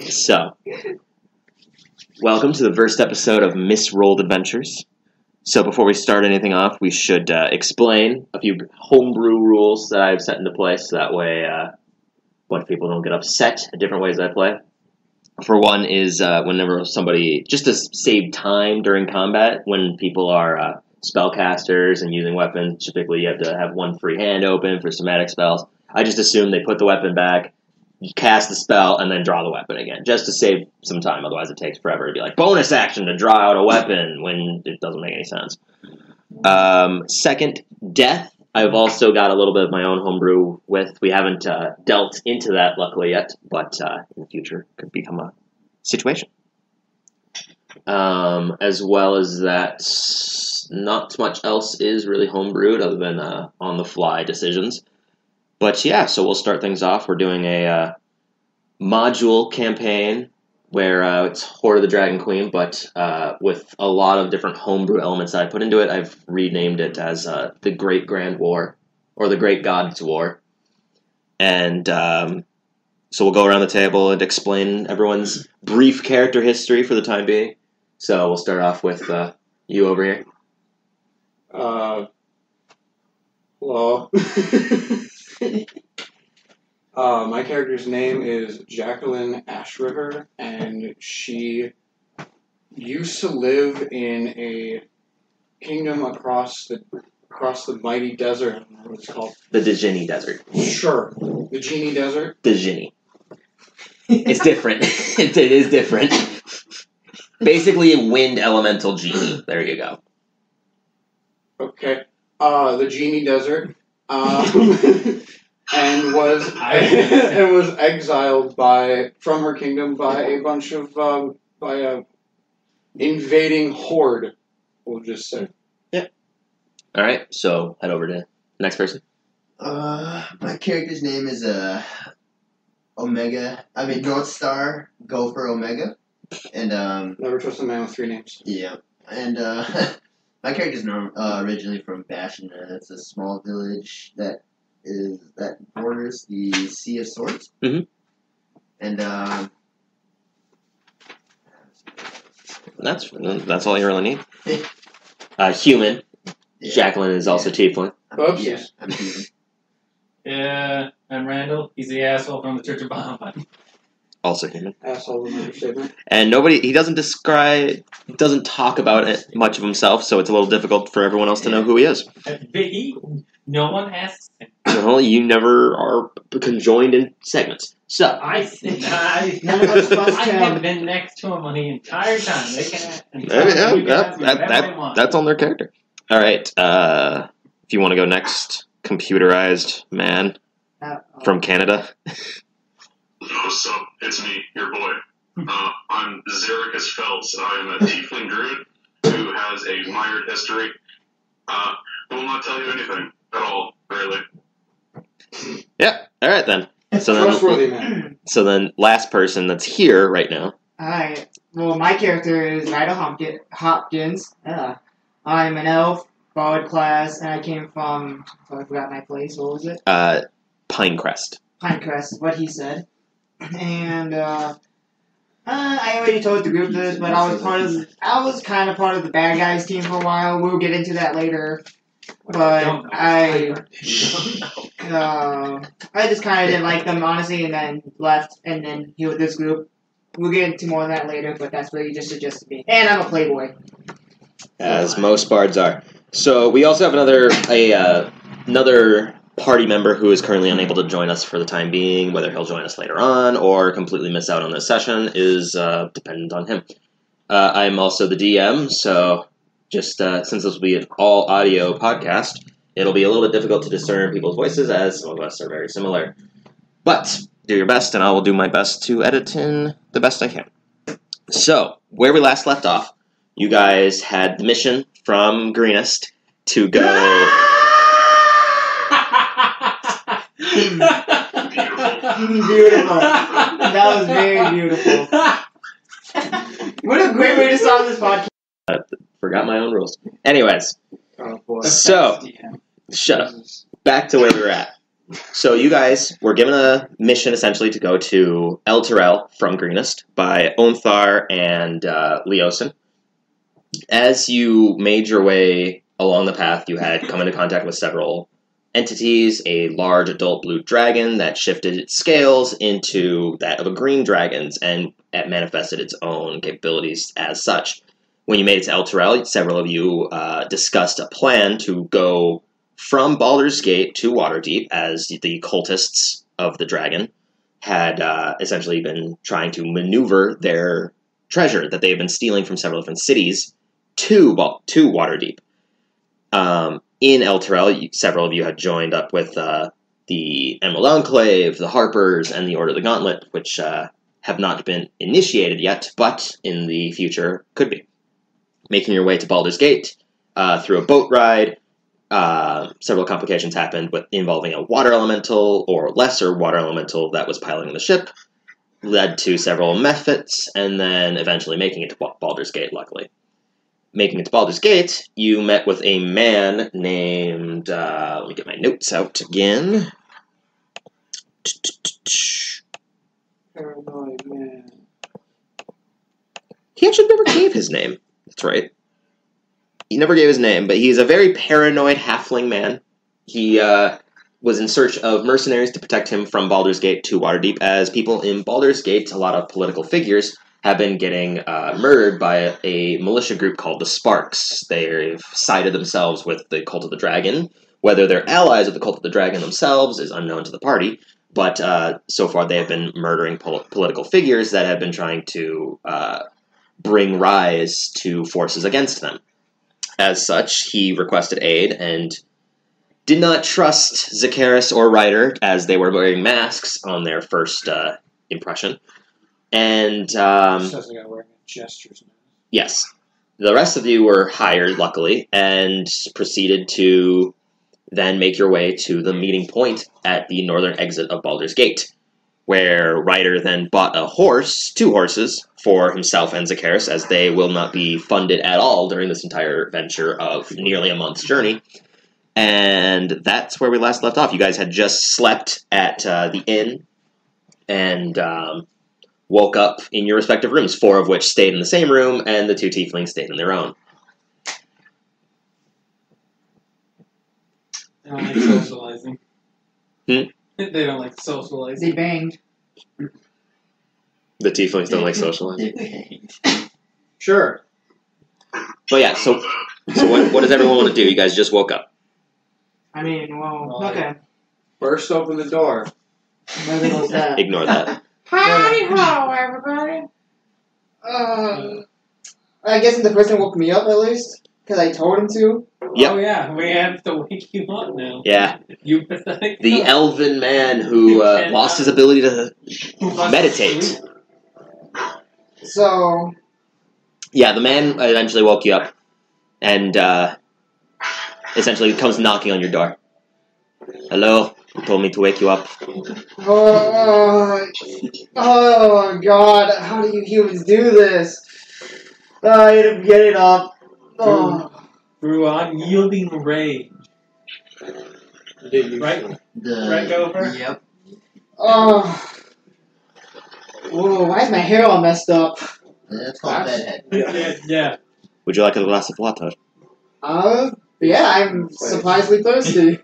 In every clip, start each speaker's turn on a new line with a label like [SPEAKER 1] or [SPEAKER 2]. [SPEAKER 1] So, welcome to the first episode of Misrolled Adventures. So, before we start anything off, we should uh, explain a few homebrew rules that I've set into place. So that way, uh, bunch of people don't get upset at different ways I play. For one, is uh, whenever somebody just to s- save time during combat when people are uh, spellcasters and using weapons. Typically, you have to have one free hand open for somatic spells. I just assume they put the weapon back, you cast the spell and then draw the weapon again, just to save some time. Otherwise, it takes forever to be like bonus action to draw out a weapon when it doesn't make any sense. Um, second, death. I've also got a little bit of my own homebrew with. We haven't uh, dealt into that luckily yet, but uh, in the future could become a situation. Um, as well as that, not much else is really homebrewed other than uh, on the fly decisions. But yeah, so we'll start things off. We're doing a uh, module campaign where uh, it's Horde of the Dragon Queen, but uh, with a lot of different homebrew elements that I put into it. I've renamed it as uh, the Great Grand War or the Great God's War. And um, so we'll go around the table and explain everyone's brief character history for the time being. So we'll start off with uh, you over here.
[SPEAKER 2] Uh, hello. uh, my character's name is Jacqueline Ashriver, and she used to live in a kingdom across the across the mighty desert. I don't know what it's called.
[SPEAKER 1] The Djinni Desert.
[SPEAKER 2] Sure, the Genie Desert.
[SPEAKER 1] Djinni. It's different. it is different. Basically, a wind elemental genie. There you go.
[SPEAKER 2] Okay, uh, the Genie Desert. Um, and was and was exiled by from her kingdom by a bunch of um, by a invading horde. We'll just say
[SPEAKER 1] All right, so head over to the next person.
[SPEAKER 3] Uh, my character's name is uh, Omega. I mean North Star Gopher Omega, and um,
[SPEAKER 2] never trust a man with three names.
[SPEAKER 3] yeah, and uh, my character's norm- uh, originally from Bashina. That's a small village that is that borders the Sea of Swords.
[SPEAKER 1] Mhm.
[SPEAKER 3] And um,
[SPEAKER 1] That's that's all you really need. Uh, human.
[SPEAKER 3] yeah,
[SPEAKER 1] Jacqueline is also tiefling.
[SPEAKER 3] I'm-
[SPEAKER 2] Whoopsies.
[SPEAKER 3] yeah, I'm human.
[SPEAKER 4] Yeah, Uh, I'm Randall. He's the asshole from the Church of Bahama.
[SPEAKER 1] Also human.
[SPEAKER 2] Asshole is an understatement.
[SPEAKER 1] And nobody. He doesn't describe. Doesn't talk about it much of himself, so it's a little difficult for everyone else to know who he is.
[SPEAKER 4] Vicky, no one asks him.
[SPEAKER 1] Well, you never are conjoined in segments. So
[SPEAKER 4] I, I,
[SPEAKER 2] None of us must
[SPEAKER 4] I
[SPEAKER 2] tell.
[SPEAKER 4] have been next to him the entire time. They can ask him.
[SPEAKER 1] Yeah, yeah,
[SPEAKER 4] You can
[SPEAKER 1] that-
[SPEAKER 4] ask
[SPEAKER 1] that-
[SPEAKER 4] him whatever
[SPEAKER 1] that-
[SPEAKER 4] they want.
[SPEAKER 1] that's on their character. All right. Uh, if you want to go next, computerized man from Canada.
[SPEAKER 5] Yo, sup? It's me, your boy. Uh, I'm Zericus Phelps. I am a tiefling druid who has a mired history. Uh, I will not tell you anything at all, really.
[SPEAKER 1] Yeah. All right then. So then,
[SPEAKER 2] Trustworthy man.
[SPEAKER 1] so then, last person that's here right now.
[SPEAKER 6] Alright. Well, my character is Nida Hopki- Hopkins. Uh, I'm an elf, forward class, and I came from. Oh, I forgot my place. What was it?
[SPEAKER 1] Uh, Pinecrest.
[SPEAKER 6] Pinecrest, what he said. And, uh. Uh, I already told the group this, but I was part of. The, I was kind of part of the bad guys team for a while. We'll get into that later. But I, um, I just kind of didn't like them honestly, and then left, and then he with this group. We'll get into more of that later, but that's what you just suggested me. And I'm a playboy.
[SPEAKER 1] as most bards are. So we also have another a uh, another party member who is currently unable to join us for the time being. Whether he'll join us later on or completely miss out on this session is uh, dependent on him. Uh, I'm also the DM, so just uh, since this will be an all audio podcast, it'll be a little bit difficult to discern people's voices as some of us are very similar. But do your best, and I will do my best to edit in the best I can. So where we last left off you guys had the mission from Greenest to go.
[SPEAKER 6] Beautiful. That was very beautiful. What a great way to start this podcast.
[SPEAKER 1] Forgot my own rules. Anyways,
[SPEAKER 2] Oh boy.
[SPEAKER 1] so shut up. Back to where we were at. So you guys were given a mission essentially to go to El Terrell from Greenest by Onthar and uh, Leosin. As you made your way along the path, you had come into contact with several entities, a large adult blue dragon that shifted its scales into that of a green dragon's and it manifested its own capabilities as such. When you made it to El Terrell, several of you uh, discussed a plan to go from Baldur's Gate to Waterdeep as the cultists of the dragon had uh, essentially been trying to maneuver their treasure that they had been stealing from several different cities to Bal- to Waterdeep. Um, in El Terrell, you- several of you had joined up with uh, the Emerald Enclave, the Harpers, and the Order of the Gauntlet, which uh, have not been initiated yet, but in the future could be. Making your way to Baldur's Gate uh, through a boat ride, uh, several complications happened with involving a water elemental or lesser water elemental that was piloting the ship, led to several methods, and then eventually making it to Ba- Baldur's Gate. Luckily, making it to Baldur's Gate, you met with a man named. Uh, let me get my notes out again.
[SPEAKER 2] Paranoid man.
[SPEAKER 1] He actually never gave his name. That's right. He never gave his name, but he's a very paranoid halfling man. He uh, was in search of mercenaries to protect him from Baldur's Gate to Waterdeep, as people in Baldur's Gate, a lot of political figures, have been getting uh, murdered by a militia group called the Sparks. They've sided themselves with the Cult of the Dragon. Whether they're allies of the Cult of the Dragon themselves is unknown to the party, but uh, so far they have been murdering pol- political figures that have been trying to uh, bring rise to forces against them. As such, he requested aid and did not trust Zacharis or Ryder as they were wearing masks on their first uh, impression. And um,
[SPEAKER 2] Says the guy wearing a jester's mask.
[SPEAKER 1] Yes. The rest of you were hired, luckily, and proceeded to then make your way to the meeting point at the northern exit of Baldur's Gate, where Ryder then bought a horse, two horses, for himself and Zacharis, as they will not be funded at all during this entire venture of nearly a month's journey. And that's where we last left off. You guys had just slept at uh, the inn, and um, woke up in your respective rooms, four of which stayed in the same room, and the two tieflings stayed in their own.
[SPEAKER 4] They don't like socializing.
[SPEAKER 1] Hmm?
[SPEAKER 4] They don't like socializing.
[SPEAKER 6] They banged.
[SPEAKER 1] The tieflings don't like socializing.
[SPEAKER 2] Sure.
[SPEAKER 1] But yeah, so so what, what does everyone want to do? You guys just woke up.
[SPEAKER 6] I mean, well,
[SPEAKER 4] Oh,
[SPEAKER 6] okay.
[SPEAKER 2] Burst open the door.
[SPEAKER 6] Maybe it was that.
[SPEAKER 1] Ignore that.
[SPEAKER 6] Howdy ho, everybody. Um, I guess the person woke me up at least because I told him to.
[SPEAKER 1] Yep.
[SPEAKER 4] Oh yeah, we have to wake you up now.
[SPEAKER 1] Yeah,
[SPEAKER 4] You pathetic.
[SPEAKER 1] the
[SPEAKER 4] elf
[SPEAKER 1] elven man who uh, lost his ability to meditate.
[SPEAKER 6] So
[SPEAKER 1] Yeah, the man eventually woke you up, and uh, essentially comes knocking on your door. Hello, you told me to wake you up.
[SPEAKER 6] Oh, oh God! How do you humans do this? I didn't get it up. Oh,
[SPEAKER 4] Through unyielding rage.
[SPEAKER 2] Did you
[SPEAKER 4] Right?
[SPEAKER 3] The,
[SPEAKER 4] Right over?
[SPEAKER 3] Yep.
[SPEAKER 6] oh. Whoa! Why is my hair all messed up?
[SPEAKER 3] That's called
[SPEAKER 6] That's-
[SPEAKER 3] bedhead.
[SPEAKER 4] Yeah. yeah.
[SPEAKER 1] Would you like a glass of water?
[SPEAKER 6] Uh, yeah, I'm surprisingly thirsty.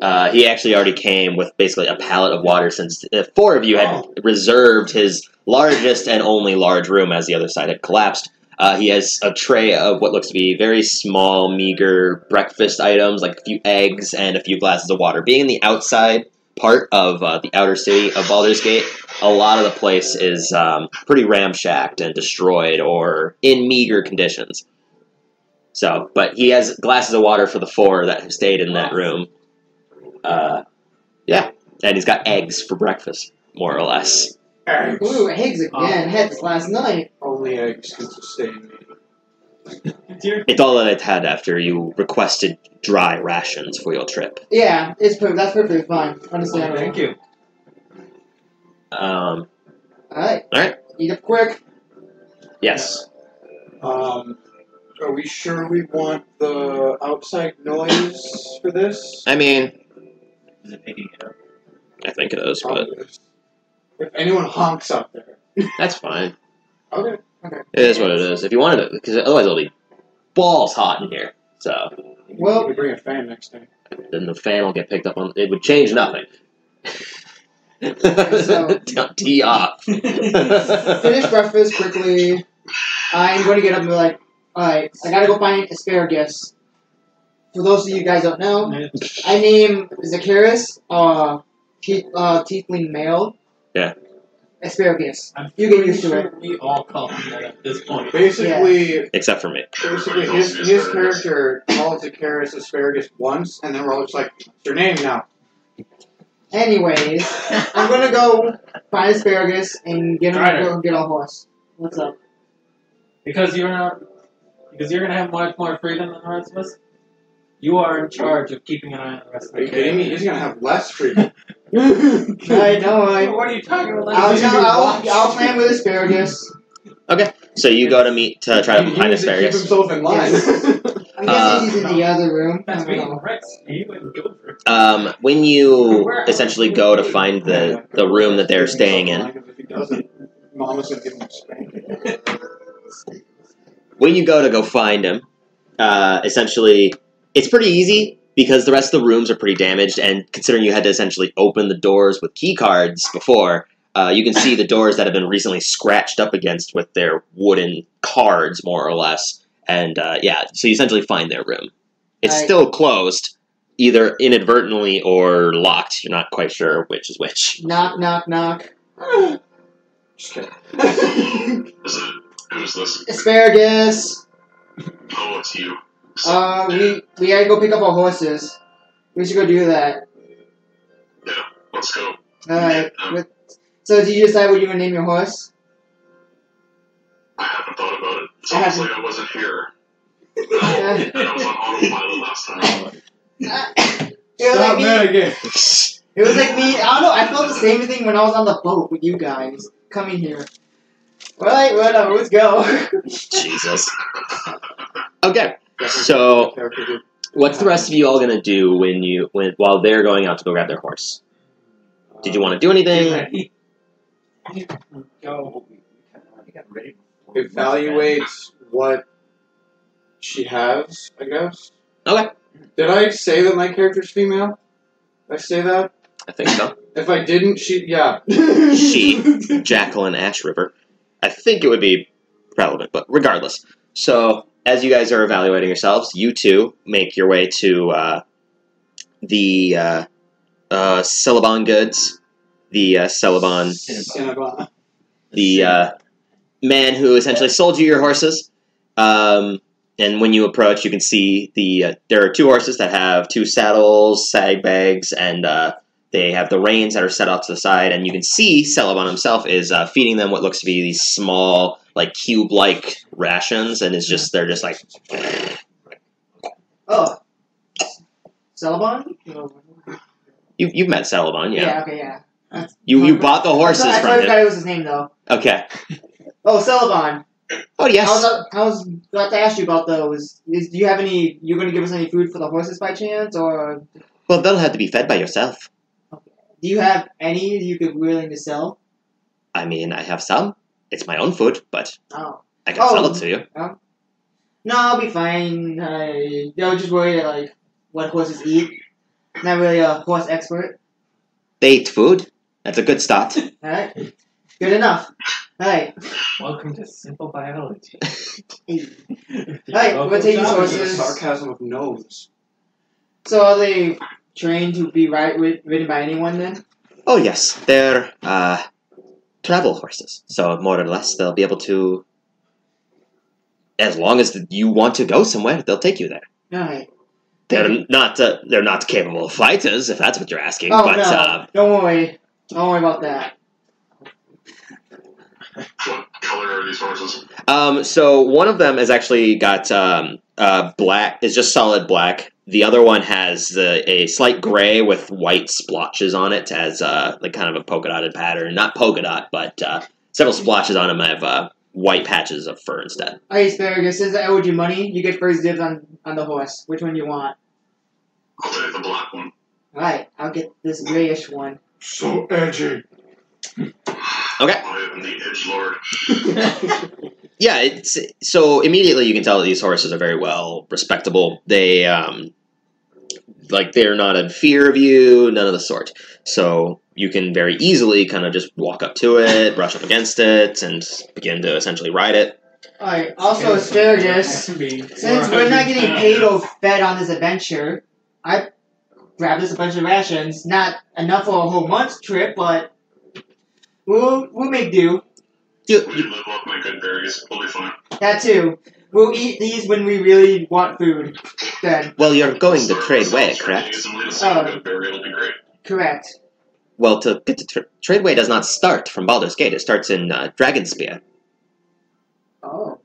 [SPEAKER 1] Uh, he actually already came with basically a pallet of water since the four of you had reserved his largest and only large room as the other side had collapsed. Uh, he has a tray of what looks to be very small, meager breakfast items, like a few eggs and a few glasses of water. Being the outside part of uh, the outer city of Baldur's Gate, a lot of the place is um, pretty ramshacked and destroyed or in meager conditions. So, but he has glasses of water for the four that have stayed in that room. Uh, yeah, and he's got eggs for breakfast, more or less.
[SPEAKER 2] eggs?
[SPEAKER 6] Ooh, eggs again. Had this last night.
[SPEAKER 2] Only eggs can sustain me.
[SPEAKER 4] Dear
[SPEAKER 1] It's all that I'd had after you requested dry rations for your trip.
[SPEAKER 6] Yeah, it's per- that's perfectly fine.
[SPEAKER 4] well,
[SPEAKER 6] Understandable.
[SPEAKER 4] thank you.
[SPEAKER 1] Um,
[SPEAKER 6] All right.
[SPEAKER 1] All right.
[SPEAKER 6] Eat up quick.
[SPEAKER 1] yes.
[SPEAKER 2] Um, are we sure we want the outside noise for this?
[SPEAKER 1] I mean,
[SPEAKER 4] Is it picking it up?
[SPEAKER 1] I think it is, but
[SPEAKER 2] If anyone honks up there.
[SPEAKER 1] that's fine.
[SPEAKER 2] Okay.
[SPEAKER 1] It is what it is. If you wanted it, because otherwise it'll be balls hot in here. So
[SPEAKER 2] Well, you bring a fan next time.
[SPEAKER 1] then the fan will get picked up on. It would change nothing.
[SPEAKER 6] So-
[SPEAKER 1] Tee off.
[SPEAKER 6] Finish breakfast quickly. I'm going to get up and be like, alright, I gotta go find asparagus. For those of you guys don't know, I name Zacharis, uh, te- uh, tiefling male.
[SPEAKER 1] Yeah.
[SPEAKER 6] Asparagus.
[SPEAKER 4] I'm
[SPEAKER 6] You get
[SPEAKER 4] pretty
[SPEAKER 6] used to
[SPEAKER 4] sure
[SPEAKER 6] it.
[SPEAKER 4] We all call him that at this point.
[SPEAKER 2] Basically,
[SPEAKER 1] Except for me.
[SPEAKER 2] basically his, his character calls Icarus Asparagus once, and then we're all just like, what's your name now?
[SPEAKER 6] Anyways, I'm gonna go find asparagus and get him
[SPEAKER 4] Ryder.
[SPEAKER 6] go get a horse. What's up?
[SPEAKER 4] Because you're not. Because you're gonna have much more freedom than the rest of us. You are in charge of keeping an eye on the rest of
[SPEAKER 2] Are
[SPEAKER 4] the
[SPEAKER 2] you kidding me? He's gonna have less freedom.
[SPEAKER 6] I know. I,
[SPEAKER 4] What are you talking about?
[SPEAKER 6] I'll,
[SPEAKER 4] This is
[SPEAKER 6] I'll,
[SPEAKER 4] your
[SPEAKER 6] I'll,
[SPEAKER 4] watch.
[SPEAKER 6] I'll plan with asparagus.
[SPEAKER 1] So you go to meet to try
[SPEAKER 2] He-
[SPEAKER 1] to
[SPEAKER 2] he
[SPEAKER 1] find
[SPEAKER 2] needs to keep
[SPEAKER 1] asparagus.
[SPEAKER 2] himself in line.
[SPEAKER 6] I
[SPEAKER 1] Uh,
[SPEAKER 6] guess he's in the other room. I
[SPEAKER 4] That's
[SPEAKER 6] don't
[SPEAKER 4] me,
[SPEAKER 6] know.
[SPEAKER 4] Rex. You and Gilbert.
[SPEAKER 1] Um, when you essentially go to find the, the room that they're staying in,
[SPEAKER 2] If he doesn't, Mama's gonna give him a spanking.
[SPEAKER 1] when you go to go find him, uh, essentially, it's pretty easy because the rest of the rooms are pretty damaged, and considering you had to essentially open the doors with key cards before, uh, you can see the doors that have been recently scratched up against with their wooden cards, more or less. And uh, yeah, so you essentially find their room. It's
[SPEAKER 6] Right.
[SPEAKER 1] still closed, either inadvertently or locked. You're not quite sure which is which.
[SPEAKER 6] Knock, knock, knock.
[SPEAKER 2] Just kidding.
[SPEAKER 5] Is it? Who's this?
[SPEAKER 6] Asparagus.
[SPEAKER 5] Oh, it's you.
[SPEAKER 6] Uh, we we gotta go pick up our horses. We should go do that.
[SPEAKER 5] Let's go.
[SPEAKER 6] All right. With, so, did you decide what you gonna name your horse?
[SPEAKER 5] I haven't thought about it. It's
[SPEAKER 6] I
[SPEAKER 5] almost
[SPEAKER 6] haven't.
[SPEAKER 5] like I wasn't here.
[SPEAKER 6] Uh,
[SPEAKER 5] And I was on autopilot last time.
[SPEAKER 6] it was like
[SPEAKER 2] Stop
[SPEAKER 6] me.
[SPEAKER 2] that again.
[SPEAKER 6] It was like me. I don't know. I felt the same thing when I was on the boat with you guys coming here. All right, whatever. Let's go.
[SPEAKER 1] Jesus. Okay, so
[SPEAKER 2] Character group.
[SPEAKER 1] What's the rest of you all gonna do when you when while they're going out to go grab their horse? Did you want to do anything?
[SPEAKER 4] Go.
[SPEAKER 2] evaluate what she has, I guess.
[SPEAKER 1] Okay.
[SPEAKER 2] Did I say that my character's female? Did I say that?
[SPEAKER 1] I think so.
[SPEAKER 2] If I didn't, she yeah.
[SPEAKER 1] She. Jacqueline Ash River. I think it would be relevant, but regardless. So as you guys are evaluating yourselves, you two make your way to uh, the uh, uh, Celebon Goods, the uh, Celebon
[SPEAKER 2] Cinnabon.
[SPEAKER 1] the uh, man who essentially sold you your horses. Um, and when you approach, you can see the uh, there are two horses that have two saddles, sag bags, and uh, they have the reins that are set off to the side. And you can see Celebon himself is uh, feeding them what looks to be these small, like cube-like rations, and it's just they're just like
[SPEAKER 6] Oh. Celebon?
[SPEAKER 1] you you've met Celebon, yeah.
[SPEAKER 6] Okay. Yeah.
[SPEAKER 1] You you bought the horses
[SPEAKER 6] I
[SPEAKER 1] from
[SPEAKER 6] thought
[SPEAKER 1] him.
[SPEAKER 6] that was his name though.
[SPEAKER 1] Okay.
[SPEAKER 6] Oh, Celebon.
[SPEAKER 1] Oh
[SPEAKER 6] I was
[SPEAKER 1] yes.
[SPEAKER 6] up, I was about to ask you about those. Is, do you have any? You gonna give us any food for the horses by chance, or
[SPEAKER 1] Well, they'll have to be fed by yourself.
[SPEAKER 6] do you have any you could willing to sell?
[SPEAKER 1] I mean, I have some. It's my own food, but
[SPEAKER 6] Oh.
[SPEAKER 1] I can
[SPEAKER 6] Oh.
[SPEAKER 1] sell it to you.
[SPEAKER 6] No, I'll be fine. I, I was just worried at like what horses eat. Not really a horse expert.
[SPEAKER 1] They eat food. That's a good start.
[SPEAKER 6] All right. Good enough. All right.
[SPEAKER 4] Welcome to Simple Biology.
[SPEAKER 6] Hey. Hey, we'll take these
[SPEAKER 2] That was the
[SPEAKER 6] horses.
[SPEAKER 2] sarcasm of nose.
[SPEAKER 6] So are they trained to be right rid- ridden by anyone then?
[SPEAKER 1] Oh yes, they're uh, travel horses. So more or less, they'll be able to. As long as you want to go somewhere, they'll take you there.
[SPEAKER 6] All right.
[SPEAKER 1] They're not uh, they're not capable fighters, if that's what you're asking.
[SPEAKER 6] Oh
[SPEAKER 1] but
[SPEAKER 6] no!
[SPEAKER 1] uh,
[SPEAKER 6] Don't worry. Don't worry about that.
[SPEAKER 5] What color are these horses?
[SPEAKER 1] um, so one of them has actually got um, uh, black is just solid black. The other one has the, a slight gray with white splotches on it, as uh, like kind of a polka dotted pattern. Not polka dot, but uh, several splotches on them have uh, white patches of fur instead.
[SPEAKER 6] Hey, Asparagus, since I owed you money, you get first dibs on, on the horse. Which one do you want?
[SPEAKER 5] I'll take the black one.
[SPEAKER 6] Right, I'll get this grayish one.
[SPEAKER 2] So edgy.
[SPEAKER 5] I am the edge lord.
[SPEAKER 1] Yeah, it's so immediately you can tell that these horses are very well respectable. They um like they're not in fear of you, none of the sort. So you can very easily kind of just walk up to it, brush up against it, and begin to essentially ride it.
[SPEAKER 6] Alright, also asparagus. Since we're not getting paid
[SPEAKER 4] Oh.
[SPEAKER 6] or fed on this adventure, I grabbed us a bunch of rations. Not enough for a whole month's trip, but we'll we'll make do.
[SPEAKER 1] You-
[SPEAKER 5] Would
[SPEAKER 1] you-
[SPEAKER 5] you live off my good berries? We'll be fine.
[SPEAKER 6] That too. We'll eat these when we really want food. Then
[SPEAKER 1] well, you're going to
[SPEAKER 5] Sorry,
[SPEAKER 1] trade way,
[SPEAKER 5] sounds
[SPEAKER 1] correct?
[SPEAKER 5] ridiculous. We'll see
[SPEAKER 6] Oh.
[SPEAKER 5] a good berry, it'll be great.
[SPEAKER 6] correct.
[SPEAKER 1] Well, to get to tra- Tradeway does not start from Baldur's Gate. It starts in uh, Dragonspear.
[SPEAKER 6] Oh.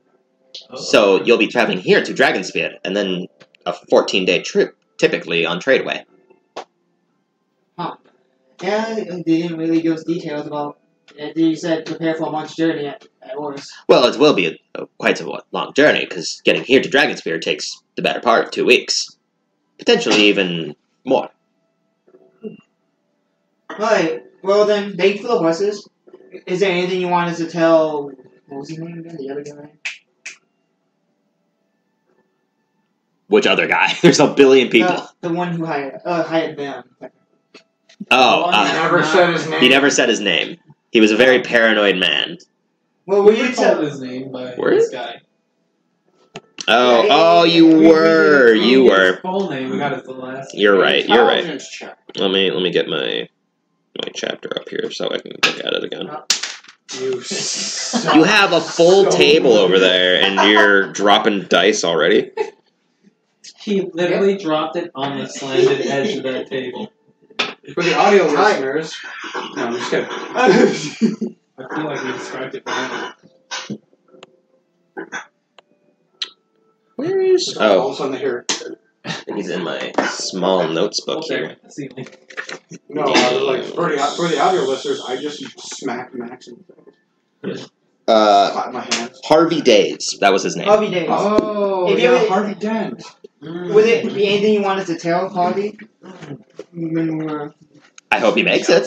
[SPEAKER 1] So you'll be traveling here to Dragonspear, and then a 14 day trip typically on Tradeway.
[SPEAKER 6] Yeah, they didn't really give us details about uh, they said prepare for a month's journey at, at worst.
[SPEAKER 1] Well, it will be a, a- quite a long journey because getting here to Dragonspear takes the better part of two weeks, potentially even more.
[SPEAKER 6] Alright, well then, thank you for the horses. Is there anything you want us to tell what was his name again? The other guy?
[SPEAKER 1] Which other guy? There's a billion people.
[SPEAKER 6] The, the one who hired uh, hired them.
[SPEAKER 1] oh,
[SPEAKER 4] Well,
[SPEAKER 1] uh,
[SPEAKER 2] never said his name.
[SPEAKER 1] he never said his name. He was a very paranoid man.
[SPEAKER 6] Well,
[SPEAKER 4] We
[SPEAKER 6] will you
[SPEAKER 4] were
[SPEAKER 6] tell?
[SPEAKER 4] told his name by
[SPEAKER 1] Were
[SPEAKER 4] this guy.
[SPEAKER 1] Oh,
[SPEAKER 6] Yeah,
[SPEAKER 1] oh,
[SPEAKER 6] yeah,
[SPEAKER 1] you
[SPEAKER 6] yeah,
[SPEAKER 4] We- we
[SPEAKER 1] were,
[SPEAKER 4] didn't
[SPEAKER 1] you
[SPEAKER 4] get his
[SPEAKER 1] were.
[SPEAKER 4] Full name. We got his last.
[SPEAKER 1] You're right. You're right.
[SPEAKER 2] Intelligence check.
[SPEAKER 1] Let me let me get my my chapter up here so I can look at it again.
[SPEAKER 2] You suck.
[SPEAKER 1] You have a full
[SPEAKER 2] So
[SPEAKER 1] table
[SPEAKER 2] good.
[SPEAKER 1] over there, and you're dropping dice already.
[SPEAKER 4] He literally dropped it on the slanted edge of that table.
[SPEAKER 2] For the audio
[SPEAKER 6] Hi.
[SPEAKER 2] listeners. No, I'm just kidding.
[SPEAKER 4] I feel like we described it wrong.
[SPEAKER 1] Where is?
[SPEAKER 2] All
[SPEAKER 1] Oh,
[SPEAKER 2] of a sudden they hear.
[SPEAKER 1] I think he's in my small notes book
[SPEAKER 4] Okay,
[SPEAKER 1] here.
[SPEAKER 4] that's the only-
[SPEAKER 2] No, I was like, for the, for the audio listeners, I just smacked Max and
[SPEAKER 1] Uh,
[SPEAKER 2] clapped my hands.
[SPEAKER 1] Harvey Days. That was his name.
[SPEAKER 6] Harvey Days.
[SPEAKER 2] Oh,
[SPEAKER 6] If you-
[SPEAKER 2] yeah, Harvey Dent.
[SPEAKER 4] Mm.
[SPEAKER 6] Would it be anything you want us to tell Harvey? When we were-
[SPEAKER 1] I hope he makes it.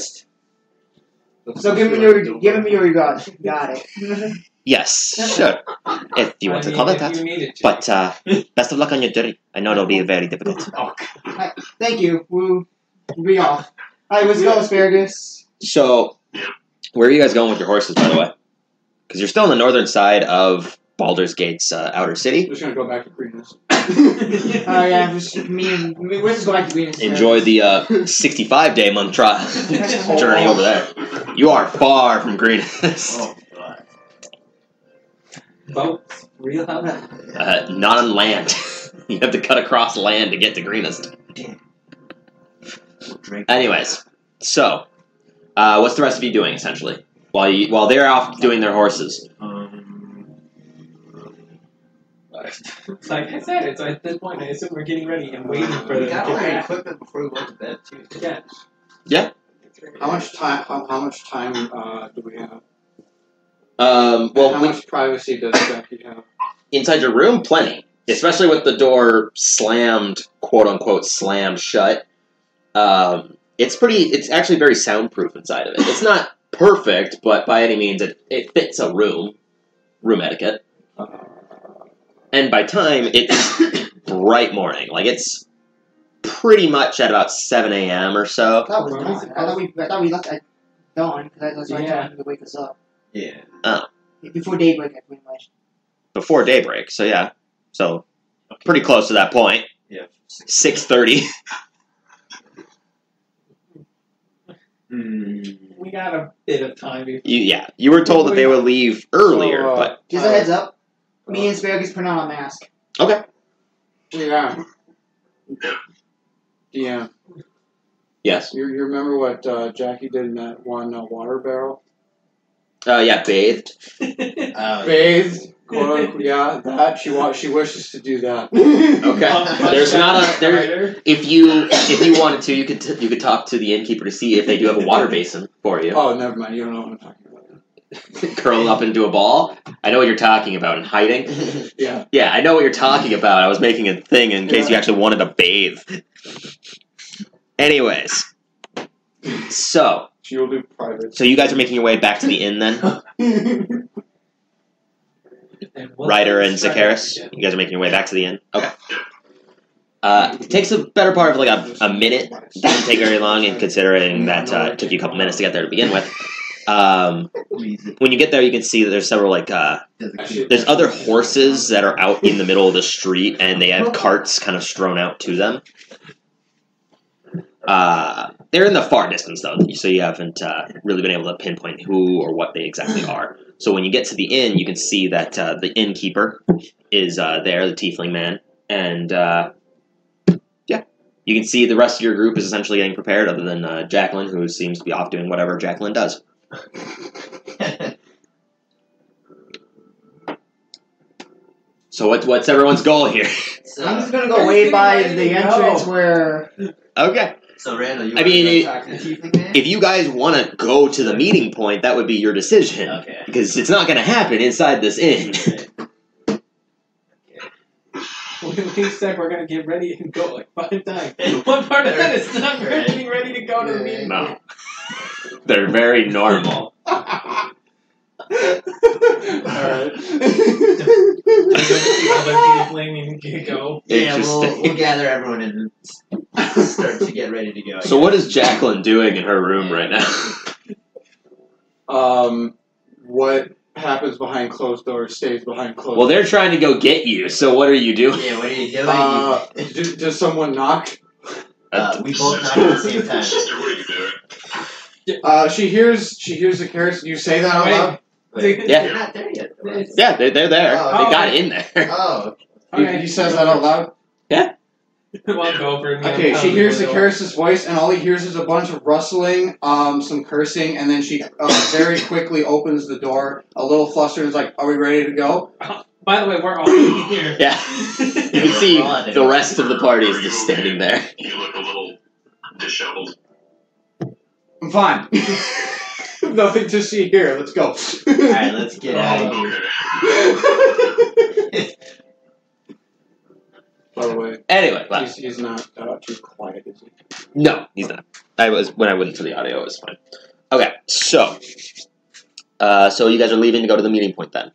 [SPEAKER 6] So give him your give him your regards. Got it.
[SPEAKER 1] Yes, sure. If you want
[SPEAKER 4] I
[SPEAKER 1] to
[SPEAKER 4] mean,
[SPEAKER 1] call it
[SPEAKER 4] if
[SPEAKER 1] that.
[SPEAKER 4] you need it,
[SPEAKER 1] But uh, best of luck on your journey. I know it'll be very difficult.
[SPEAKER 6] Thank you. We'll be off. All right, let's go, asparagus.
[SPEAKER 1] So, where are you guys going with your horses, by the way? Because you're still on the northern side of Baldur's Gate's uh, outer
[SPEAKER 2] I'm
[SPEAKER 1] city.
[SPEAKER 2] just gonna go back to greenness.
[SPEAKER 6] Oh yeah, just me and me, we're just going to be in this
[SPEAKER 1] Enjoy the uh, 65 day month trial journey over there. You are far from greenness.
[SPEAKER 3] oh god.
[SPEAKER 4] boats, real out.
[SPEAKER 1] Uh, not on land. you have to cut across land to get to greenest.
[SPEAKER 3] Drink.
[SPEAKER 1] Anyways, so uh, what's the rest of you doing essentially while you, while they're off doing their horses?
[SPEAKER 3] Um,
[SPEAKER 4] It's Like I said, it's at this point. I assume we're getting ready and waiting for them
[SPEAKER 3] we
[SPEAKER 4] to
[SPEAKER 3] got
[SPEAKER 4] get
[SPEAKER 3] all our
[SPEAKER 4] back.
[SPEAKER 3] equipment before we went to bed too.
[SPEAKER 4] Yeah.
[SPEAKER 2] How much time? How, how much time uh, do we have?
[SPEAKER 1] Um,
[SPEAKER 2] how
[SPEAKER 1] well, we,
[SPEAKER 2] much privacy does Becky have?
[SPEAKER 1] inside your room, plenty, especially with the door slammed, quote unquote, slammed shut. Um, it's pretty. It's actually very soundproof inside of it. It's not perfect, but by any means, it, it fits a room, room etiquette. and by time it's bright morning like it's pretty much at about 7 a.m or so
[SPEAKER 6] That was dawn. I thought we I thought we left at dawn because that's why
[SPEAKER 4] Yeah.
[SPEAKER 6] time to wake us up Um.
[SPEAKER 3] Yeah.
[SPEAKER 6] before daybreak. I pretty much.
[SPEAKER 1] before daybreak so yeah so Uh, pretty close to that point
[SPEAKER 3] Yeah.
[SPEAKER 1] 6.30
[SPEAKER 2] Hmm.
[SPEAKER 3] Mm.
[SPEAKER 4] We got a bit of time before.
[SPEAKER 1] you, yeah you were told that they would leave earlier
[SPEAKER 2] So, uh,
[SPEAKER 1] but
[SPEAKER 6] Just a heads up. Me and asparagus put on a mask.
[SPEAKER 2] Yeah.
[SPEAKER 5] Yeah.
[SPEAKER 2] Yeah.
[SPEAKER 1] yes
[SPEAKER 2] You, you remember what uh, Jackie did in that one uh, water barrel?
[SPEAKER 1] uh, yeah bathed
[SPEAKER 3] Uh,
[SPEAKER 2] Bathed. Quote, unquote, yeah, that she wants. She wishes to do that.
[SPEAKER 1] okay there's not a there if you if you wanted to you could t- you could talk to the innkeeper to see if they do have a water basin for you
[SPEAKER 2] Oh, never mind. You don't know what I'm talking about.
[SPEAKER 1] curl up into a ball i know what you're talking about and hiding
[SPEAKER 2] Yeah.
[SPEAKER 1] Yeah, I know what you're talking about. I was making a thing in case you actually wanted to bathe. Anyways, so
[SPEAKER 2] She will do private.
[SPEAKER 1] so you guys are making your way back to the inn then,
[SPEAKER 4] And we'll-
[SPEAKER 1] Ryder and Zacharis.
[SPEAKER 4] Yeah.
[SPEAKER 1] You guys are making your way back to the inn. Okay. Uh, it takes the better part of like a, a minute. Doesn't take very long, and considering that uh, it took you a couple minutes to get there to begin with. Um,
[SPEAKER 3] Reason.
[SPEAKER 1] when you get there, you can see that there's several like uh,
[SPEAKER 3] Does it
[SPEAKER 2] Actually-
[SPEAKER 3] keep-
[SPEAKER 1] there's other horses that are out in the middle of the street, and they have carts kind of strewn out to them. Uh, they're in the far distance though, so you haven't uh, really been able to pinpoint who or what they exactly are. So when you get to the inn, you can see that uh, the innkeeper is uh, there, the tiefling man, and uh, yeah, you can see the rest of your group is essentially getting prepared, other than uh, Jacqueline, who seems to be off doing whatever Jacqueline does. So what, what's everyone's goal here?
[SPEAKER 6] So I'm just
[SPEAKER 3] so,
[SPEAKER 6] gonna go way by the entrance where
[SPEAKER 1] okay.
[SPEAKER 3] so Randall, you
[SPEAKER 1] I mean,
[SPEAKER 3] wanna
[SPEAKER 1] it-
[SPEAKER 3] go talk to the tiefling man?
[SPEAKER 1] if you guys want to go to the meeting point, that would be your decision.
[SPEAKER 3] okay.
[SPEAKER 1] Because it's not going to happen inside this inn.
[SPEAKER 4] We said we're gonna get ready and go like five times. One part of that is not we're getting ready to go to the meeting.
[SPEAKER 1] No. They're very normal.
[SPEAKER 2] Alright.
[SPEAKER 4] Gigo.
[SPEAKER 3] Yeah, we'll,
[SPEAKER 1] Interesting.
[SPEAKER 3] we'll gather everyone and start to get ready to go. I
[SPEAKER 1] So
[SPEAKER 3] guess.
[SPEAKER 1] what is Jacqueline doing in her room right now?
[SPEAKER 2] um, what happens behind closed doors stays behind closed
[SPEAKER 1] Well, they're trying to go get you, so what are you doing?
[SPEAKER 3] Yeah, what are you doing?
[SPEAKER 2] Uh,
[SPEAKER 3] you,
[SPEAKER 2] doors. Does someone knock?
[SPEAKER 3] uh, we both knocked at the same time.
[SPEAKER 5] Sister, what are you doing?
[SPEAKER 2] Uh, she hears she hears the carrots. You say that out
[SPEAKER 4] Wait.
[SPEAKER 2] loud.
[SPEAKER 3] Wait,
[SPEAKER 1] Yeah.
[SPEAKER 3] You're not there yet. though.
[SPEAKER 4] It's-
[SPEAKER 1] Yeah, they're, they're there.
[SPEAKER 3] Oh.
[SPEAKER 1] They got in there.
[SPEAKER 3] Oh,
[SPEAKER 2] He-
[SPEAKER 4] Okay.
[SPEAKER 2] He says that out loud.
[SPEAKER 4] Walk over and
[SPEAKER 2] Okay, she hears the Karis' voice, and all he hears is a bunch of rustling, um, some cursing, and then she uh, very quickly opens the door, a little flustered, and is like, "Are we ready to go?"
[SPEAKER 4] By the way, we're all in here.
[SPEAKER 1] Yeah. You can see the rest of the party is just standing there.
[SPEAKER 5] You look a little disheveled.
[SPEAKER 2] I'm fine. Nothing to see here. Let's go.
[SPEAKER 3] all right, let's get out of
[SPEAKER 5] Oh,
[SPEAKER 3] here.
[SPEAKER 2] By the way,
[SPEAKER 1] Anyway, well,
[SPEAKER 2] he's, he's not uh, too quiet, is he?
[SPEAKER 1] No, he's not. I was when I went into the audio, it was fine. Okay, so, uh, so you guys are leaving to go to the meeting point then.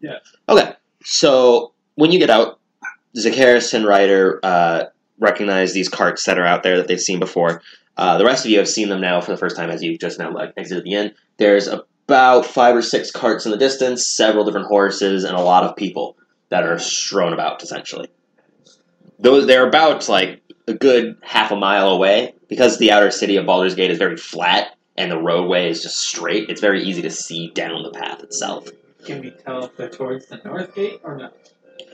[SPEAKER 4] Yeah.
[SPEAKER 1] Okay, so when you get out, Zacharis and Ryder uh, recognize these carts that are out there that they've seen before. Uh, the rest of you have seen them now for the first time as you just now like exited the inn. There's about five or six carts in the distance, several different horses, and a lot of people that are strewn about essentially. Those they're about like a good half a mile away because the outer city of Baldur's Gate is very flat and the roadway is just straight. It's very easy to see down the path itself.
[SPEAKER 4] Can we tell if they're towards the north gate or not?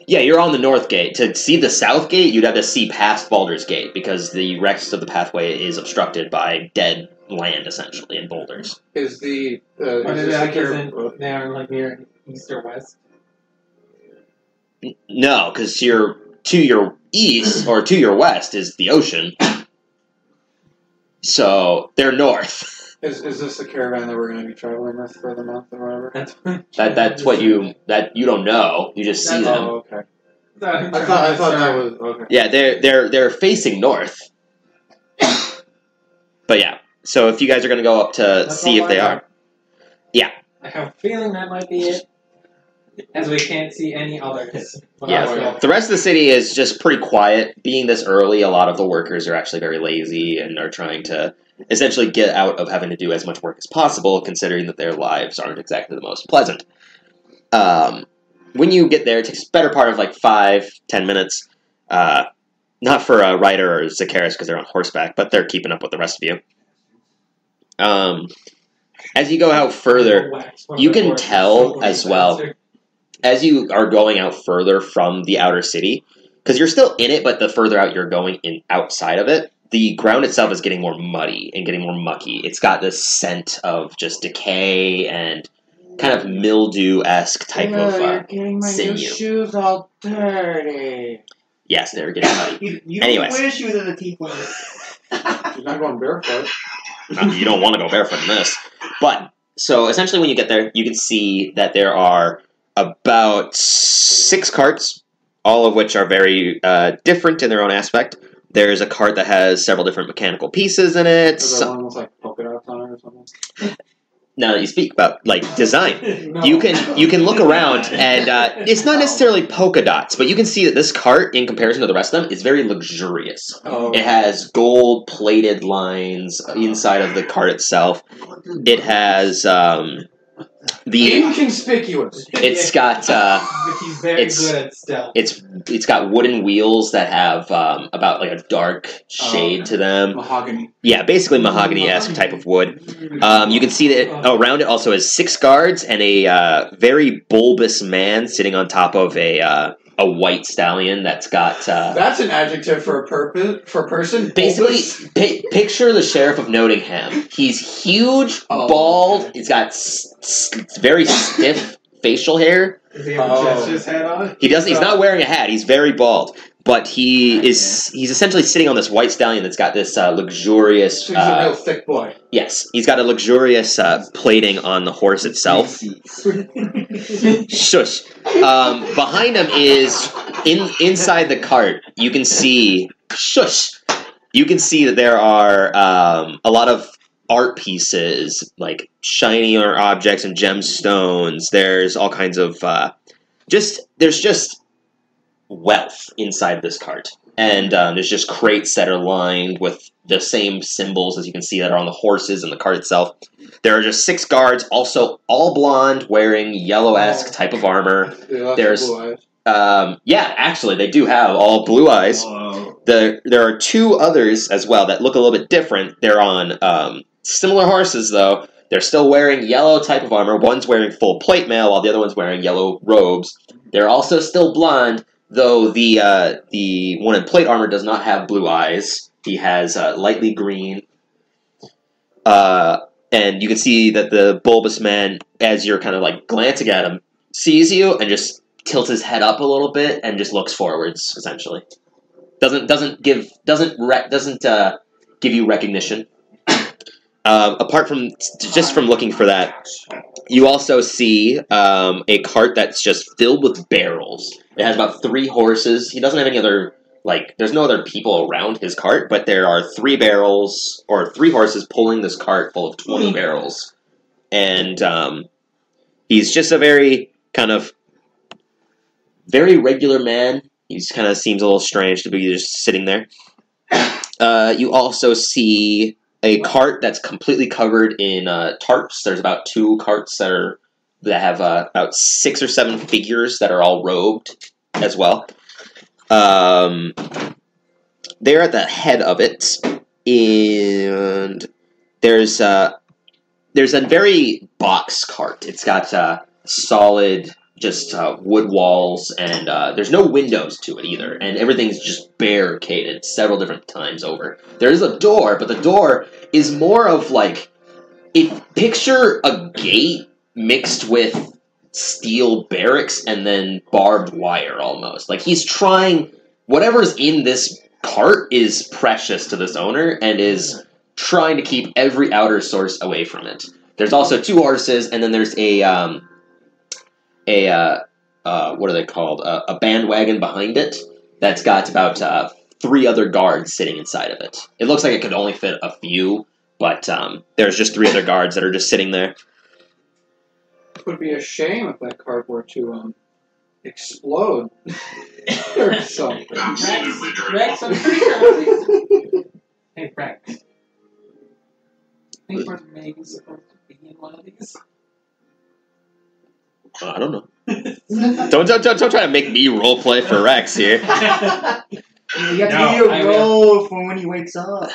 [SPEAKER 1] Yeah, you're on the north gate. To see the south gate, you'd have to see past Baldur's Gate because the rest of the pathway is obstructed by dead land essentially and boulders.
[SPEAKER 2] Is the uh,
[SPEAKER 4] Or
[SPEAKER 2] is
[SPEAKER 4] they
[SPEAKER 2] this the
[SPEAKER 4] like
[SPEAKER 2] car-
[SPEAKER 4] isn't they are like near east or west?
[SPEAKER 1] N- No, because you're to your east or to your west is the ocean. So they're north.
[SPEAKER 2] is, is this the caravan that we're going to be traveling with for the month or whatever?
[SPEAKER 4] That's what
[SPEAKER 1] That that's what you that you don't know. You just see
[SPEAKER 4] That's
[SPEAKER 1] them.
[SPEAKER 2] Oh, okay.
[SPEAKER 4] I
[SPEAKER 2] I thought I thought that was okay.
[SPEAKER 1] Yeah, they're they're they're facing north. but yeah, so if you guys are gonna go up to
[SPEAKER 4] That's
[SPEAKER 1] see
[SPEAKER 4] all
[SPEAKER 1] if they
[SPEAKER 4] I
[SPEAKER 1] are,
[SPEAKER 4] got.
[SPEAKER 1] Yeah.
[SPEAKER 4] I have a feeling that might be it. As we can't see any others. But
[SPEAKER 1] Yeah.
[SPEAKER 4] that's all.
[SPEAKER 1] the rest of the city is just pretty quiet. Being this early, a lot of the workers are actually very lazy and are trying to essentially get out of having to do as much work as possible, considering that their lives aren't exactly the most pleasant. Um, when you get there, it takes better part of like five, ten minutes. Uh, not for a rider or Zacharis because they're on horseback, but they're keeping up with the rest of you. Um, as you go out further,
[SPEAKER 4] Wax one
[SPEAKER 1] you
[SPEAKER 4] of the
[SPEAKER 1] can
[SPEAKER 4] horses
[SPEAKER 1] tell
[SPEAKER 4] so
[SPEAKER 1] as
[SPEAKER 4] much
[SPEAKER 1] well.
[SPEAKER 4] faster.
[SPEAKER 1] as you are going out further from the outer city, because you're still in it, but the further out you're going in outside of it, the ground itself is getting more muddy and getting more mucky. It's got this scent of just decay and kind of mildew esque type
[SPEAKER 6] no,
[SPEAKER 1] of.
[SPEAKER 6] you're
[SPEAKER 1] Uh,
[SPEAKER 6] getting my
[SPEAKER 1] sinew.
[SPEAKER 6] new shoes all dirty.
[SPEAKER 1] yes, they're getting muddy.
[SPEAKER 6] You, you
[SPEAKER 1] Anyways.
[SPEAKER 6] wear shoes in the teeth.
[SPEAKER 2] She's not going barefoot.
[SPEAKER 1] Uh, you don't want to go barefoot in this. But so essentially, when you get there, you can see that there are about six carts, all of which are very uh, different in their own aspect. There's a cart that has several different mechanical pieces in it.
[SPEAKER 2] Is
[SPEAKER 1] So-
[SPEAKER 2] that one with like polka dots on it or something?
[SPEAKER 1] now that you speak about like design,
[SPEAKER 2] No.
[SPEAKER 1] you can you can look around and uh, it's not necessarily polka dots, but you can see that this cart, in comparison to the rest of them, is very luxurious.
[SPEAKER 2] Oh,
[SPEAKER 1] It has gold plated lines inside of the cart itself. It has um, the
[SPEAKER 2] inconspicuous.
[SPEAKER 1] it's got. Uh,
[SPEAKER 4] But he's very
[SPEAKER 1] It's-
[SPEAKER 4] good at stealth.
[SPEAKER 1] It's it's got wooden wheels that have um, about like a dark
[SPEAKER 2] Oh,
[SPEAKER 1] shade to them.
[SPEAKER 2] Mahogany.
[SPEAKER 1] Yeah, basically mahogany esque type of wood. Um, you can see that
[SPEAKER 4] Oh,
[SPEAKER 1] it- around it also has six guards and a uh, very bulbous man sitting on top of a uh, a white stallion that's got. Uh,
[SPEAKER 2] That's an adjective for a purpose for a person.
[SPEAKER 1] Basically,
[SPEAKER 2] Bulbous.
[SPEAKER 1] pi picture the sheriff of Nottingham. He's huge,
[SPEAKER 2] Oh.
[SPEAKER 1] bald. He's got s- s- very stiff facial hair.
[SPEAKER 4] Does he have
[SPEAKER 2] Oh.
[SPEAKER 4] a jester's hat on?
[SPEAKER 1] He doesn't. He's not wearing a hat. He's very bald, but he is. He's essentially sitting on this white stallion that's got this uh, luxurious.
[SPEAKER 2] So he's a
[SPEAKER 1] Uh,
[SPEAKER 2] real thick boy.
[SPEAKER 1] yes, he's got a luxurious uh, plating on the horse itself. Shush. Um, behind him is in inside the cart. You can see. Shush. You can see that there are um, a lot of art pieces, like shinier objects and gemstones. There's all kinds of uh, just there's just wealth inside this cart, and um, there's just crates that are lined with the same symbols as you can see that are on the horses and the cart itself. There are just six guards, also all blonde, wearing yellow-esque type of armor. There's- Um, yeah, actually, they do have all blue eyes.
[SPEAKER 3] Oh.
[SPEAKER 1] The, there are two others as well that look a little bit different. They're on um, similar horses, though. They're still wearing yellow type of armor. One's wearing full plate mail, while the other one's wearing yellow robes. They're also still blonde, though the uh, the one in plate armor does not have blue eyes. He has uh, lightly green. Uh, and you can see that the bulbous man, as you're kind of like glancing at him, sees you and just tilts his head up a little bit and just looks forwards, essentially doesn't doesn't give doesn't re- doesn't uh, give you recognition. Um, apart from just from looking for that, you also see um, a cart that's just filled with barrels. It has about three horses. He doesn't have any other like. There's no other people around his cart, but there are three barrels or three horses pulling this cart full of twenty barrels, and um, he's just a very kind of very regular man. He kind of seems a little strange to be just sitting there. Uh, you also see a cart that's completely covered in uh, tarps. There's about two carts that are that have uh, about six or seven figures that are all robed as well. Um, they're at the head of it, and there's uh, there's a very box cart. It's got uh, solid just uh, wood walls, and uh, there's no windows to it either, and everything's just barricaded several different times over. There is a door, but the door is more of like if picture a gate mixed with steel barracks and then barbed wire almost. Like he's trying whatever's in this cart is precious to this owner and is trying to keep every outer source away from it. There's also two horses, and then there's a um, a uh, uh, what are they called? Uh, a bandwagon behind it that's got about uh, three other guards sitting inside of it. It looks like it could only fit a few, but um, there's just three other guards that are just sitting there.
[SPEAKER 2] would be a shame if that card were to um explode or something. Oh,
[SPEAKER 5] Absolutely
[SPEAKER 4] Rex,
[SPEAKER 5] dreadful.
[SPEAKER 4] Rex, I'm pretty sure. Hey, Rex. think we're maybe supposed to be in one of these.
[SPEAKER 1] Uh, I don't know. Don't, don't don't don't try to make me roleplay for Rex here.
[SPEAKER 6] You have
[SPEAKER 4] No,
[SPEAKER 6] to do
[SPEAKER 4] I
[SPEAKER 6] a
[SPEAKER 4] will.
[SPEAKER 6] roll for when he wakes up.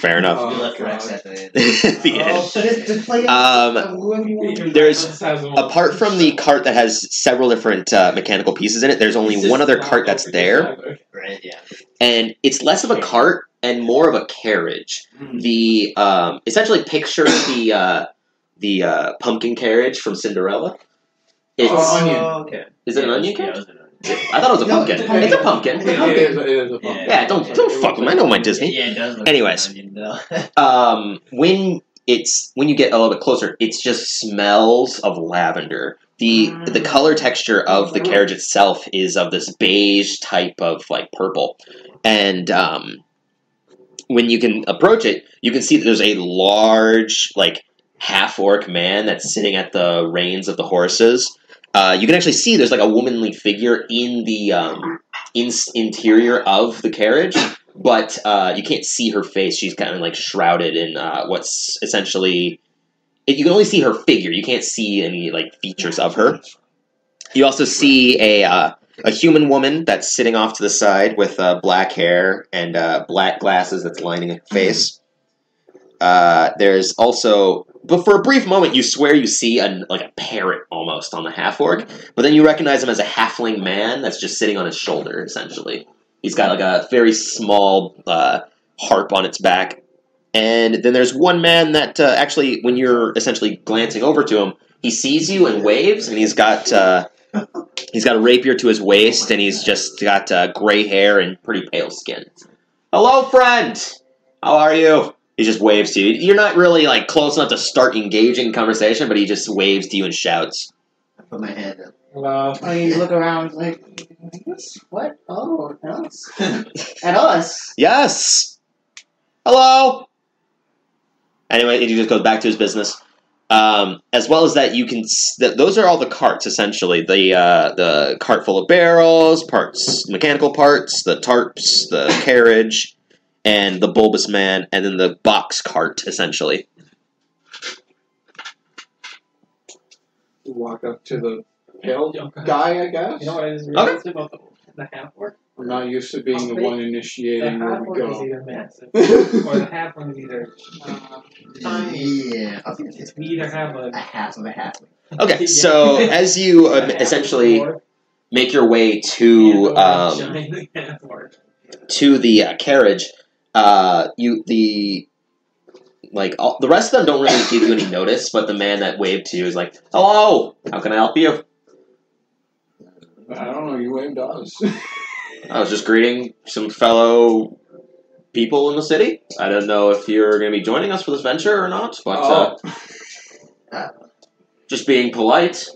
[SPEAKER 1] Fair enough.
[SPEAKER 2] Oh,
[SPEAKER 3] left Rex
[SPEAKER 2] God.
[SPEAKER 3] at the end.
[SPEAKER 1] the
[SPEAKER 4] Oh,
[SPEAKER 1] end.
[SPEAKER 6] Just, just play it.
[SPEAKER 1] Um,
[SPEAKER 6] Uh, whoever you want.
[SPEAKER 1] There's-
[SPEAKER 4] This has one.
[SPEAKER 1] apart from the cart that has several different uh, mechanical pieces in it, there's only
[SPEAKER 4] This is
[SPEAKER 1] one other
[SPEAKER 4] not
[SPEAKER 1] cart that's
[SPEAKER 4] open
[SPEAKER 1] there.
[SPEAKER 4] either.
[SPEAKER 3] Right, yeah.
[SPEAKER 1] and it's less of a cart and more of a carriage. The um, essentially picture the uh, the uh, pumpkin carriage from Cinderella. It's
[SPEAKER 2] Oh, onion.
[SPEAKER 3] okay.
[SPEAKER 1] is it an
[SPEAKER 3] Yeah,
[SPEAKER 1] onion
[SPEAKER 3] Uh, yeah, it
[SPEAKER 1] carriage?
[SPEAKER 3] was an onion.
[SPEAKER 1] I thought it was a
[SPEAKER 6] No,
[SPEAKER 1] pumpkin.
[SPEAKER 6] it's
[SPEAKER 1] It's a
[SPEAKER 6] onion.
[SPEAKER 1] pumpkin.
[SPEAKER 2] It
[SPEAKER 1] It's a pumpkin.
[SPEAKER 2] is, it is a pumpkin.
[SPEAKER 1] Yeah, don't don't fuck with me. I know my Disney.
[SPEAKER 3] Yeah, it does look
[SPEAKER 1] Anyways.
[SPEAKER 3] like an onion, though.
[SPEAKER 1] Um, when it's when you get a little bit closer, it's just smells of lavender. the the color texture of the carriage itself is of this beige type of like purple, and um, when you can approach it, you can see that there's a large like half orc man that's sitting at the reins of the horses. Uh, you can actually see there's like a womanly figure in the um, in- interior of the carriage, but uh, you can't see her face. She's kind of like shrouded in uh, what's essentially it, you can only see her figure. You can't see any like features of her. You also see a uh, a human woman that's sitting off to the side with uh, black hair and uh, black glasses that's lining her face. Uh, there's also, but for a brief moment, you swear you see an, like a parrot almost on the half orc, but then you recognize him as a halfling man that's just sitting on his shoulder. Essentially, he's got like a very small uh, harp on its back, and then there's one man that uh, actually, when you're essentially glancing over to him, he sees you and waves, and he's got uh, he's got a rapier to his waist, and he's just got uh, gray hair and pretty pale skin. Hello, friend. How are you? He just waves to you. You're not really like close enough to start engaging conversation, but he just waves to you and shouts.
[SPEAKER 3] I put my hand up.
[SPEAKER 4] Hello.
[SPEAKER 6] I mean, you look around like, what's, what? Oh, at us. at us.
[SPEAKER 1] Yes. Hello. Anyway, he just goes back to his business. Um, as well as that, you can s- th- those are all the carts essentially the uh, the cart full of barrels, parts, mechanical parts, the tarps, the carriage, and the bulbous man, and then the box cart essentially.
[SPEAKER 2] You walk up to the pale
[SPEAKER 4] Yeah, okay.
[SPEAKER 2] guy, I guess.
[SPEAKER 4] You know what I just realized about the, the half orc?
[SPEAKER 2] I'm not used to being the
[SPEAKER 4] Okay.
[SPEAKER 2] one
[SPEAKER 4] The
[SPEAKER 2] initiating where
[SPEAKER 4] half
[SPEAKER 2] we
[SPEAKER 4] orc is
[SPEAKER 2] go.
[SPEAKER 4] either massive, or
[SPEAKER 2] All
[SPEAKER 4] the half one is either. Uh,
[SPEAKER 6] Oh,
[SPEAKER 3] Yeah, I think it's
[SPEAKER 4] we either have a.
[SPEAKER 3] a half of a half.
[SPEAKER 1] Okay, so as you um, essentially make your way to um, to the uh, carriage, uh, you the like all, the rest of them don't really give you any notice, but the man that waved to you is like, "Hello, how can I help you?"
[SPEAKER 2] I don't know. You aimed us.
[SPEAKER 1] I was just greeting some fellow people in the city. I don't know if you're going to be joining us for this venture or not, but uh, just being polite.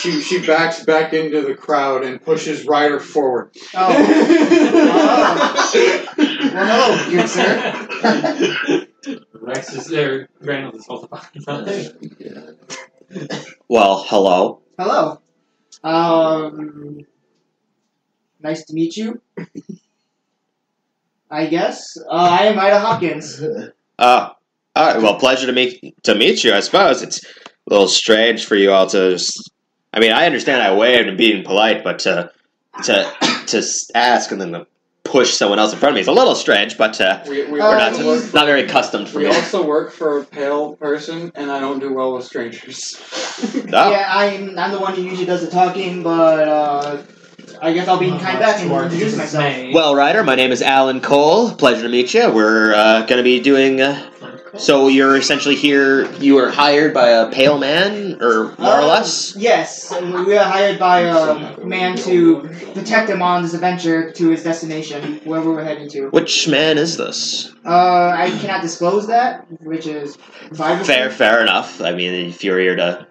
[SPEAKER 2] She she backs back into the crowd and pushes Ryder forward.
[SPEAKER 6] Oh,
[SPEAKER 5] Oh.
[SPEAKER 6] well, no, good sir.
[SPEAKER 5] sir.
[SPEAKER 4] Rex is there. Granted, this whole time.
[SPEAKER 1] Well, hello.
[SPEAKER 6] Hello. Um, nice to meet you. I guess. Uh, I am Ida Hopkins.
[SPEAKER 1] Uh, all right. Well, pleasure to meet to meet you. I suppose it's a little strange for you all to. Just, I mean, I understand I waved and being polite, but to to to s- ask and then to push someone else in front of me is a little strange. But uh,
[SPEAKER 2] We, we,
[SPEAKER 6] Uh,
[SPEAKER 1] we're
[SPEAKER 2] also
[SPEAKER 1] not
[SPEAKER 2] work,
[SPEAKER 1] not very accustomed for
[SPEAKER 2] we
[SPEAKER 1] me.
[SPEAKER 2] also work for a pale person, and I don't do well with strangers.
[SPEAKER 1] Oh,
[SPEAKER 6] Yeah, I'm, I'm the one who usually does the talking, but uh, I guess I'll
[SPEAKER 4] Oh,
[SPEAKER 6] be kind back and introduce myself.
[SPEAKER 1] Well, Ryder, my name is Alan Cole. Pleasure to meet you. We're uh, going to be doing. Uh, so you're essentially here. You were hired by a pale man, or more or
[SPEAKER 6] Uh,
[SPEAKER 1] less.
[SPEAKER 6] Yes, and we were hired by a man to protect him on this adventure to his destination, wherever we're heading to.
[SPEAKER 1] Which man is this?
[SPEAKER 6] Uh, I cannot disclose that, which is privacy.
[SPEAKER 1] Fair, fair enough. I mean, if you're here to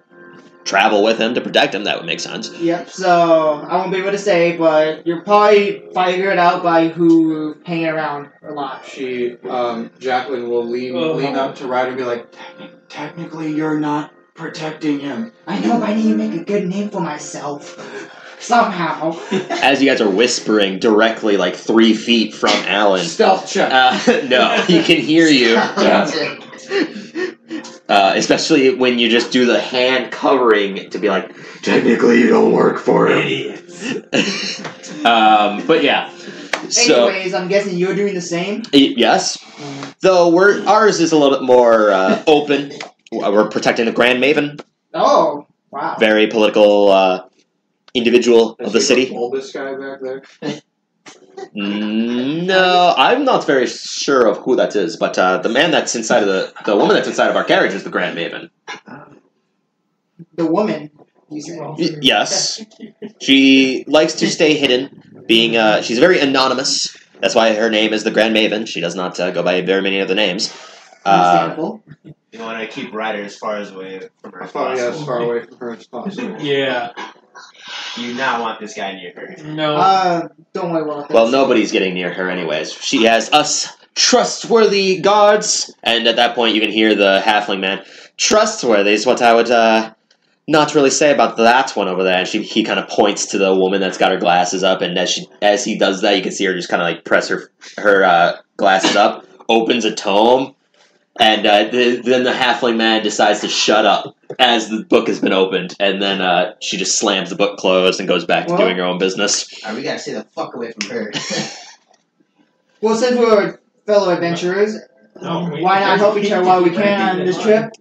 [SPEAKER 1] travel with him to protect him, that would make sense.
[SPEAKER 6] Yep, so I won't be able to say, but you'll probably figure it out by who hanging around a lot.
[SPEAKER 2] She, um, Jacqueline will lean
[SPEAKER 4] Oh.
[SPEAKER 2] lean up to Ryder and be like, "Techni- "Technically, you're not protecting him."
[SPEAKER 6] I know, but I need to make a good name for myself. Somehow.
[SPEAKER 1] As you guys are whispering directly, like three feet from Alan,
[SPEAKER 2] Stealth check.
[SPEAKER 1] uh, no, he can hear you, uh, especially when you just do the hand covering to be like,
[SPEAKER 2] Technically, you don't work for
[SPEAKER 1] um, but yeah. So
[SPEAKER 6] Anyways, I'm guessing you're doing the same.
[SPEAKER 1] y- yes, though we're ours is a little bit more uh, open. Uh, We're protecting the Grand Maven,
[SPEAKER 6] Oh, wow.
[SPEAKER 1] very political uh, individual of the city.
[SPEAKER 2] Bulbous guy back there.
[SPEAKER 1] No, I'm not very sure of who that is, but uh, the man that's inside of the the woman that's inside of our carriage is the Grand Maven.
[SPEAKER 6] The woman, you said.
[SPEAKER 1] Y- yes, she likes to stay hidden, being uh, she's very anonymous. That's why her name is the Grand Maven. She does not uh, go by very many other names. Uh,
[SPEAKER 6] Understandable.
[SPEAKER 7] You want to keep Ryder as far as away from her
[SPEAKER 2] I
[SPEAKER 7] as
[SPEAKER 2] thought yeah, as
[SPEAKER 7] possible.
[SPEAKER 2] far away from her as possible.
[SPEAKER 4] Yeah.
[SPEAKER 7] You not want this guy near her.
[SPEAKER 4] No.
[SPEAKER 6] Uh, don't worry about that.
[SPEAKER 1] Well, nobody's getting near her, anyways. She has us trustworthy guards, and at that point, you can hear the halfling man. Trustworthy is what I would uh, not really say about that one over there. And she, he kind of points to the woman that's got her glasses up, and as she, as he does that, you can see her just kind of like press her her uh, glasses up, opens a tome, and uh, th then the halfling man decides to shut up as the book has been opened, and then uh, she just slams the book closed and goes back to
[SPEAKER 6] Well-
[SPEAKER 1] doing her own business.
[SPEAKER 3] Alright, we gotta stay the fuck away from her.
[SPEAKER 6] Well, since we're fellow adventurers,
[SPEAKER 4] No, we-
[SPEAKER 6] why not help each other while we can on this trip?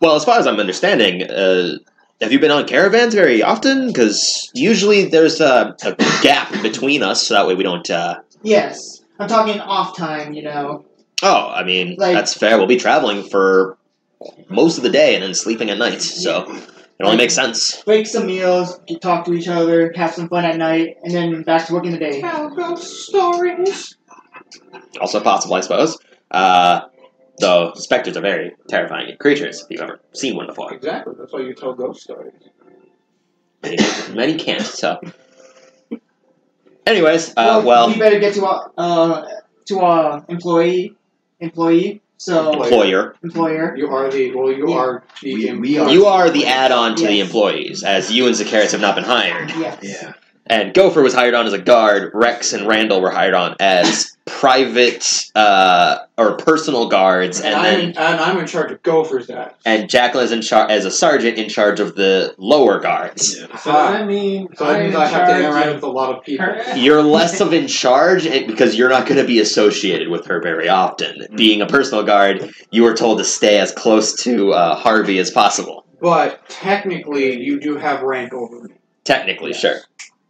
[SPEAKER 1] Well, as far as I'm understanding, uh, have you been on caravans very often? Because usually there's a, a gap between us, so that way we don't. Uh...
[SPEAKER 6] Yes. I'm talking off time, you know.
[SPEAKER 1] Oh, I mean,
[SPEAKER 6] Like-
[SPEAKER 1] that's fair. We'll be traveling for most of the day and then sleeping at night, so it only makes sense.
[SPEAKER 6] Break some meals, get- talk to each other, have some fun at night, and then back to work in the day.
[SPEAKER 2] stories.
[SPEAKER 1] Also possible, I suppose. Uh, though specters are very terrifying creatures if you've ever seen one before.
[SPEAKER 2] Exactly. That's why you tell ghost stories.
[SPEAKER 1] Many, many can't, so. Anyways, uh,
[SPEAKER 6] we
[SPEAKER 1] well,
[SPEAKER 6] better get to our uh to our employee employee. So
[SPEAKER 1] employer.
[SPEAKER 6] employer.
[SPEAKER 2] You are the well. You
[SPEAKER 6] Yeah.
[SPEAKER 2] are the
[SPEAKER 3] We- we are-
[SPEAKER 1] You are the add-on to the
[SPEAKER 6] Yes.
[SPEAKER 1] employees, as you and Zacharis have not been hired.
[SPEAKER 6] Yes.
[SPEAKER 3] yeah.
[SPEAKER 1] And Gopher was hired on as a guard. Rex and Randall were hired on as private uh, or personal guards,
[SPEAKER 2] and,
[SPEAKER 1] and
[SPEAKER 2] I'm in,
[SPEAKER 1] then
[SPEAKER 2] and I'm in charge of gophers. That
[SPEAKER 1] and Jacqueline is in charge as a sergeant in charge of the lower guards.
[SPEAKER 4] So does that mean
[SPEAKER 2] so that
[SPEAKER 4] I'm
[SPEAKER 2] means
[SPEAKER 4] in
[SPEAKER 2] I have to
[SPEAKER 4] charge
[SPEAKER 2] interact
[SPEAKER 4] of
[SPEAKER 2] with a lot of people.
[SPEAKER 4] her?
[SPEAKER 1] You're less of in charge eh, because you're not going to be associated with her very often.
[SPEAKER 2] Mm.
[SPEAKER 1] Being a personal guard, you were told to stay as close to uh, Harvey as possible.
[SPEAKER 2] But technically, you do have rank over me.
[SPEAKER 1] Technically,
[SPEAKER 2] Yes.
[SPEAKER 1] sure.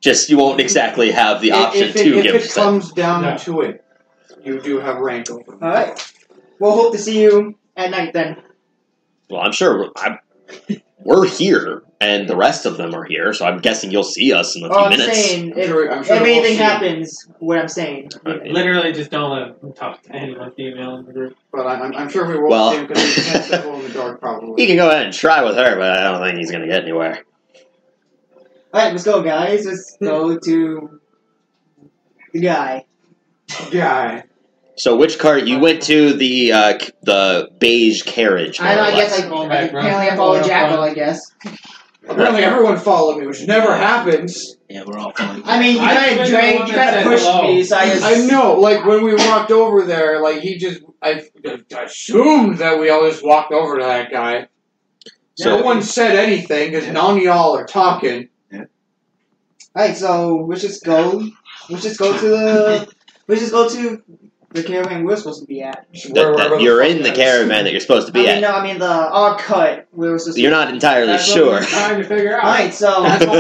[SPEAKER 1] Just you won't exactly have the
[SPEAKER 2] If-
[SPEAKER 1] option
[SPEAKER 2] if it,
[SPEAKER 1] to
[SPEAKER 2] if
[SPEAKER 1] give
[SPEAKER 2] it
[SPEAKER 1] consent.
[SPEAKER 2] comes down
[SPEAKER 4] Yeah.
[SPEAKER 2] to it, you do have rank over me.
[SPEAKER 6] Alright. We'll hope to see you at night then.
[SPEAKER 1] Well, I'm sure I, we're here, and the rest of them are here, so I'm guessing you'll see us in a few
[SPEAKER 6] Oh, I'm
[SPEAKER 1] minutes.
[SPEAKER 6] saying
[SPEAKER 2] I'm
[SPEAKER 6] if,
[SPEAKER 2] sure, I'm
[SPEAKER 6] if
[SPEAKER 2] sure we'll
[SPEAKER 6] anything
[SPEAKER 2] see.
[SPEAKER 6] happens, what I'm saying.
[SPEAKER 4] Uh,
[SPEAKER 1] I mean,
[SPEAKER 4] Literally, just don't let him talk to anyone female in the group.
[SPEAKER 2] But I, I'm, I'm sure we won't
[SPEAKER 1] Well-
[SPEAKER 2] see him because he's sensible in the dark, probably.
[SPEAKER 1] he can go ahead and try with her, but I don't think he's going to get anywhere.
[SPEAKER 6] Alright, let's go guys. Let's go to the guy.
[SPEAKER 2] guy.
[SPEAKER 1] So, which car you went to? The uh, c- the beige carriage. more
[SPEAKER 6] I, I
[SPEAKER 1] or
[SPEAKER 6] guess
[SPEAKER 1] less.
[SPEAKER 6] I,
[SPEAKER 4] Going
[SPEAKER 6] I
[SPEAKER 4] back
[SPEAKER 6] apparently
[SPEAKER 4] round.
[SPEAKER 6] I follow
[SPEAKER 4] Going
[SPEAKER 6] Jackal,
[SPEAKER 4] front.
[SPEAKER 6] I guess.
[SPEAKER 2] Apparently, everyone followed me, which never happens.
[SPEAKER 3] Yeah, we're all falling.
[SPEAKER 6] I mean you
[SPEAKER 4] I
[SPEAKER 6] kinda
[SPEAKER 4] was
[SPEAKER 6] dragged
[SPEAKER 4] the one
[SPEAKER 6] you
[SPEAKER 4] that
[SPEAKER 6] kinda
[SPEAKER 4] said
[SPEAKER 6] pushed
[SPEAKER 4] hello.
[SPEAKER 6] me, so I just
[SPEAKER 2] I know, like when we walked over there, like he just. I assumed that we all just walked over to that guy.
[SPEAKER 1] So-
[SPEAKER 2] no one said anything because none of y'all are talking.
[SPEAKER 6] Alright, so let's just go. Let's just go to the. Let's just go to the caravan we're supposed to be at.
[SPEAKER 1] That-
[SPEAKER 2] Where-
[SPEAKER 1] that
[SPEAKER 2] wherever
[SPEAKER 1] you're
[SPEAKER 2] fuck
[SPEAKER 1] in the
[SPEAKER 2] that is.
[SPEAKER 1] caravan that you're supposed to
[SPEAKER 6] I
[SPEAKER 1] be
[SPEAKER 6] mean,
[SPEAKER 1] at.
[SPEAKER 6] no, I mean the our cut. We were supposed to.
[SPEAKER 1] You're not entirely
[SPEAKER 4] That's what
[SPEAKER 1] sure.
[SPEAKER 4] we're trying to figure out.
[SPEAKER 6] Alright, so.
[SPEAKER 4] That's why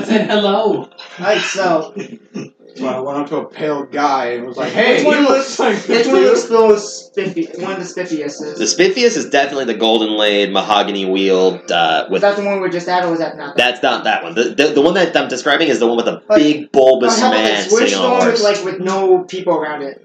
[SPEAKER 4] I said hello.
[SPEAKER 6] Alright, so.
[SPEAKER 2] So I went up to a pale guy and was like,
[SPEAKER 6] Which
[SPEAKER 2] "Hey,
[SPEAKER 6] one
[SPEAKER 2] you
[SPEAKER 6] looks-
[SPEAKER 2] look like
[SPEAKER 6] Which one
[SPEAKER 2] you."
[SPEAKER 6] looks the most spiffy? One of the spiffiest is.
[SPEAKER 1] the Spitfius is definitely the golden laid mahogany wheeled uh,
[SPEAKER 6] was
[SPEAKER 1] with.
[SPEAKER 6] that the one we were just at, or was that not? that?
[SPEAKER 1] That's not that one. The, the, the one that I'm describing is the one with the
[SPEAKER 6] Like-
[SPEAKER 1] big bulbous
[SPEAKER 6] Oh, how about
[SPEAKER 1] man
[SPEAKER 6] this? Which
[SPEAKER 1] sitting
[SPEAKER 6] the
[SPEAKER 1] on a
[SPEAKER 6] one
[SPEAKER 1] horse.
[SPEAKER 6] with like with no people around it?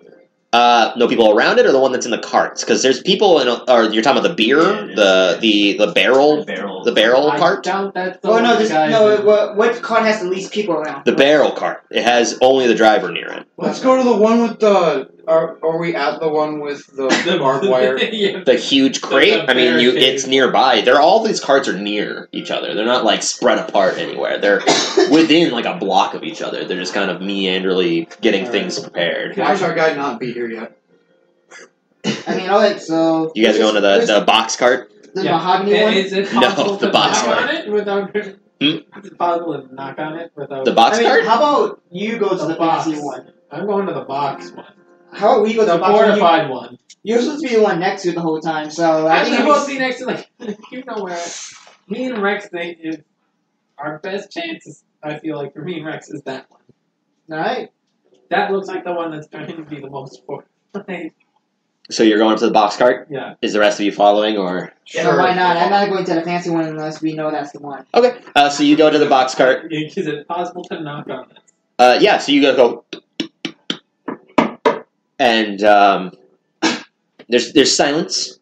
[SPEAKER 1] Uh, no people around it, or the one that's in the carts? Because there's people in. A, or you're talking about the beer,
[SPEAKER 7] Yeah,
[SPEAKER 1] the the the barrel,
[SPEAKER 7] barrel.
[SPEAKER 1] the barrel
[SPEAKER 4] I
[SPEAKER 1] cart,
[SPEAKER 4] doubt that's the
[SPEAKER 6] Oh
[SPEAKER 4] one
[SPEAKER 6] no,
[SPEAKER 4] the
[SPEAKER 6] this
[SPEAKER 4] guy
[SPEAKER 6] no.
[SPEAKER 4] did.
[SPEAKER 6] It, what, what card has the least people around?
[SPEAKER 1] the barrel cart. It has only the driver near it.
[SPEAKER 2] Let's go to the one with the. Are, are we at the one with the barbed wire?
[SPEAKER 4] yeah.
[SPEAKER 1] The huge crate.
[SPEAKER 4] the
[SPEAKER 1] I mean, you.
[SPEAKER 4] barricade.
[SPEAKER 1] It's nearby. They're all these carts are near each other. They're not like spread apart anywhere. They're within like a block of each other. They're just kind of meanderly getting
[SPEAKER 2] Alright.
[SPEAKER 1] things prepared.
[SPEAKER 2] Why is our guy not be here yet?
[SPEAKER 6] I mean, all right, so.
[SPEAKER 1] You guys are going to
[SPEAKER 6] Where's-
[SPEAKER 1] the the box cart.
[SPEAKER 6] where's the
[SPEAKER 4] Yeah.
[SPEAKER 6] mahogany one.
[SPEAKER 4] Is it
[SPEAKER 1] No,
[SPEAKER 4] possible
[SPEAKER 1] the
[SPEAKER 4] to
[SPEAKER 1] box
[SPEAKER 4] knock
[SPEAKER 1] cart.
[SPEAKER 4] on it without? Is it possible to knock on it without?
[SPEAKER 1] The box
[SPEAKER 6] I mean,
[SPEAKER 1] cart.
[SPEAKER 6] how about you go to
[SPEAKER 4] The
[SPEAKER 6] the,
[SPEAKER 4] box.
[SPEAKER 6] fancy one?
[SPEAKER 4] I'm going to the box one.
[SPEAKER 6] How about we go to
[SPEAKER 4] The
[SPEAKER 6] the box one? You-
[SPEAKER 4] fortified one.
[SPEAKER 6] You're supposed to be the one next to it the whole time, so I
[SPEAKER 4] I'm
[SPEAKER 6] think
[SPEAKER 4] supposed
[SPEAKER 6] it's,
[SPEAKER 4] to be next to like you know where I- me and Rex think is our best chances. I feel like for me and Rex is that one.
[SPEAKER 6] alright.
[SPEAKER 4] That looks like the one that's going to be the most for.
[SPEAKER 1] So you're going up to the box cart.
[SPEAKER 4] yeah.
[SPEAKER 1] Is the rest of you following or?
[SPEAKER 6] Yeah, but why not? I'm not going to the fancy one unless we know that's the one.
[SPEAKER 1] Okay. Uh, so you go to the box cart.
[SPEAKER 4] Is it possible to knock on it?
[SPEAKER 1] Uh, yeah, so you gotta go, and um, there's there's silence,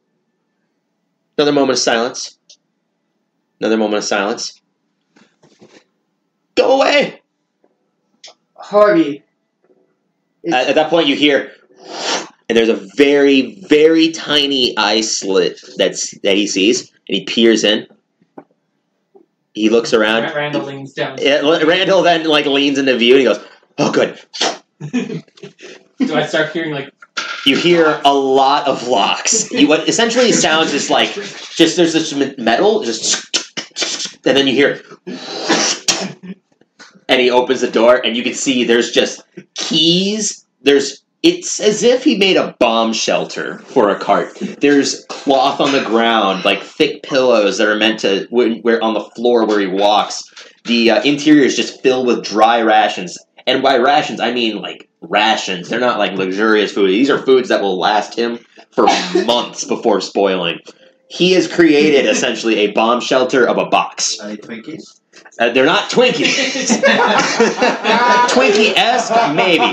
[SPEAKER 1] Another moment of silence. Another moment of silence. Go away!
[SPEAKER 6] Harvey. Is,
[SPEAKER 1] At, at that point, you hear, and there's a very, very tiny eye slit that's that he sees, and he peers in. He looks around.
[SPEAKER 4] Randall leans down.
[SPEAKER 1] Yeah, L- Randall then like leans into view and he goes, "Oh, good."
[SPEAKER 4] Do I start hearing like
[SPEAKER 1] You hear a lot of locks. You what essentially sounds is like just there's this me- metal just, and then you hear, and he opens the door and you can see there's just keys. There's it's as if he made a bomb shelter for a cart. There's cloth on the ground, like thick pillows that are meant to where, where on the floor where he walks. The uh, interior is just filled with dry rations. And by rations, I mean like rations. They're not like luxurious food. These are foods that will last him for months before spoiling. He has created essentially a bomb shelter of a box.
[SPEAKER 3] Are they Twinkies?
[SPEAKER 1] Uh, they're not Twinkies. Twinkie esque, maybe.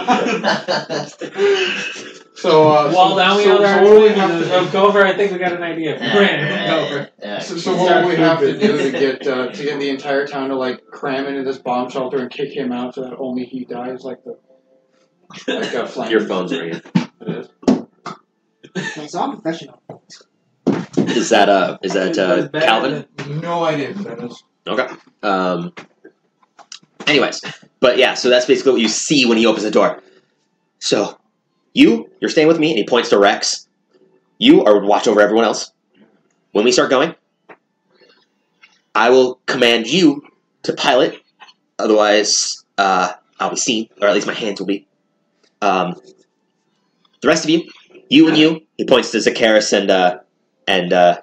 [SPEAKER 2] So, uh,
[SPEAKER 4] while
[SPEAKER 2] so,
[SPEAKER 4] now we
[SPEAKER 2] so,
[SPEAKER 4] on
[SPEAKER 2] so
[SPEAKER 4] our
[SPEAKER 2] what do we
[SPEAKER 4] way
[SPEAKER 2] have to
[SPEAKER 4] to
[SPEAKER 2] do?
[SPEAKER 4] Rokover, I think we got an idea for Randall Rokover.
[SPEAKER 3] Yeah.
[SPEAKER 2] So, so what do we have to do to get uh, to get the entire town to like cram into this bomb shelter and kick him out so that only he dies like the like a flank.
[SPEAKER 1] Your phone's ringing.
[SPEAKER 6] so I'm professional.
[SPEAKER 1] Is that uh? Is that uh? Calvin?
[SPEAKER 2] No idea who that is.
[SPEAKER 1] Um, anyways, but yeah, so that's basically what you see when he opens the door. So, you, you're staying with me, and he points to Rex. You are watch over everyone else. When we start going, I will command you to pilot. Otherwise, uh, I'll be seen, or at least my hands will be. Um, the rest of you, you and you, he points to Zacharis and uh, and uh,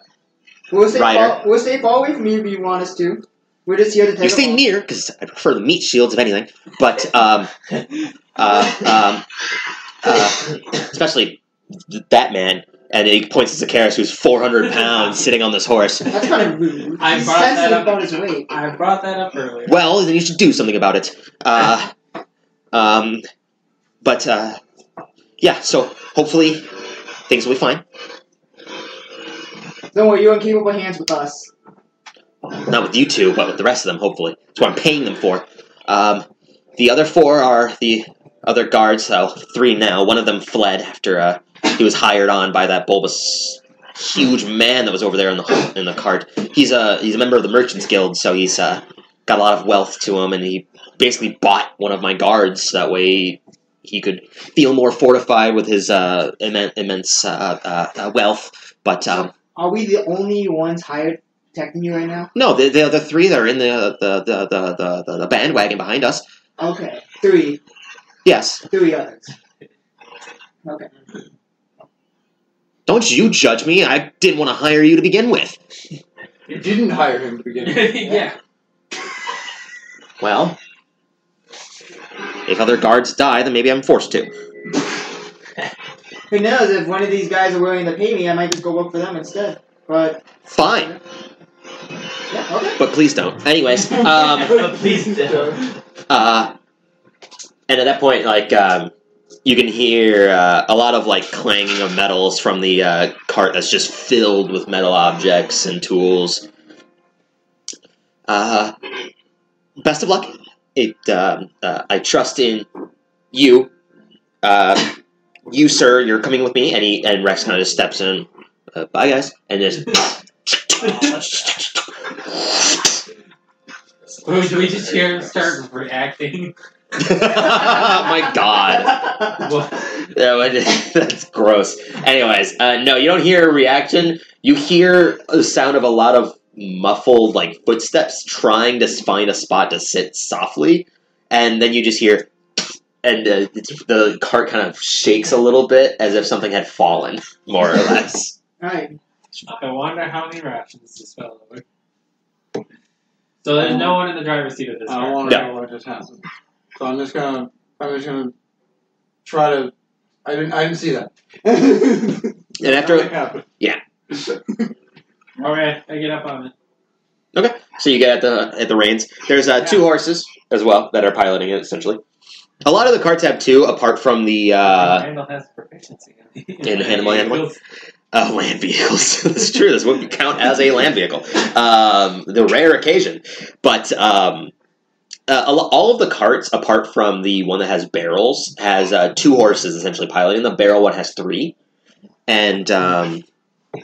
[SPEAKER 6] We'll stay,
[SPEAKER 1] Ryder.
[SPEAKER 6] far, we'll stay far away from you if you want us to. We're just here to take
[SPEAKER 1] you
[SPEAKER 6] a
[SPEAKER 1] stay
[SPEAKER 6] walk.
[SPEAKER 1] near because I prefer the meat shields, if anything. But um, uh, um, uh, especially th- that man. And he points to Zacharis, who's 400 pounds, sitting on this horse.
[SPEAKER 6] That's kind of rude.
[SPEAKER 4] I
[SPEAKER 6] He's
[SPEAKER 4] brought that
[SPEAKER 6] sensitive
[SPEAKER 4] up.
[SPEAKER 6] about his weight.
[SPEAKER 4] I brought that up earlier.
[SPEAKER 1] Well, then you should do something about it. Uh, um, but uh, yeah, so hopefully things will be fine.
[SPEAKER 6] Don't worry, you're in capable hands with us.
[SPEAKER 1] Not with you two, but with the rest of them, hopefully. That's what I'm paying them for. Um, the other four are the other guards, so three now. One of them fled after uh, he was hired on by that bulbous huge man that was over there in the in the cart. He's a he's a member of the Merchants Guild, so he's uh, got a lot of wealth to him, and he basically bought one of my guards. That way, he could feel more fortified with his uh, immen- immense uh, uh, uh, wealth. But um,
[SPEAKER 6] Are we the only ones hired protecting you right now?
[SPEAKER 1] no, the, the other three that are in the the, the, the, the, the the bandwagon behind us.
[SPEAKER 6] Okay. Three.
[SPEAKER 1] Yes.
[SPEAKER 6] Three others. Okay.
[SPEAKER 1] Don't you judge me. I didn't want to hire you to begin with.
[SPEAKER 2] You didn't hire him to begin with.
[SPEAKER 4] yeah.
[SPEAKER 1] Well, if other guards die, then maybe I'm forced to.
[SPEAKER 6] Who knows? If one of these guys are willing to pay me, I might just go work for them instead. But,
[SPEAKER 1] Fine,
[SPEAKER 6] yeah, okay.
[SPEAKER 1] but please don't. Anyways, um,
[SPEAKER 7] Please don't.
[SPEAKER 1] uh, and at that point, like, um, you can hear uh, a lot of like clanging of metals from the uh, cart that's just filled with metal objects and tools. Uh, best of luck. It. Um, uh, I trust in you. Uh, you, sir, you're coming with me. And he and Rex kind of just steps in. Uh, bye, guys. And just
[SPEAKER 4] Or do we just hear him start reacting?
[SPEAKER 1] my God.
[SPEAKER 4] Well,
[SPEAKER 1] Yeah, but- that's gross. Anyways, uh, no, you don't hear a reaction. You hear the sound of a lot of muffled, like footsteps trying to find a spot to sit softly, and then you just hear, and uh, it's- the cart kind of shakes a little bit as if something had fallen, more or less.
[SPEAKER 6] Alright.
[SPEAKER 4] I wonder how many rations this fellow would. So there's no one in the driver's seat of this
[SPEAKER 2] I
[SPEAKER 4] car.
[SPEAKER 2] don't want to know what just happened. So I'm just gonna, I'm just gonna try to. I didn't, I didn't see that.
[SPEAKER 1] And
[SPEAKER 2] Nothing
[SPEAKER 1] after,
[SPEAKER 2] happened.
[SPEAKER 4] All right, I get up on it.
[SPEAKER 1] so you get at the at the reins. There's uh, two horses as well that are piloting it essentially. A lot of the carts have two, apart from the. Uh,
[SPEAKER 4] Randall has proficiency in,
[SPEAKER 1] In animal handling? Uh, land vehicles. That's true. This would count as a land vehicle. Um, the rare occasion, but um, uh, a lo- all of the carts, apart from the one that has barrels, has uh, two horses essentially piloting. The barrel one has three, and um,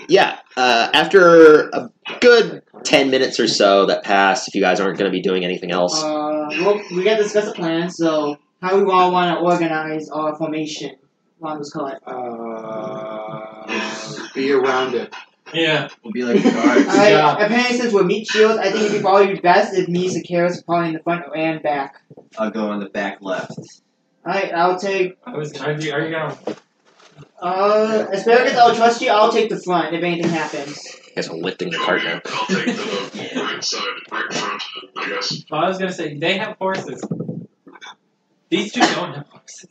[SPEAKER 1] yeah. Uh, after a good ten minutes or so that pass, if you guys aren't going to be doing anything else,
[SPEAKER 6] Uh, well, we gotta discuss a plan. So, how we all want to organize our formation along this card.
[SPEAKER 2] Uh, be around it.
[SPEAKER 4] Yeah.
[SPEAKER 3] We'll be like guards.
[SPEAKER 2] Good job.
[SPEAKER 6] I, apparently, since we're meat shields, I think it'd be probably best if me and Karis are probably in the front and back.
[SPEAKER 3] I'll go on the back left.
[SPEAKER 6] Alright, I'll take.
[SPEAKER 4] I was. Are you, are you gonna?
[SPEAKER 6] Uh, Asparagus, I'll trust you. I'll take the front if anything happens.
[SPEAKER 1] you guys are lifting the cart now.
[SPEAKER 5] I'll take the right side, right front, I guess.
[SPEAKER 4] Well, I was gonna say they have horses. These two don't have horses.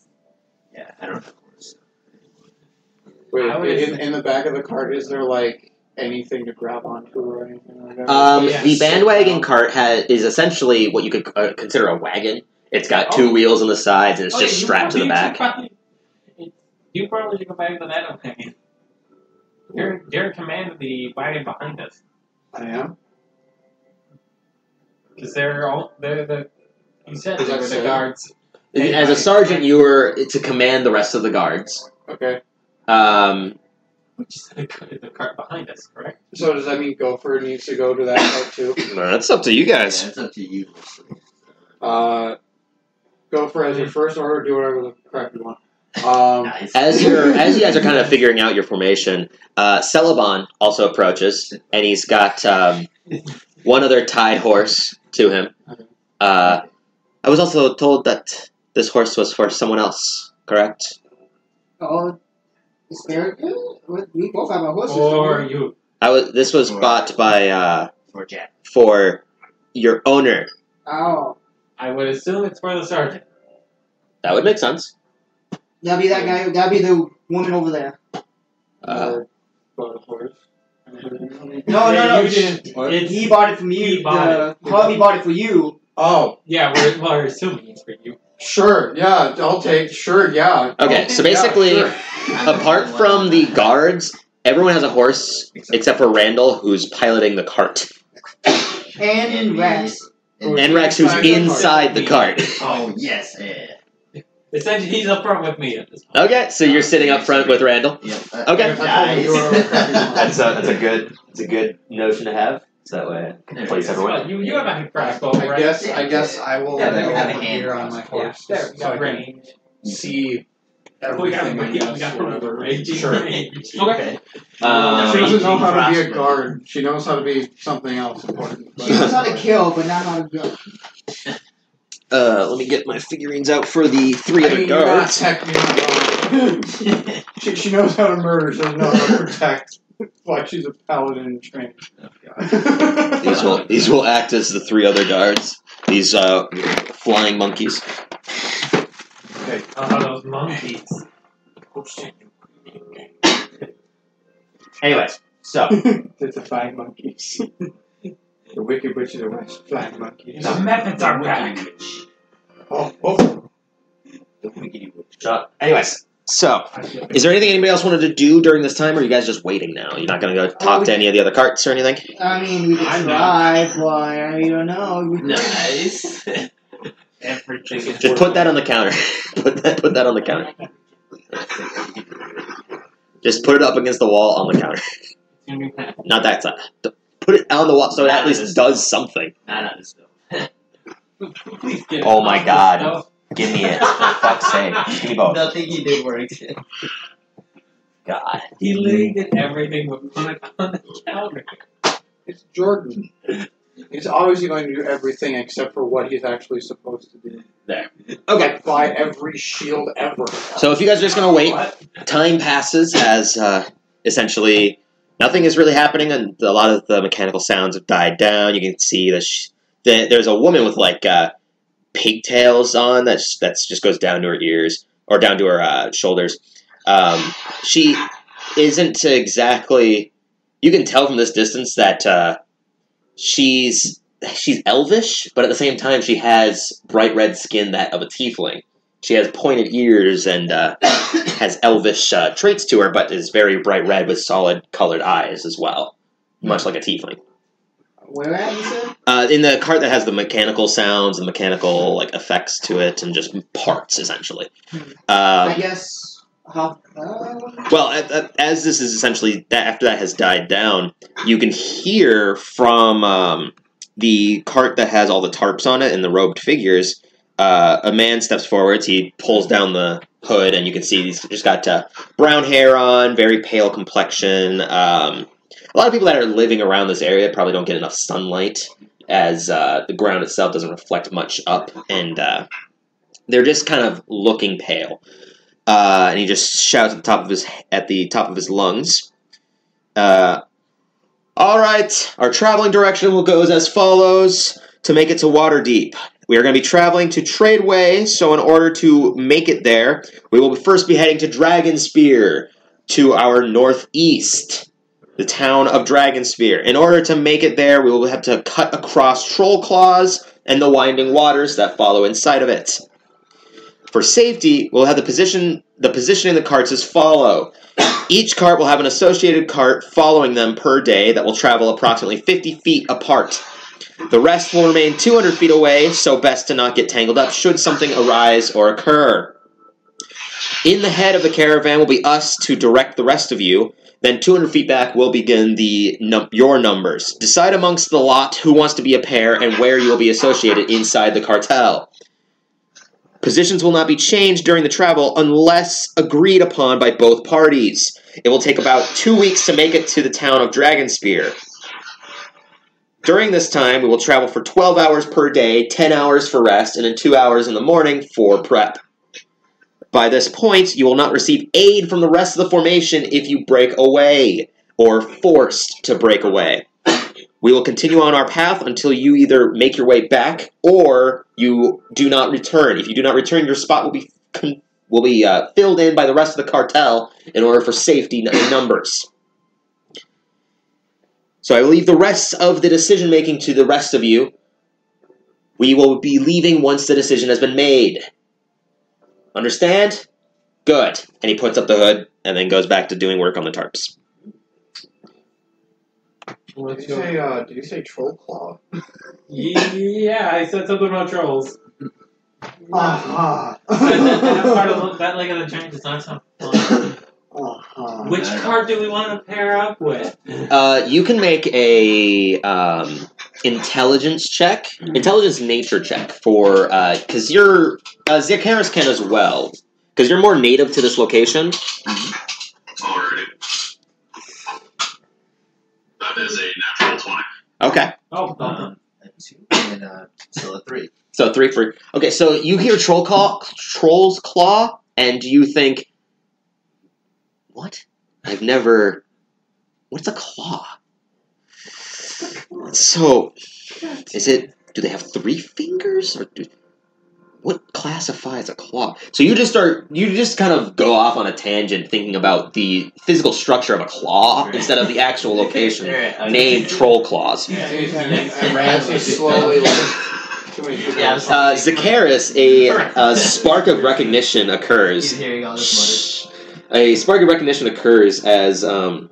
[SPEAKER 3] Yeah, I don't know.
[SPEAKER 2] Wait,
[SPEAKER 4] I would-
[SPEAKER 2] in, in the back of the cart, is there like anything to grab onto or anything like that?
[SPEAKER 1] Um,
[SPEAKER 4] Yes.
[SPEAKER 1] The bandwagon cart has, is essentially what you could uh, consider a wagon. It's got two
[SPEAKER 4] Oh.
[SPEAKER 1] wheels on the sides and it's
[SPEAKER 4] Oh,
[SPEAKER 1] just
[SPEAKER 4] yeah, you
[SPEAKER 1] strapped to the
[SPEAKER 4] probably
[SPEAKER 1] back.
[SPEAKER 4] should probably- You probably should go back to that wagon. You're you're in command of the wagon behind us
[SPEAKER 2] I am.
[SPEAKER 4] because they're all they're the. You said
[SPEAKER 2] Is
[SPEAKER 4] they
[SPEAKER 2] that
[SPEAKER 4] were the
[SPEAKER 2] so?
[SPEAKER 4] guards.
[SPEAKER 1] As a sergeant, you were to command the rest of the guards.
[SPEAKER 2] Okay.
[SPEAKER 1] Um,
[SPEAKER 4] You said the car- the cart behind us, correct?
[SPEAKER 2] So does that mean Gopher needs to go to that cart too?
[SPEAKER 1] that's up to you
[SPEAKER 3] Yeah, it's up to you. mostly.
[SPEAKER 2] Uh, Gopher as your first order, do whatever the crap you want. Um,
[SPEAKER 3] nice.
[SPEAKER 1] As you're as you guys are kind of figuring out your formation, uh, Celebon also approaches, and he's got um, one other tied horse to him. Uh, I was also told that this horse was for someone else. Correct?
[SPEAKER 6] Oh, Asparagus? What- We both have our horses.
[SPEAKER 4] Or you?
[SPEAKER 1] I was. This was bought by uh,
[SPEAKER 3] for Jack.
[SPEAKER 1] for your owner.
[SPEAKER 6] Oh.
[SPEAKER 4] I would assume it's for the sergeant.
[SPEAKER 1] That would make sense.
[SPEAKER 6] That'll be that guy. That'll be the woman over there.
[SPEAKER 1] Uh,
[SPEAKER 2] but of course.
[SPEAKER 6] No, no, no.
[SPEAKER 4] You didn't.
[SPEAKER 2] What?
[SPEAKER 4] Oh, It's-
[SPEAKER 6] He bought it from you.
[SPEAKER 4] He bought
[SPEAKER 6] the- Harvey bought it for you.
[SPEAKER 2] Oh,
[SPEAKER 4] Yeah, we're, well, we're assuming it's for you.
[SPEAKER 2] sure. Yeah, I'll take. Sure. Yeah.
[SPEAKER 1] Okay, so
[SPEAKER 2] Yeah,
[SPEAKER 1] basically,
[SPEAKER 2] sure.
[SPEAKER 1] apart from the guards, everyone has a horse except for Randall, who's piloting the cart,
[SPEAKER 6] And in
[SPEAKER 3] And
[SPEAKER 6] Rex.
[SPEAKER 3] and-
[SPEAKER 1] and Rex, who's
[SPEAKER 2] Inside the
[SPEAKER 1] inside the cart.
[SPEAKER 3] oh yes, eh.
[SPEAKER 4] Essentially, he's up front with me at this point.
[SPEAKER 1] Okay, so you're sitting up front with Randall.
[SPEAKER 3] Yep. uh,
[SPEAKER 1] Okay.
[SPEAKER 3] Nice.
[SPEAKER 2] That's
[SPEAKER 1] a that's uh, a good it's a good notion to have. So that way, place
[SPEAKER 4] Well, uh, you, you have a crack over
[SPEAKER 2] I guess. I guess I will
[SPEAKER 4] Yeah,
[SPEAKER 2] go
[SPEAKER 4] they have a
[SPEAKER 2] over
[SPEAKER 3] hand
[SPEAKER 2] here on
[SPEAKER 3] on
[SPEAKER 2] my
[SPEAKER 3] it.
[SPEAKER 4] Yeah,
[SPEAKER 2] horse
[SPEAKER 4] there, we
[SPEAKER 2] so I
[SPEAKER 4] got
[SPEAKER 2] can
[SPEAKER 4] range.
[SPEAKER 2] see
[SPEAKER 4] We got,
[SPEAKER 2] everything. I
[SPEAKER 4] we got, we
[SPEAKER 2] guess,
[SPEAKER 4] got
[SPEAKER 2] whatever.
[SPEAKER 4] range.
[SPEAKER 2] Sure.
[SPEAKER 4] Range.
[SPEAKER 3] Okay.
[SPEAKER 2] she
[SPEAKER 1] Um,
[SPEAKER 2] doesn't know how to be a
[SPEAKER 3] Crossbow.
[SPEAKER 2] guard. She knows how to be something else important. but-
[SPEAKER 6] She knows how to kill, but not how to go.
[SPEAKER 1] uh, let me get my figurines out for the three
[SPEAKER 2] I mean,
[SPEAKER 1] other
[SPEAKER 2] you're not
[SPEAKER 1] guards.
[SPEAKER 2] technically- she, she knows how to murder. She doesn't know how to protect. Like she's a paladin in training.
[SPEAKER 3] Oh,
[SPEAKER 1] These will these will act as the three other guards. These uh, flying monkeys.
[SPEAKER 4] Oh, those monkeys.
[SPEAKER 7] Anyways, so
[SPEAKER 2] It's a flying monkeys. the Wicked Witch of the West, flying monkeys.
[SPEAKER 4] The methods are back.
[SPEAKER 7] Wicked
[SPEAKER 2] Oh, oh.
[SPEAKER 7] Witch.
[SPEAKER 1] Uh, Anyways, so is there anything anybody else wanted to do during this time, or are you guys just waiting now? You're not going to go talk to any of the other carts or anything.
[SPEAKER 6] I mean, we
[SPEAKER 4] I
[SPEAKER 6] could
[SPEAKER 4] know.
[SPEAKER 6] try, but I don't know. We-
[SPEAKER 7] Nice. Everything is
[SPEAKER 1] Just put that on the counter. put that put that on the counter. Just put it up against the wall on the counter. Not that side. D- Put it on the wall so it at least does something.
[SPEAKER 7] Not on this bill.
[SPEAKER 4] Please get
[SPEAKER 1] Oh my
[SPEAKER 4] off this
[SPEAKER 1] God.
[SPEAKER 4] stuff.
[SPEAKER 1] Give me Give me
[SPEAKER 7] Nothing you did worked.
[SPEAKER 1] God.
[SPEAKER 4] He literally did everything but put it on the counter.
[SPEAKER 2] It's Jordan. He's obviously going to do everything except for what he's actually supposed to do.
[SPEAKER 1] Okay.
[SPEAKER 2] Buy every shield ever.
[SPEAKER 1] So if you guys are just gonna wait,
[SPEAKER 4] What?
[SPEAKER 1] time passes as uh, essentially nothing is really happening, and a lot of the mechanical sounds have died down. You can see the, sh- the there's a woman with like uh, pigtails on that that's just goes down to her ears or down to her uh, shoulders. Um, she isn't exactly. You can tell from this distance that uh, she's she's elvish, but at the same time she has bright red skin that of a tiefling. She has pointed ears and uh, has elvish uh, traits to her, but is very bright red with solid colored eyes as well, much like a tiefling.
[SPEAKER 6] Where at, you said?
[SPEAKER 1] Uh, in the cart that has the mechanical sounds and mechanical like effects to it, and just parts essentially. Um,
[SPEAKER 6] I guess. How, uh,
[SPEAKER 1] Well, a- a- as this is essentially that after that has died down, you can hear from um, the cart that has all the tarps on it and the robed figures. Uh, a man steps forwards. He pulls down the hood, and you can see he's just got uh, brown hair on, very pale complexion. Um, a lot of people that are living around this area probably don't get enough sunlight, as uh, the ground itself doesn't reflect much up, and uh, they're just kind of looking pale uh, and he just shouts at the top of his at the top of his lungs. Uh, All right, our traveling direction will goes as follows: to make it to Waterdeep. We are going to be traveling to Tradeway, so in order to make it there, we will first be heading to Dragonspear, to our northeast, the town of Dragonspear. In order to make it there, we will have to cut across Troll Claws and the winding waters that follow inside of it. For safety, we'll have the position the positioning of the carts as follow. Each cart will have an associated cart following them per day that will travel approximately 50 feet apart. The rest will remain 200 feet away, so best to not get tangled up should something arise or occur. In the head of the caravan will be us to direct the rest of you. Then 200 feet back will begin the num- your numbers. Decide amongst the lot who wants to be a pair and where you will be associated inside the cartel. Positions will not be changed during the travel unless agreed upon by both parties. It will take about two weeks to make it to the town of Dragonspear. During this time, we will travel for 12 hours per day, 10 hours for rest, and then 2 hours in the morning for prep. By this point, you will not receive aid from the rest of the formation if you break away, or forced to break away. We will continue on our path until you either make your way back or you do not return. If you do not return, your spot will be con- will be uh, filled in by the rest of the cartel in order for safety n- numbers. So I will leave the rest of the decision making to the rest of you. We will be leaving once the decision has been made. Understand? Good. And he puts up the hood and then goes back to doing work on the tarps.
[SPEAKER 2] Did
[SPEAKER 4] What's
[SPEAKER 2] you
[SPEAKER 4] your...
[SPEAKER 2] say, uh, did you say troll claw?
[SPEAKER 4] Yeah, I said something about trolls.
[SPEAKER 2] Uh-huh.
[SPEAKER 4] That, that, that part of that leg of the giant does not sound fun.
[SPEAKER 2] Uh-huh.
[SPEAKER 4] Which card do we want to pair up with?
[SPEAKER 1] Uh, you can make a um, intelligence check, intelligence nature check for because you're uh, Zakaris can as well because you're more native to this location.
[SPEAKER 5] Alrighty. That is a natural 20.
[SPEAKER 1] Okay,
[SPEAKER 4] Oh, fun.
[SPEAKER 3] a two and uh, still a three.
[SPEAKER 1] so three for okay. So you hear troll call, troll's claw, and you think, what? I've never. What's a claw? So, is it? Do they have three fingers, or do, what classifies a claw? So you just start, you just kind of go off on a tangent, thinking about the physical structure of a claw instead of the actual location. Named troll claws.
[SPEAKER 2] And as he slowly, like, too many people.
[SPEAKER 7] Yeah, I'm sorry.
[SPEAKER 1] Uh, Zacharis, a, a spark of recognition occurs.
[SPEAKER 7] He's hearing all this
[SPEAKER 1] A spark of recognition occurs as um,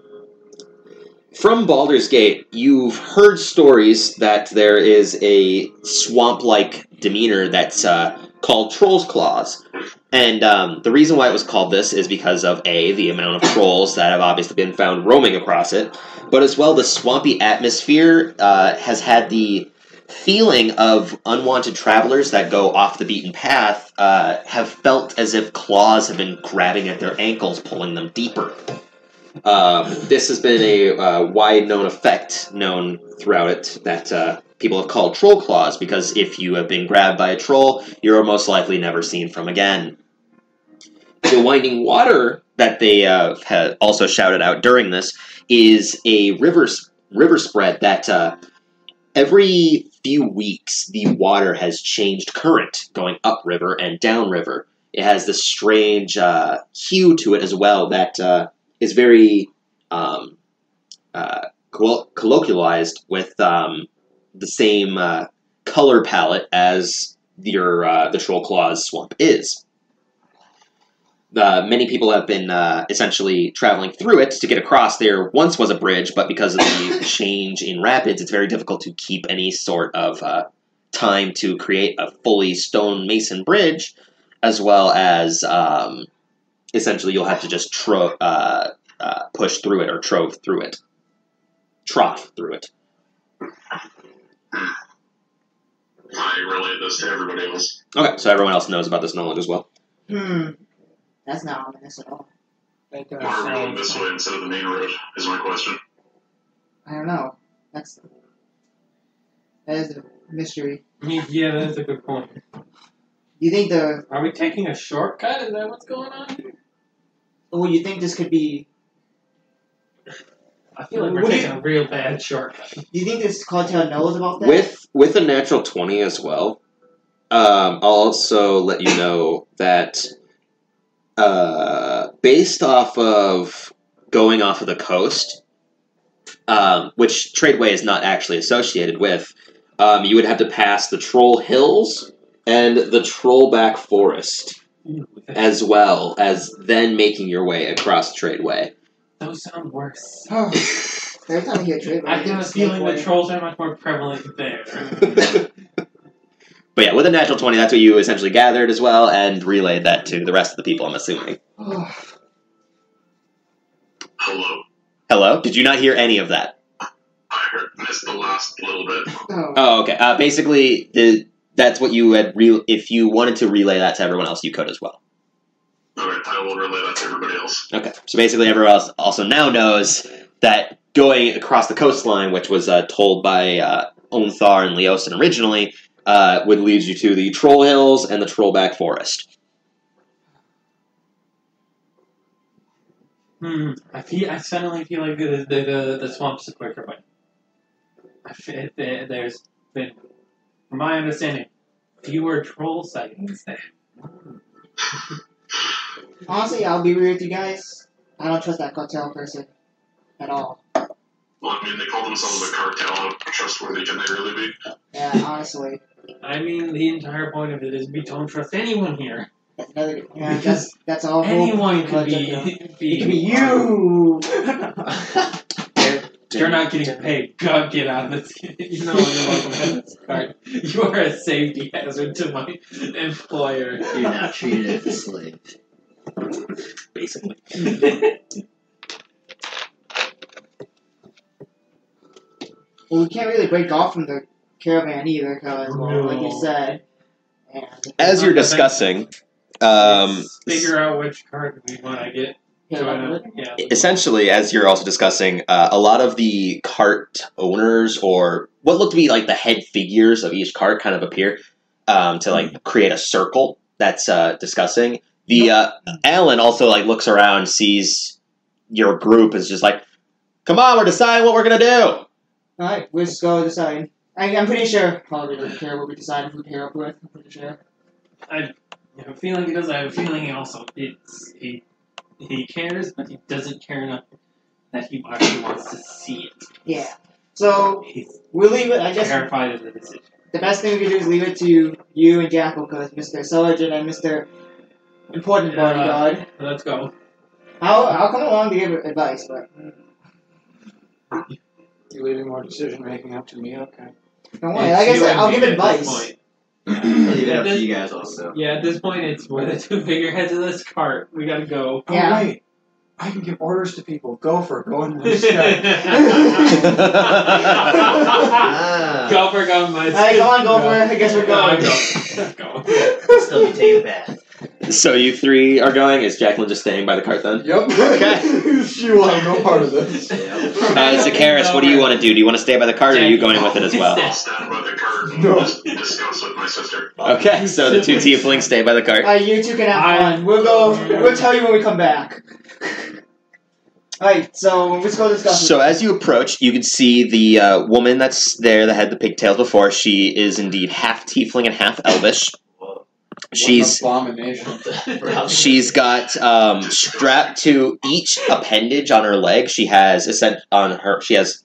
[SPEAKER 1] from Baldur's Gate, you've heard stories that there is a swamp-like demeanor that's uh, called Troll's Claws, and um, the reason why it was called this is because of a the amount of trolls that have obviously been found roaming across it, but as well the swampy atmosphere uh, has had the feeling of unwanted travelers that go off the beaten path uh, have felt as if claws have been grabbing at their ankles, pulling them deeper. Um, this has been a uh, wide known effect known throughout it that uh, people have called troll claws because if you have been grabbed by a troll, you're most likely never seen from again. The winding water that they uh, had also shouted out during this is a river s- river spread that uh, every few weeks the water has changed current, going upriver and downriver. It has this strange uh, hue to it as well that. Uh, is very um, uh, collo- colloquialized with um, the same uh, color palette as your uh, the troll claws swamp is. uh, many people have been uh, essentially traveling through it to get across. There once was a bridge, but because of the change in rapids, it's very difficult to keep any sort of uh, time to create a fully stonemason bridge, as well as um, essentially you'll have to just tro- uh, uh, push through it or trove through it, trough through it.
[SPEAKER 5] I relate this to everybody else.
[SPEAKER 1] Okay, so everyone else knows about this knowledge as well.
[SPEAKER 6] Hmm. That's not ominous at all.
[SPEAKER 4] That
[SPEAKER 5] Why are we going
[SPEAKER 4] does
[SPEAKER 5] this
[SPEAKER 4] sound
[SPEAKER 5] way instead of the main road? Is my question.
[SPEAKER 6] I don't know. That's that is a mystery.
[SPEAKER 4] I mean, yeah, that is a good point.
[SPEAKER 6] You think the
[SPEAKER 4] Are we taking a shortcut? Is that what's going on? here?
[SPEAKER 6] well? oh, You think this could be?
[SPEAKER 4] I feel like we're
[SPEAKER 6] What do you-
[SPEAKER 4] taking a real bad shortcut.
[SPEAKER 6] You think this cartel knows about that?
[SPEAKER 1] with with a natural 20 as well um, i'll also let you know that uh, based off of going off of the coast um, which tradeway is not actually associated with um, you would have to pass the troll hills and the trollback forest as well as then making your way across tradeway
[SPEAKER 4] Those sound worse.
[SPEAKER 6] Oh, every time I hear Drake,
[SPEAKER 4] I have a feeling the trolls are much more prevalent there.
[SPEAKER 1] but yeah, with a natural 20, that's what you essentially gathered as well and relayed that to the rest of the people, I'm assuming.
[SPEAKER 5] Hello.
[SPEAKER 1] Hello? Did you not hear any of that?
[SPEAKER 5] I heard, missed the last little bit.
[SPEAKER 6] Oh,
[SPEAKER 1] Oh, okay. Uh, basically, the, that's what you had. Re- if you wanted to relay that to everyone else, you could as well.
[SPEAKER 5] Okay, I will relay that to everybody else.
[SPEAKER 1] Okay. So basically, everyone else also now knows that going across the coastline, which was uh, told by uh, Onthar and Leosin originally, uh, would lead you to the Troll Hills and the Trollback Forest.
[SPEAKER 4] Hmm. I feel. I suddenly feel like the the, the, the swamp's the quicker way. I fe- there, there's been, from my understanding, fewer troll sightings there.
[SPEAKER 6] honestly, I'll be real with you guys. I don't trust that cartel person at all.
[SPEAKER 5] Well, I mean, they call themselves a cartel. How trustworthy can they really be?
[SPEAKER 6] Yeah, honestly,
[SPEAKER 4] I mean, the entire point of it is we don't trust anyone here.
[SPEAKER 6] that's another. Yeah, that's that's all.
[SPEAKER 4] Anyone could be.
[SPEAKER 6] It
[SPEAKER 4] be
[SPEAKER 6] could be you.
[SPEAKER 4] You're not getting paid. God, get out of this. You know, you're welcome to have this card. You are a safety hazard to my employer.
[SPEAKER 3] You're not treated as a slave.
[SPEAKER 4] Basically.
[SPEAKER 6] Well, we can't really break off from the caravan either, because well, like you
[SPEAKER 4] No.
[SPEAKER 6] said, and
[SPEAKER 1] As you're discussing, um,
[SPEAKER 4] Let's figure out which card we want to get. Join up. Yeah.
[SPEAKER 1] essentially, as you're also discussing, uh, a lot of the cart owners or what look to be like the head figures of each cart kind of appear um, to like create a circle that's uh, discussing. The uh, Alan also like looks around, sees your group is just like, "Come on, we're deciding what we're gonna do."
[SPEAKER 6] All right, we're just going to decide. I, I'm pretty sure. Probably doesn't care what we decide who to pair up with. I'm pretty sure.
[SPEAKER 4] I have a feeling he does. I have a feeling he also it's, he he cares, but he doesn't care enough that he actually wants to see it.
[SPEAKER 6] Yeah. So
[SPEAKER 4] He's
[SPEAKER 6] we'll leave it. I guess
[SPEAKER 4] terrified of the decision.
[SPEAKER 6] the best thing we can do is leave it to you and Jackal, because Mr. Sergeant and Mr. Important
[SPEAKER 4] Yeah.
[SPEAKER 6] Bodyguard.
[SPEAKER 4] Let's go.
[SPEAKER 6] I'll, I'll come along to give advice, but
[SPEAKER 2] You're leaving more decision making up to me. Okay.
[SPEAKER 6] don't worry.
[SPEAKER 7] It's
[SPEAKER 6] Like I
[SPEAKER 7] you
[SPEAKER 6] said,
[SPEAKER 7] and
[SPEAKER 6] I'll
[SPEAKER 7] me
[SPEAKER 6] give
[SPEAKER 7] at this
[SPEAKER 6] advice.
[SPEAKER 4] Point.
[SPEAKER 3] Leave it up to you guys also.
[SPEAKER 4] Yeah, at this point, it's we're the two figureheads of this cart. We gotta go.
[SPEAKER 6] Yeah.
[SPEAKER 2] Oh, wait. I can give orders to people. Go for it. Go in my stead.
[SPEAKER 4] Gopher
[SPEAKER 3] Ah,
[SPEAKER 4] got my.
[SPEAKER 6] All right, come on, Gopher. I guess we're going.
[SPEAKER 4] go.
[SPEAKER 3] I'll still be taken back.
[SPEAKER 1] So you three are going. Is Jacqueline just staying by the cart then?
[SPEAKER 2] Yep.
[SPEAKER 1] Okay.
[SPEAKER 2] she will have no part of this.
[SPEAKER 1] Uh, Zacharis, what do you want to do? Do you want to stay by the cart, or are you going with it as well?
[SPEAKER 5] I'll stand by the cart and
[SPEAKER 2] No.
[SPEAKER 5] just discuss with my sister.
[SPEAKER 1] Okay, so the two tieflings stay by the cart.
[SPEAKER 6] All right, you two can have
[SPEAKER 4] I-
[SPEAKER 6] fun. We'll go. We'll tell you when we come back. All right, so let's go discuss.
[SPEAKER 1] So as you approach, you can see the uh, woman that's there that had the pigtails before. She is indeed half tiefling and half elvish. She's
[SPEAKER 2] What an abomination.
[SPEAKER 1] she's got um, strapped to each appendage on her leg. She has essen- on her she has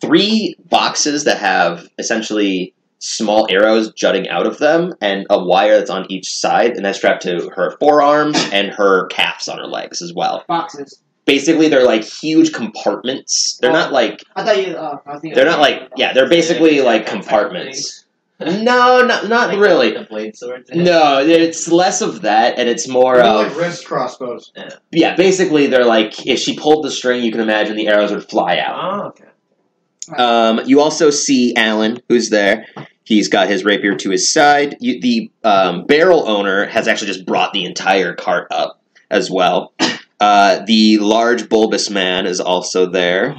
[SPEAKER 1] three boxes that have essentially small arrows jutting out of them and a wire that's on each side, and that's strapped to her forearms and her calves on her legs as well.
[SPEAKER 6] Boxes.
[SPEAKER 1] Basically, they're like huge compartments. They're not like
[SPEAKER 6] I thought you. Uh, I was thinking
[SPEAKER 1] they're not like yeah. They're basically like compartments. No, not not really.
[SPEAKER 7] The blade swords.
[SPEAKER 1] No, it's less of that, and it's more
[SPEAKER 2] They're
[SPEAKER 1] of
[SPEAKER 2] like wrist crossbows.
[SPEAKER 1] yeah. Basically, they're like if she pulled the string, you can imagine the arrows would fly out.
[SPEAKER 7] Oh, okay.
[SPEAKER 1] Um, you also see Alan, who's there. He's got his rapier to his side. You, the um, barrel owner has actually just brought the entire cart up as well. Uh, the large bulbous man is also there,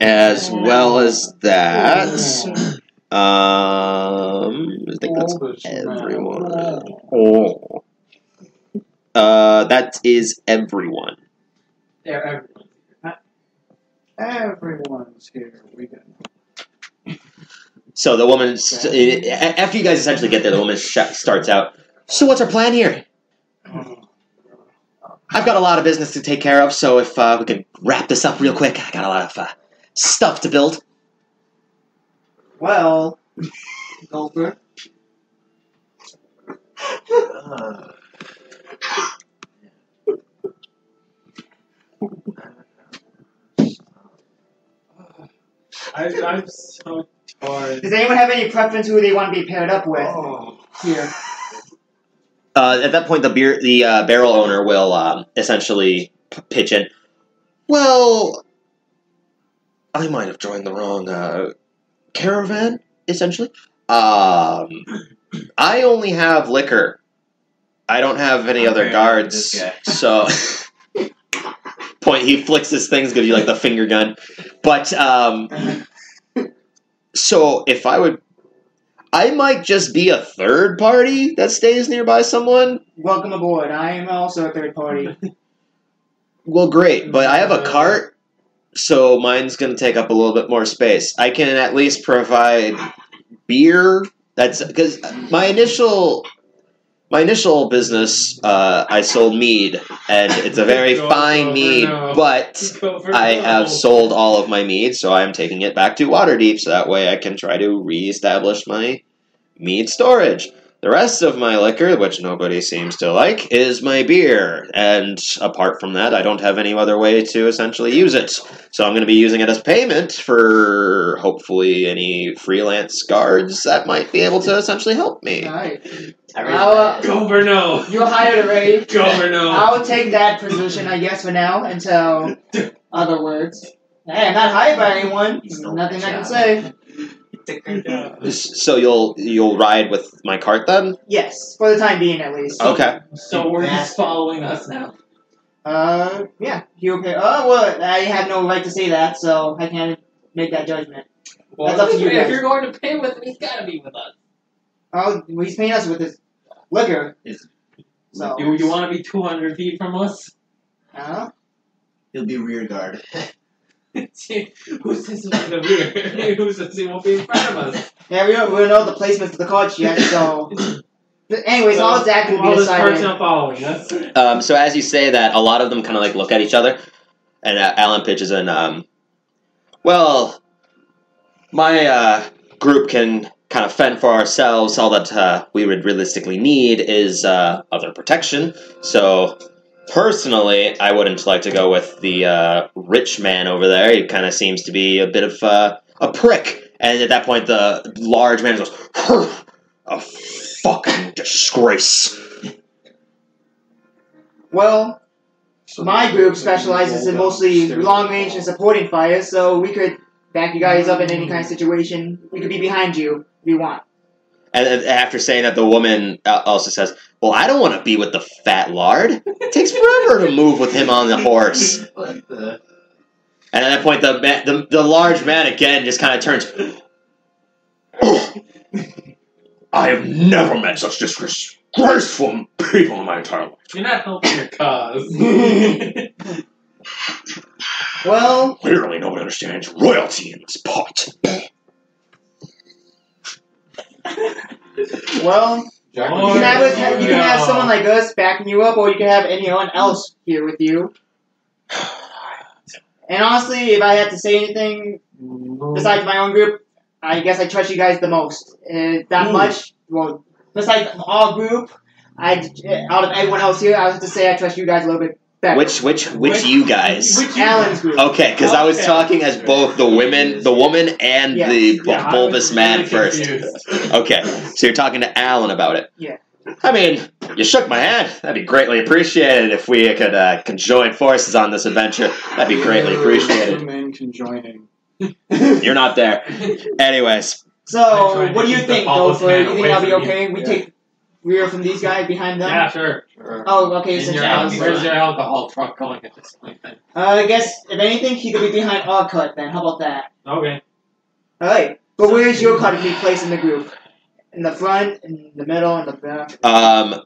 [SPEAKER 1] as well as that. Um, I think that's everyone. Oh. Uh, that is everyone.
[SPEAKER 4] They're everyone.
[SPEAKER 2] Everyone's here. We got
[SPEAKER 1] So the woman, st- a- a- after you guys essentially get there, the woman sh- starts out. So what's our plan here? I've got a lot of business to take care of, so if uh, we can wrap this up real quick, I got a lot of uh, stuff to build.
[SPEAKER 6] Well, Goldberg.
[SPEAKER 7] Uh,
[SPEAKER 4] I, I'm so torn.
[SPEAKER 6] Does anyone have any preference who they want to be paired up with here?
[SPEAKER 1] Uh, at that point, the beer, the uh, barrel owner will um, essentially p- pitch in. Well, I might have joined the wrong uh, caravan. Essentially, um, I only have liquor. I don't have any other
[SPEAKER 7] Okay,
[SPEAKER 1] guards.
[SPEAKER 7] this guy.
[SPEAKER 1] So, point. He flicks his things, gives you like the finger gun. But um, so if I would, I might just be a third party that stays nearby someone.
[SPEAKER 6] Welcome aboard. I am also a third party.
[SPEAKER 1] Well, great, but I have a cart, so mine's going to take up a little bit more space. I can at least provide beer. That's because my initial my initial business uh, I sold mead, and it's a very
[SPEAKER 4] Don't
[SPEAKER 1] fine
[SPEAKER 4] over
[SPEAKER 1] mead,
[SPEAKER 4] now.
[SPEAKER 1] but. I have sold all of my mead, so I'm taking it back to Waterdeep, so that way I can try to reestablish my mead storage. The rest of my liquor, which nobody seems to like, is my beer, and apart from that, I don't have any other way to essentially use it. So I'm going to be using it as payment for hopefully any freelance guards that might be able to essentially help me.
[SPEAKER 6] Alright.
[SPEAKER 7] I
[SPEAKER 6] I'll-
[SPEAKER 4] Go for no.
[SPEAKER 6] You hired already.
[SPEAKER 4] Go for no.
[SPEAKER 6] I'll take that position, I guess, for now until other words. Hey, I'm not hired by anyone.
[SPEAKER 7] You stole my
[SPEAKER 6] Nothing I can
[SPEAKER 7] job.
[SPEAKER 6] say.
[SPEAKER 7] took her job.
[SPEAKER 1] So you'll you'll ride with my cart then?
[SPEAKER 6] Yes, for the time being, at least.
[SPEAKER 1] Okay.
[SPEAKER 4] So we're just following us now.
[SPEAKER 6] Uh, yeah. You okay? Oh, well, I have no right to say that, so I can't make that judgment. That's up to you
[SPEAKER 4] if
[SPEAKER 6] guys.
[SPEAKER 4] you're going to pay with him, he's got to be with us.
[SPEAKER 6] Oh, he's paying us with his liquor.
[SPEAKER 7] Is-
[SPEAKER 6] So, uh,
[SPEAKER 4] Do you want to be 200 feet from us?
[SPEAKER 6] I don't know.
[SPEAKER 7] He'll be rear guard.
[SPEAKER 4] See, Who says he's in the rear? Who says he won't be in front of us?
[SPEAKER 6] Yeah, we don't, we don't know the placements of the cards yet, so. But anyways, all it's active will
[SPEAKER 4] All
[SPEAKER 6] be
[SPEAKER 4] this
[SPEAKER 6] decided.
[SPEAKER 4] person following us.
[SPEAKER 1] Um, so as you say that, a lot of them kind of like look at each other, and uh, Alan pitches in. Um, well, my uh, group can kind of fend for ourselves. All that uh, we would realistically need is uh, other protection. So personally, I wouldn't like to go with the uh, rich man over there. He kind of seems to be a bit of uh, a prick. And at that point, the large man goes, "Phew, "A fucking disgrace."
[SPEAKER 6] Well,
[SPEAKER 2] So
[SPEAKER 6] my
[SPEAKER 2] the-
[SPEAKER 6] group
[SPEAKER 2] the
[SPEAKER 6] specializes in
[SPEAKER 2] roll down
[SPEAKER 6] mostly
[SPEAKER 2] stairs.
[SPEAKER 6] long range and supporting fire, so we could back you guys up in any kind of situation. We could be behind you if you want.
[SPEAKER 1] And then after saying that, the woman uh, also says, "Well, I don't want to be with the fat lard. It takes forever to move with him on the horse."
[SPEAKER 7] What the?
[SPEAKER 1] And at that point, the ma- the, the large man again just kind of turns. I have never met such disgraceful people in my entire life.
[SPEAKER 4] You're not helping your cause.
[SPEAKER 6] Well,
[SPEAKER 1] Clearly, no one understands royalty in this pot.
[SPEAKER 6] well,
[SPEAKER 2] Jack-
[SPEAKER 6] you
[SPEAKER 4] Oh,
[SPEAKER 6] can have, us,
[SPEAKER 4] yeah.
[SPEAKER 6] you can have someone like us backing you up, or you can have anyone else here with you. And honestly, if I had to say anything besides my own group, I guess I trust you guys the most. Uh, that
[SPEAKER 4] Ooh.
[SPEAKER 6] much, well, besides all group, I uh, out of everyone else here, I have to say I trust you guys a little bit better.
[SPEAKER 1] Which which which
[SPEAKER 4] Which-
[SPEAKER 1] you guys?
[SPEAKER 4] Which you-
[SPEAKER 6] Alan's group?
[SPEAKER 1] Okay, because I was
[SPEAKER 4] Okay.
[SPEAKER 1] talking as both the women, the woman, and
[SPEAKER 6] Yeah.
[SPEAKER 1] the bu-
[SPEAKER 4] Yeah, I
[SPEAKER 1] bulbous
[SPEAKER 4] was
[SPEAKER 1] man
[SPEAKER 4] really
[SPEAKER 1] first.
[SPEAKER 4] confused.
[SPEAKER 1] Okay, so you're talking to Alan about it.
[SPEAKER 6] Yeah.
[SPEAKER 1] I mean, you shook my hand. That'd be greatly appreciated if we could uh, conjoin forces on this adventure. That'd be greatly appreciated.
[SPEAKER 2] Two men conjoining.
[SPEAKER 1] You're not there. Anyways,
[SPEAKER 4] I'm
[SPEAKER 6] So
[SPEAKER 4] trying to
[SPEAKER 6] what do you
[SPEAKER 4] keep the
[SPEAKER 6] think,
[SPEAKER 4] bald
[SPEAKER 6] Gopher?
[SPEAKER 4] man
[SPEAKER 6] You think
[SPEAKER 4] away
[SPEAKER 6] I'll be
[SPEAKER 4] from you.
[SPEAKER 6] okay? We
[SPEAKER 2] Yeah.
[SPEAKER 6] take rear from these guys behind them.
[SPEAKER 4] yeah, sure.
[SPEAKER 2] Sure.
[SPEAKER 6] Oh, okay.
[SPEAKER 4] In
[SPEAKER 6] Since
[SPEAKER 4] your
[SPEAKER 6] Alan's
[SPEAKER 4] al-
[SPEAKER 6] first.
[SPEAKER 4] where's your alcohol truck going at this point? Then?
[SPEAKER 6] Uh, I guess if anything, he could be behind our cut. Then how about that?
[SPEAKER 1] Um,
[SPEAKER 4] Okay.
[SPEAKER 6] All right. But
[SPEAKER 4] So-
[SPEAKER 6] where's your cut if you place in the group? In the front, in the middle, in the back.
[SPEAKER 1] um,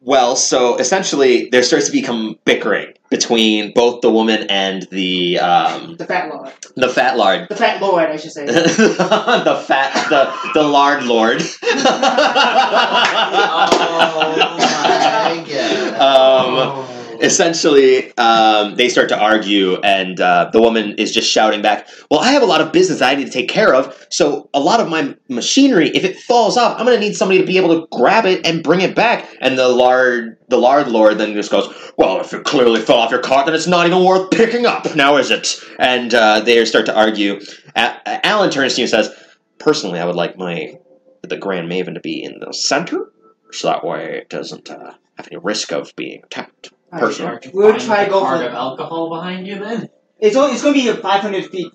[SPEAKER 1] well, so essentially, there starts to become bickering between both the woman and the um,
[SPEAKER 6] The fat lord.
[SPEAKER 1] the fat lard.
[SPEAKER 6] The fat lord, I should say.
[SPEAKER 1] the fat, the the lard lord.
[SPEAKER 3] my God.
[SPEAKER 1] um,
[SPEAKER 4] Oh.
[SPEAKER 1] essentially, um, they start to argue, and uh, the woman is just shouting back, "Well, I have a lot of business I need to take care of, so a lot of my machinery, if it falls off, I'm going to need somebody to be able to grab it and bring it back." And the lard, the lard lord, then just goes, "Well, if it clearly fell off your cart, then it's not even worth picking up, now is it?" And uh, they start to argue. A- A- Alan turns to you and says, "Personally, I would like my the Grand Maven to be in the center, so that way it doesn't uh, have any risk of being attacked."
[SPEAKER 6] All right.
[SPEAKER 1] Personally,
[SPEAKER 6] We'll
[SPEAKER 4] Find
[SPEAKER 6] try
[SPEAKER 4] the
[SPEAKER 6] go
[SPEAKER 4] cart
[SPEAKER 6] for-
[SPEAKER 4] of alcohol behind you then.
[SPEAKER 6] It's only, it's gonna be 500 feet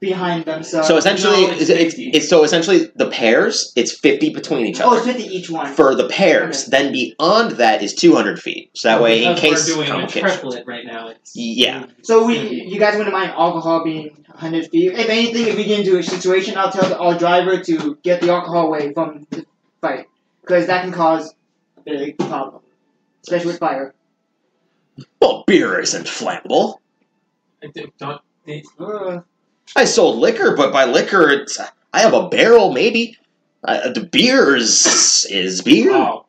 [SPEAKER 6] behind them. So.
[SPEAKER 1] so essentially,
[SPEAKER 4] No, it's
[SPEAKER 1] it's, it's,
[SPEAKER 4] 50.
[SPEAKER 1] it's- so essentially the pairs. It's fifty between each
[SPEAKER 6] oh, it's
[SPEAKER 1] other
[SPEAKER 6] 50 each one.
[SPEAKER 1] for the pairs. Then beyond that is two hundred feet. So that way, in
[SPEAKER 4] Because
[SPEAKER 1] case
[SPEAKER 4] we're doing a
[SPEAKER 1] complications.
[SPEAKER 4] triplet right now. It's
[SPEAKER 1] Yeah.
[SPEAKER 6] So we, you guys wouldn't mind alcohol being 100 feet. If anything, if we get into a situation, I'll tell the, our driver to get the alcohol away from the fight because that can cause a big problem, especially with fire.
[SPEAKER 1] Well, beer isn't flammable.
[SPEAKER 4] I do- don't. It's,
[SPEAKER 6] Uh,
[SPEAKER 1] I sold liquor, but by liquor, it's I have a barrel, maybe. Uh, the beer is, is beer.
[SPEAKER 4] oh,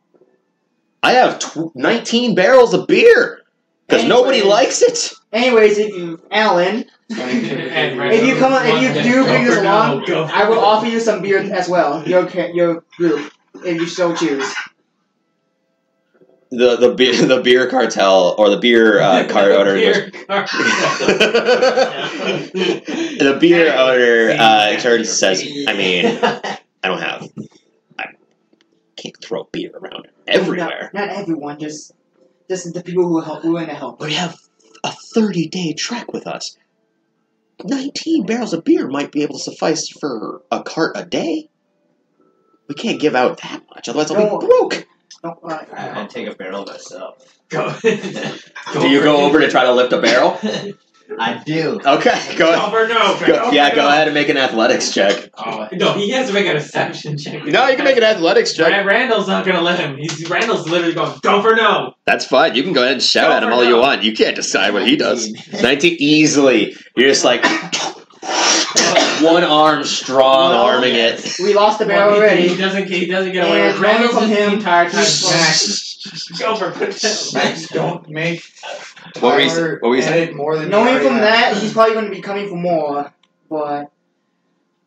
[SPEAKER 1] I have tw- 19 barrels of beer because nobody
[SPEAKER 6] Anyways.
[SPEAKER 1] likes it.
[SPEAKER 6] Anyways, if you, Alan,
[SPEAKER 4] and right
[SPEAKER 6] If you come- if you
[SPEAKER 4] one-
[SPEAKER 6] do bring this
[SPEAKER 4] Go for
[SPEAKER 6] along,
[SPEAKER 4] no, go for
[SPEAKER 6] I will
[SPEAKER 4] no.
[SPEAKER 6] offer you some beer as well. Your ca- your group, if you so choose.
[SPEAKER 1] The the beer the beer cartel or the beer uh, car owner
[SPEAKER 4] Beer cart.
[SPEAKER 1] the beer owner uh, turns and says, "I mean, I don't have I can't throw beer around everywhere.
[SPEAKER 6] Not, not everyone, just just the people who help who want to help.
[SPEAKER 1] We have a thirty day trek with us. Nineteen barrels of beer might be able to suffice for a cart a day. We can't give out that much, otherwise I'll be
[SPEAKER 6] No.
[SPEAKER 1] broke."
[SPEAKER 6] Don't, uh,
[SPEAKER 7] I'd take a barrel myself.
[SPEAKER 4] go.
[SPEAKER 1] Do you go over to try to lift a barrel?
[SPEAKER 3] I do.
[SPEAKER 1] Okay, go,
[SPEAKER 4] Go for no.
[SPEAKER 1] go yeah, go
[SPEAKER 4] no.
[SPEAKER 1] ahead and make an athletics check.
[SPEAKER 7] Oh,
[SPEAKER 4] No, he has to make an assumption check.
[SPEAKER 1] No, you can make an athletics check.
[SPEAKER 4] Rand- Randall's not gonna let him. He's Randall's literally going go for no.
[SPEAKER 1] That's fine. You can go ahead and shout
[SPEAKER 4] Go
[SPEAKER 1] at him
[SPEAKER 4] for
[SPEAKER 1] all you
[SPEAKER 4] now.
[SPEAKER 1] want. You can't decide what he does.
[SPEAKER 3] 19.
[SPEAKER 1] 19 easily. You're just like one arm strong
[SPEAKER 6] Well,
[SPEAKER 1] arming it.
[SPEAKER 6] we lost the barrel
[SPEAKER 4] Well, he- He
[SPEAKER 6] already.
[SPEAKER 4] doesn't. He doesn't get away.
[SPEAKER 6] And
[SPEAKER 4] with it. Randall's
[SPEAKER 6] from
[SPEAKER 4] just
[SPEAKER 6] him.
[SPEAKER 4] the entire time smacked. Go for no.
[SPEAKER 2] Don't make
[SPEAKER 1] What were you-
[SPEAKER 2] Tyler
[SPEAKER 1] what were you saying?
[SPEAKER 2] edit more than you
[SPEAKER 6] Knowing
[SPEAKER 2] already
[SPEAKER 6] from
[SPEAKER 2] have.
[SPEAKER 6] that, he's probably going to be coming for more, but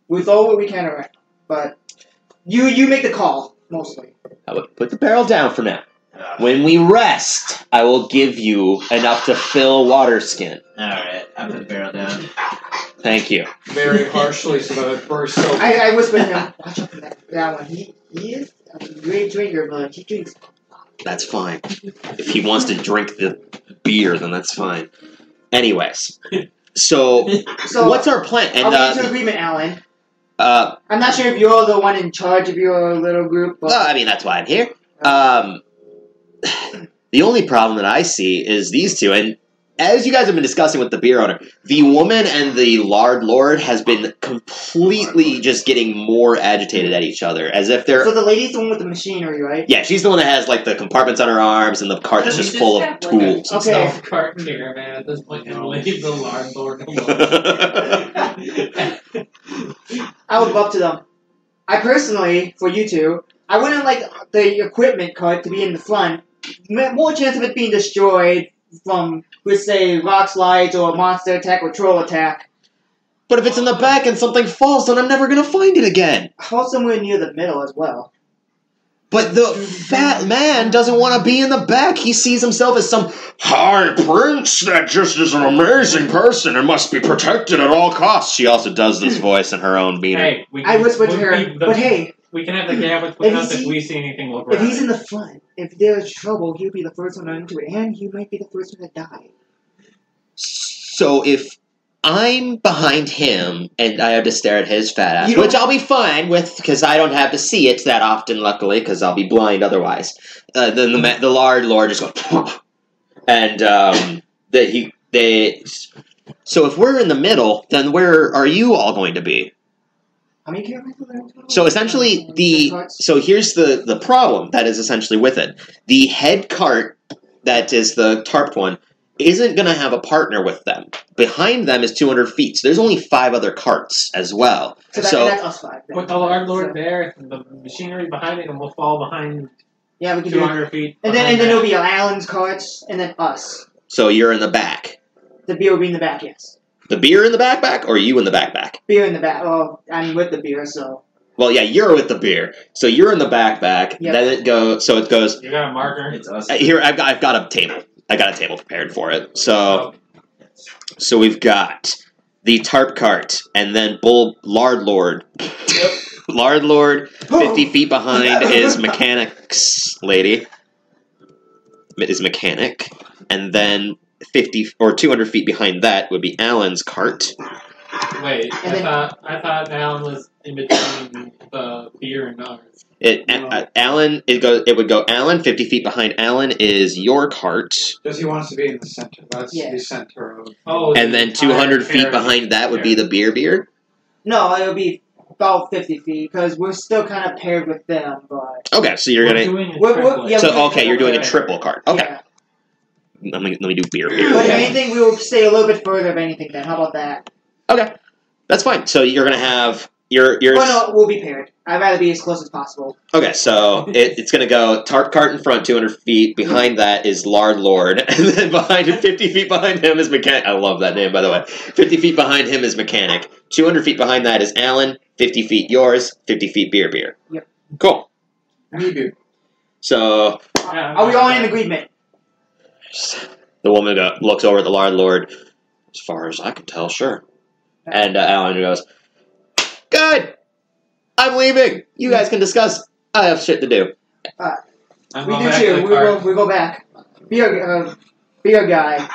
[SPEAKER 6] we throw what we can around. But you you make the call mostly.
[SPEAKER 1] I would Put the barrel down for now. When we rest, I will give you enough to fill water skin.
[SPEAKER 7] Alright, I put the barrel down.
[SPEAKER 1] Thank you.
[SPEAKER 2] very harshly so that it bursts open.
[SPEAKER 6] I, I whispered to him, watch out for that, that one. He he is a great drinker, but he drinks.
[SPEAKER 1] That's fine. If he wants to drink the beer, then that's fine. Anyways, so
[SPEAKER 6] So
[SPEAKER 1] what's our plan?
[SPEAKER 6] I'll
[SPEAKER 1] And
[SPEAKER 6] get into
[SPEAKER 1] uh,
[SPEAKER 6] agreement, Alan.
[SPEAKER 1] uh,
[SPEAKER 6] I'm not sure if you're the one in charge of your little group, but
[SPEAKER 1] Well, I mean, that's why I'm here. Um, the only problem that I see is these two, and as you guys have been discussing with the beer owner, the woman and the lard lord has been completely just getting more agitated at each other, as if they're.
[SPEAKER 6] so the lady's the one with the machinery, right?
[SPEAKER 1] Yeah, she's the one that has like the compartments on her arms and the cart that's
[SPEAKER 4] We
[SPEAKER 1] just
[SPEAKER 4] just
[SPEAKER 1] full of
[SPEAKER 4] have, like, a-
[SPEAKER 1] tools. and
[SPEAKER 6] Okay.
[SPEAKER 1] stuff.
[SPEAKER 4] Self cart caravan at this point and leave the large lord alone.
[SPEAKER 1] Well,
[SPEAKER 6] I would go up to them. I personally, for you two, I wouldn't like the equipment cart to be in the front. M- More chance of it being destroyed from, let's say, rock slides or monster attack or troll attack.
[SPEAKER 1] But if it's in the back and something falls, then I'm never gonna find it again.
[SPEAKER 6] Fall somewhere near the middle as well.
[SPEAKER 1] But the fat man doesn't want to be in the back. He sees himself as some high prince that just is an amazing person and must be protected at all costs. She also does this voice in her own beating.
[SPEAKER 4] Hey, we
[SPEAKER 6] I
[SPEAKER 4] can,
[SPEAKER 6] whispered to
[SPEAKER 4] we-
[SPEAKER 6] her,
[SPEAKER 4] we- the-
[SPEAKER 6] but hey,
[SPEAKER 4] we can have the gab with us
[SPEAKER 6] he's-
[SPEAKER 4] if we see anything. Look
[SPEAKER 6] if
[SPEAKER 4] around.
[SPEAKER 6] he's in the front, if there's trouble, he'll be the first one into it, and he might be the first one to die.
[SPEAKER 1] So if I'm behind him and I have to stare at his fat ass,
[SPEAKER 6] You don't-
[SPEAKER 1] which I'll be fine with because I don't have to see it that often, luckily, because I'll be blind otherwise. Uh, then the ma- the lard lord just goes, and um, that he they. So if we're in the middle, then where are you all going to be?
[SPEAKER 6] How many characters are there? in total?
[SPEAKER 1] So essentially,
[SPEAKER 6] Uh,
[SPEAKER 1] the
[SPEAKER 6] cards?
[SPEAKER 1] so here's the the problem that is essentially with it. The head cart that is the tarped one isn't going to have a partner with them. Behind them is 200 feet. So there's only five other carts as well.
[SPEAKER 6] So, that,
[SPEAKER 1] so-
[SPEAKER 6] that's us five. then.
[SPEAKER 4] Put the Lard Lord
[SPEAKER 6] So-
[SPEAKER 4] there, the machinery behind it, and we'll fall behind
[SPEAKER 6] yeah, we can do it.
[SPEAKER 4] 200 feet.
[SPEAKER 6] And then, and
[SPEAKER 4] behind
[SPEAKER 6] then
[SPEAKER 4] that.
[SPEAKER 6] it'll be Alan's cards, and then us.
[SPEAKER 1] So you're in the back.
[SPEAKER 6] The beer will be in the back, yes.
[SPEAKER 1] The beer in the backpack, or you in the backpack?
[SPEAKER 6] Beer in the back. Well, I'm with the beer, so.
[SPEAKER 1] Well, yeah, you're with the beer. So you're in the backpack.
[SPEAKER 6] Yep.
[SPEAKER 1] Then it goes. So it goes
[SPEAKER 4] You got a marker.
[SPEAKER 7] It's us.
[SPEAKER 1] Uh, here. I've got, I've got a table. I got a table prepared for it. So So we've got the tarp cart, and then Bull Lard Lord. Lard Lord, 50 feet behind is Mechanics Lady. Is Mechanic. And then 50 or 200 feet behind that would be Alan's cart.
[SPEAKER 4] Wait, I
[SPEAKER 6] And then-
[SPEAKER 4] thought I thought Alan was in between the beer and ours.
[SPEAKER 1] It, A- A- Alan, it, go, it would go Alan, 50 feet behind Alan is your cart.
[SPEAKER 2] Because he wants to be in the center. That's
[SPEAKER 6] Yeah.
[SPEAKER 2] the center of.
[SPEAKER 4] Oh,
[SPEAKER 1] And then 200 feet behind that would be the beer beer.
[SPEAKER 6] No, it'll be about 50 feet, because we're still kind of paired with them, but.
[SPEAKER 1] Okay, so you're
[SPEAKER 4] we're
[SPEAKER 1] going to.
[SPEAKER 4] Doing a
[SPEAKER 6] We're- we're-
[SPEAKER 4] triplet.
[SPEAKER 6] yeah,
[SPEAKER 1] So, okay, you're doing a
[SPEAKER 4] Okay.
[SPEAKER 1] triple cart. Okay,
[SPEAKER 6] Yeah.
[SPEAKER 1] let me, let me do beer beer.
[SPEAKER 6] But if anything, we will stay a little bit further of anything then. How about that?
[SPEAKER 1] That's fine. So you're gonna have your your
[SPEAKER 6] Well, no, we'll be paired. I'd rather be as close as possible.
[SPEAKER 1] okay. So it, it's gonna go tarp cart in front, two hundred feet. Behind that is Lard Lord, and then behind fifty feet behind him is mechanic. I love that name by the way. Fifty feet behind him is mechanic. Two hundred feet behind that is Alan. Fifty feet yours. Fifty feet beer beer.
[SPEAKER 6] Yep.
[SPEAKER 1] Cool.
[SPEAKER 2] Me do.
[SPEAKER 1] So
[SPEAKER 4] Yeah,
[SPEAKER 6] Are we all in agreement?
[SPEAKER 1] the woman go, looks over at the Lard Lord. As far as I can tell, sure. And uh, Alan goes, "Good. I'm leaving. You guys can discuss. I have shit to do."
[SPEAKER 4] I'm
[SPEAKER 6] We
[SPEAKER 4] all
[SPEAKER 6] do
[SPEAKER 4] back
[SPEAKER 6] too.
[SPEAKER 4] to the
[SPEAKER 6] We
[SPEAKER 4] car.
[SPEAKER 6] go, we go back. Be a, uh, be a guy.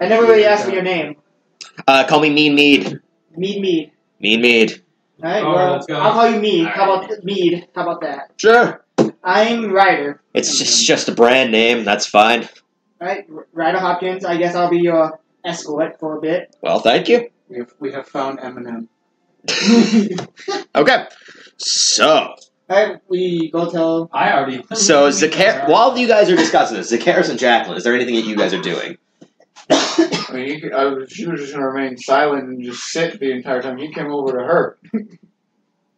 [SPEAKER 6] I never really asked for your name.
[SPEAKER 1] Uh, call me Mean Mead.
[SPEAKER 6] Mead Mead.
[SPEAKER 1] Mean Mead.
[SPEAKER 6] Alright,
[SPEAKER 4] All right,
[SPEAKER 6] well,
[SPEAKER 4] let's go.
[SPEAKER 6] I'll call you Mead.
[SPEAKER 7] All
[SPEAKER 6] How about Mead? How about that?
[SPEAKER 1] Sure.
[SPEAKER 6] I'm Ryder.
[SPEAKER 1] It's just, just a brand name. That's fine.
[SPEAKER 6] Alright, R- Ryder Hopkins. I guess I'll be your escort for a bit.
[SPEAKER 1] Well, thank you.
[SPEAKER 2] We have, we have found Eminem.
[SPEAKER 1] Okay. So,
[SPEAKER 6] Alright, we go tell.
[SPEAKER 4] I already.
[SPEAKER 1] so Zacharis, while you guys are discussing this, Zacharis and Jacqueline, is there anything that you guys are doing?
[SPEAKER 2] I mean, you could, I was, she was just going to remain silent and just sit the entire time. He came over to her.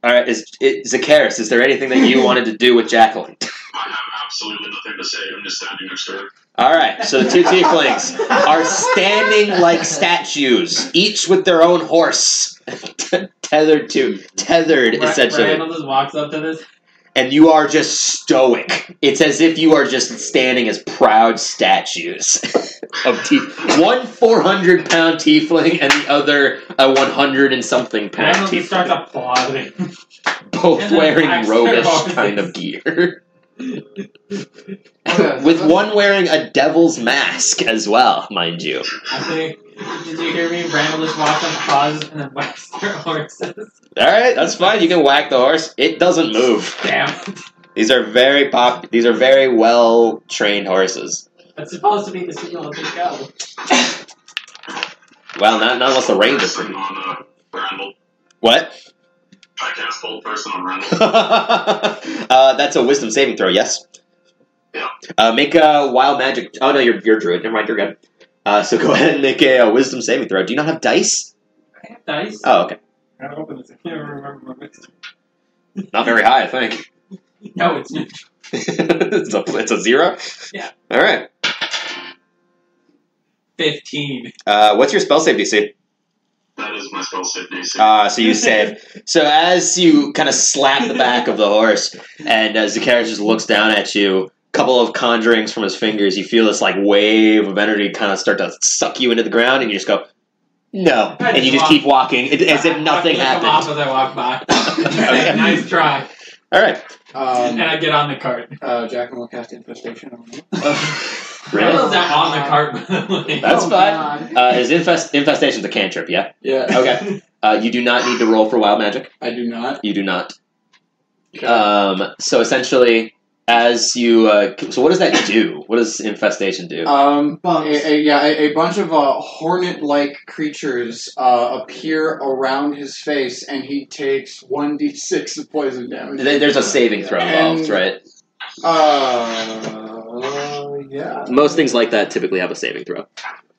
[SPEAKER 1] All right, is it, Zacharis? Is there anything that you wanted to do with Jacqueline?
[SPEAKER 5] I have absolutely nothing to say. I'm just standing next to her.
[SPEAKER 1] All right, so the two tieflings are standing like statues, each with their own horse, tethered to tethered essentially.
[SPEAKER 4] Randall just walks up to this.
[SPEAKER 1] and you are just stoic. It's as if you are just standing as proud statues of tief. One 400 pound tiefling and the other a 100 and something pound
[SPEAKER 4] Randall just starts
[SPEAKER 1] tiefling.
[SPEAKER 4] applauding.
[SPEAKER 1] Both
[SPEAKER 4] and then
[SPEAKER 1] wearing
[SPEAKER 4] black
[SPEAKER 1] robish
[SPEAKER 4] scarves.
[SPEAKER 1] kind of gear.
[SPEAKER 2] Yeah.
[SPEAKER 1] With one wearing a devil's mask as well, mind you.
[SPEAKER 4] I think. Did you hear me? Randall just walks up, pauses, and then whacks their horses.
[SPEAKER 1] Alright, that's fine. You can whack the horse. It doesn't move.
[SPEAKER 4] Damn.
[SPEAKER 1] These are very pop these are very well trained horses.
[SPEAKER 4] That's supposed to be the signal to go.
[SPEAKER 1] Well, not, not unless the rangers.
[SPEAKER 5] Person on uh, Randall.
[SPEAKER 1] What?
[SPEAKER 5] I cast bold person on Randall.
[SPEAKER 1] uh, that's a wisdom saving throw, yes?
[SPEAKER 5] Yeah.
[SPEAKER 1] Uh, make a wild magic. Oh, no, you're, you're druid. Never mind, you're good. Uh, so go ahead and make a, uh wisdom saving throw. Do you not have dice?
[SPEAKER 4] I have dice.
[SPEAKER 1] Oh, okay.
[SPEAKER 4] I don't open this. I can't remember my mixture.
[SPEAKER 1] Not very high, I think.
[SPEAKER 4] No, it's neutral.
[SPEAKER 1] it's, a, it's a zero?
[SPEAKER 4] Yeah.
[SPEAKER 1] All right.
[SPEAKER 4] 15.
[SPEAKER 1] Uh, what's your spell save DC?
[SPEAKER 5] Uh, that is my spell save DC.
[SPEAKER 1] Ah, so you save. So as you kind of slap the back of the horse, and as the carriage just looks down at you, a couple of conjurings from his fingers, you feel this like wave of energy kind of start to suck you into the ground, and you just go, no, and you just keep walking it- as if nothing
[SPEAKER 4] I knock them
[SPEAKER 1] happened.
[SPEAKER 4] Off as I walk by.
[SPEAKER 1] Okay.
[SPEAKER 4] nice try.
[SPEAKER 1] All right.
[SPEAKER 4] and
[SPEAKER 2] Um,
[SPEAKER 4] I get on the cart.
[SPEAKER 2] uh, Jacqueline will cast infestation on him.
[SPEAKER 1] Really?
[SPEAKER 4] I'm not on the cart, by the way.
[SPEAKER 1] That's
[SPEAKER 6] oh,
[SPEAKER 1] fine.
[SPEAKER 6] God.
[SPEAKER 1] Uh, is infest- infestation's a cantrip? Yeah.
[SPEAKER 2] Yeah.
[SPEAKER 1] Okay. Uh, you do not need to roll for wild magic.
[SPEAKER 2] I do not.
[SPEAKER 1] You do not. Um, so essentially, as you, uh, so what does that do? What does infestation do?
[SPEAKER 2] Um,
[SPEAKER 6] Bugs.
[SPEAKER 2] a, a, yeah, a, a bunch of uh, hornet-like creatures uh, appear around his face, and he takes one d six of poison damage.
[SPEAKER 1] There- There's a saving throw involved,
[SPEAKER 2] And-
[SPEAKER 1] right?
[SPEAKER 2] Uh, yeah.
[SPEAKER 1] Most things like that typically have a saving throw.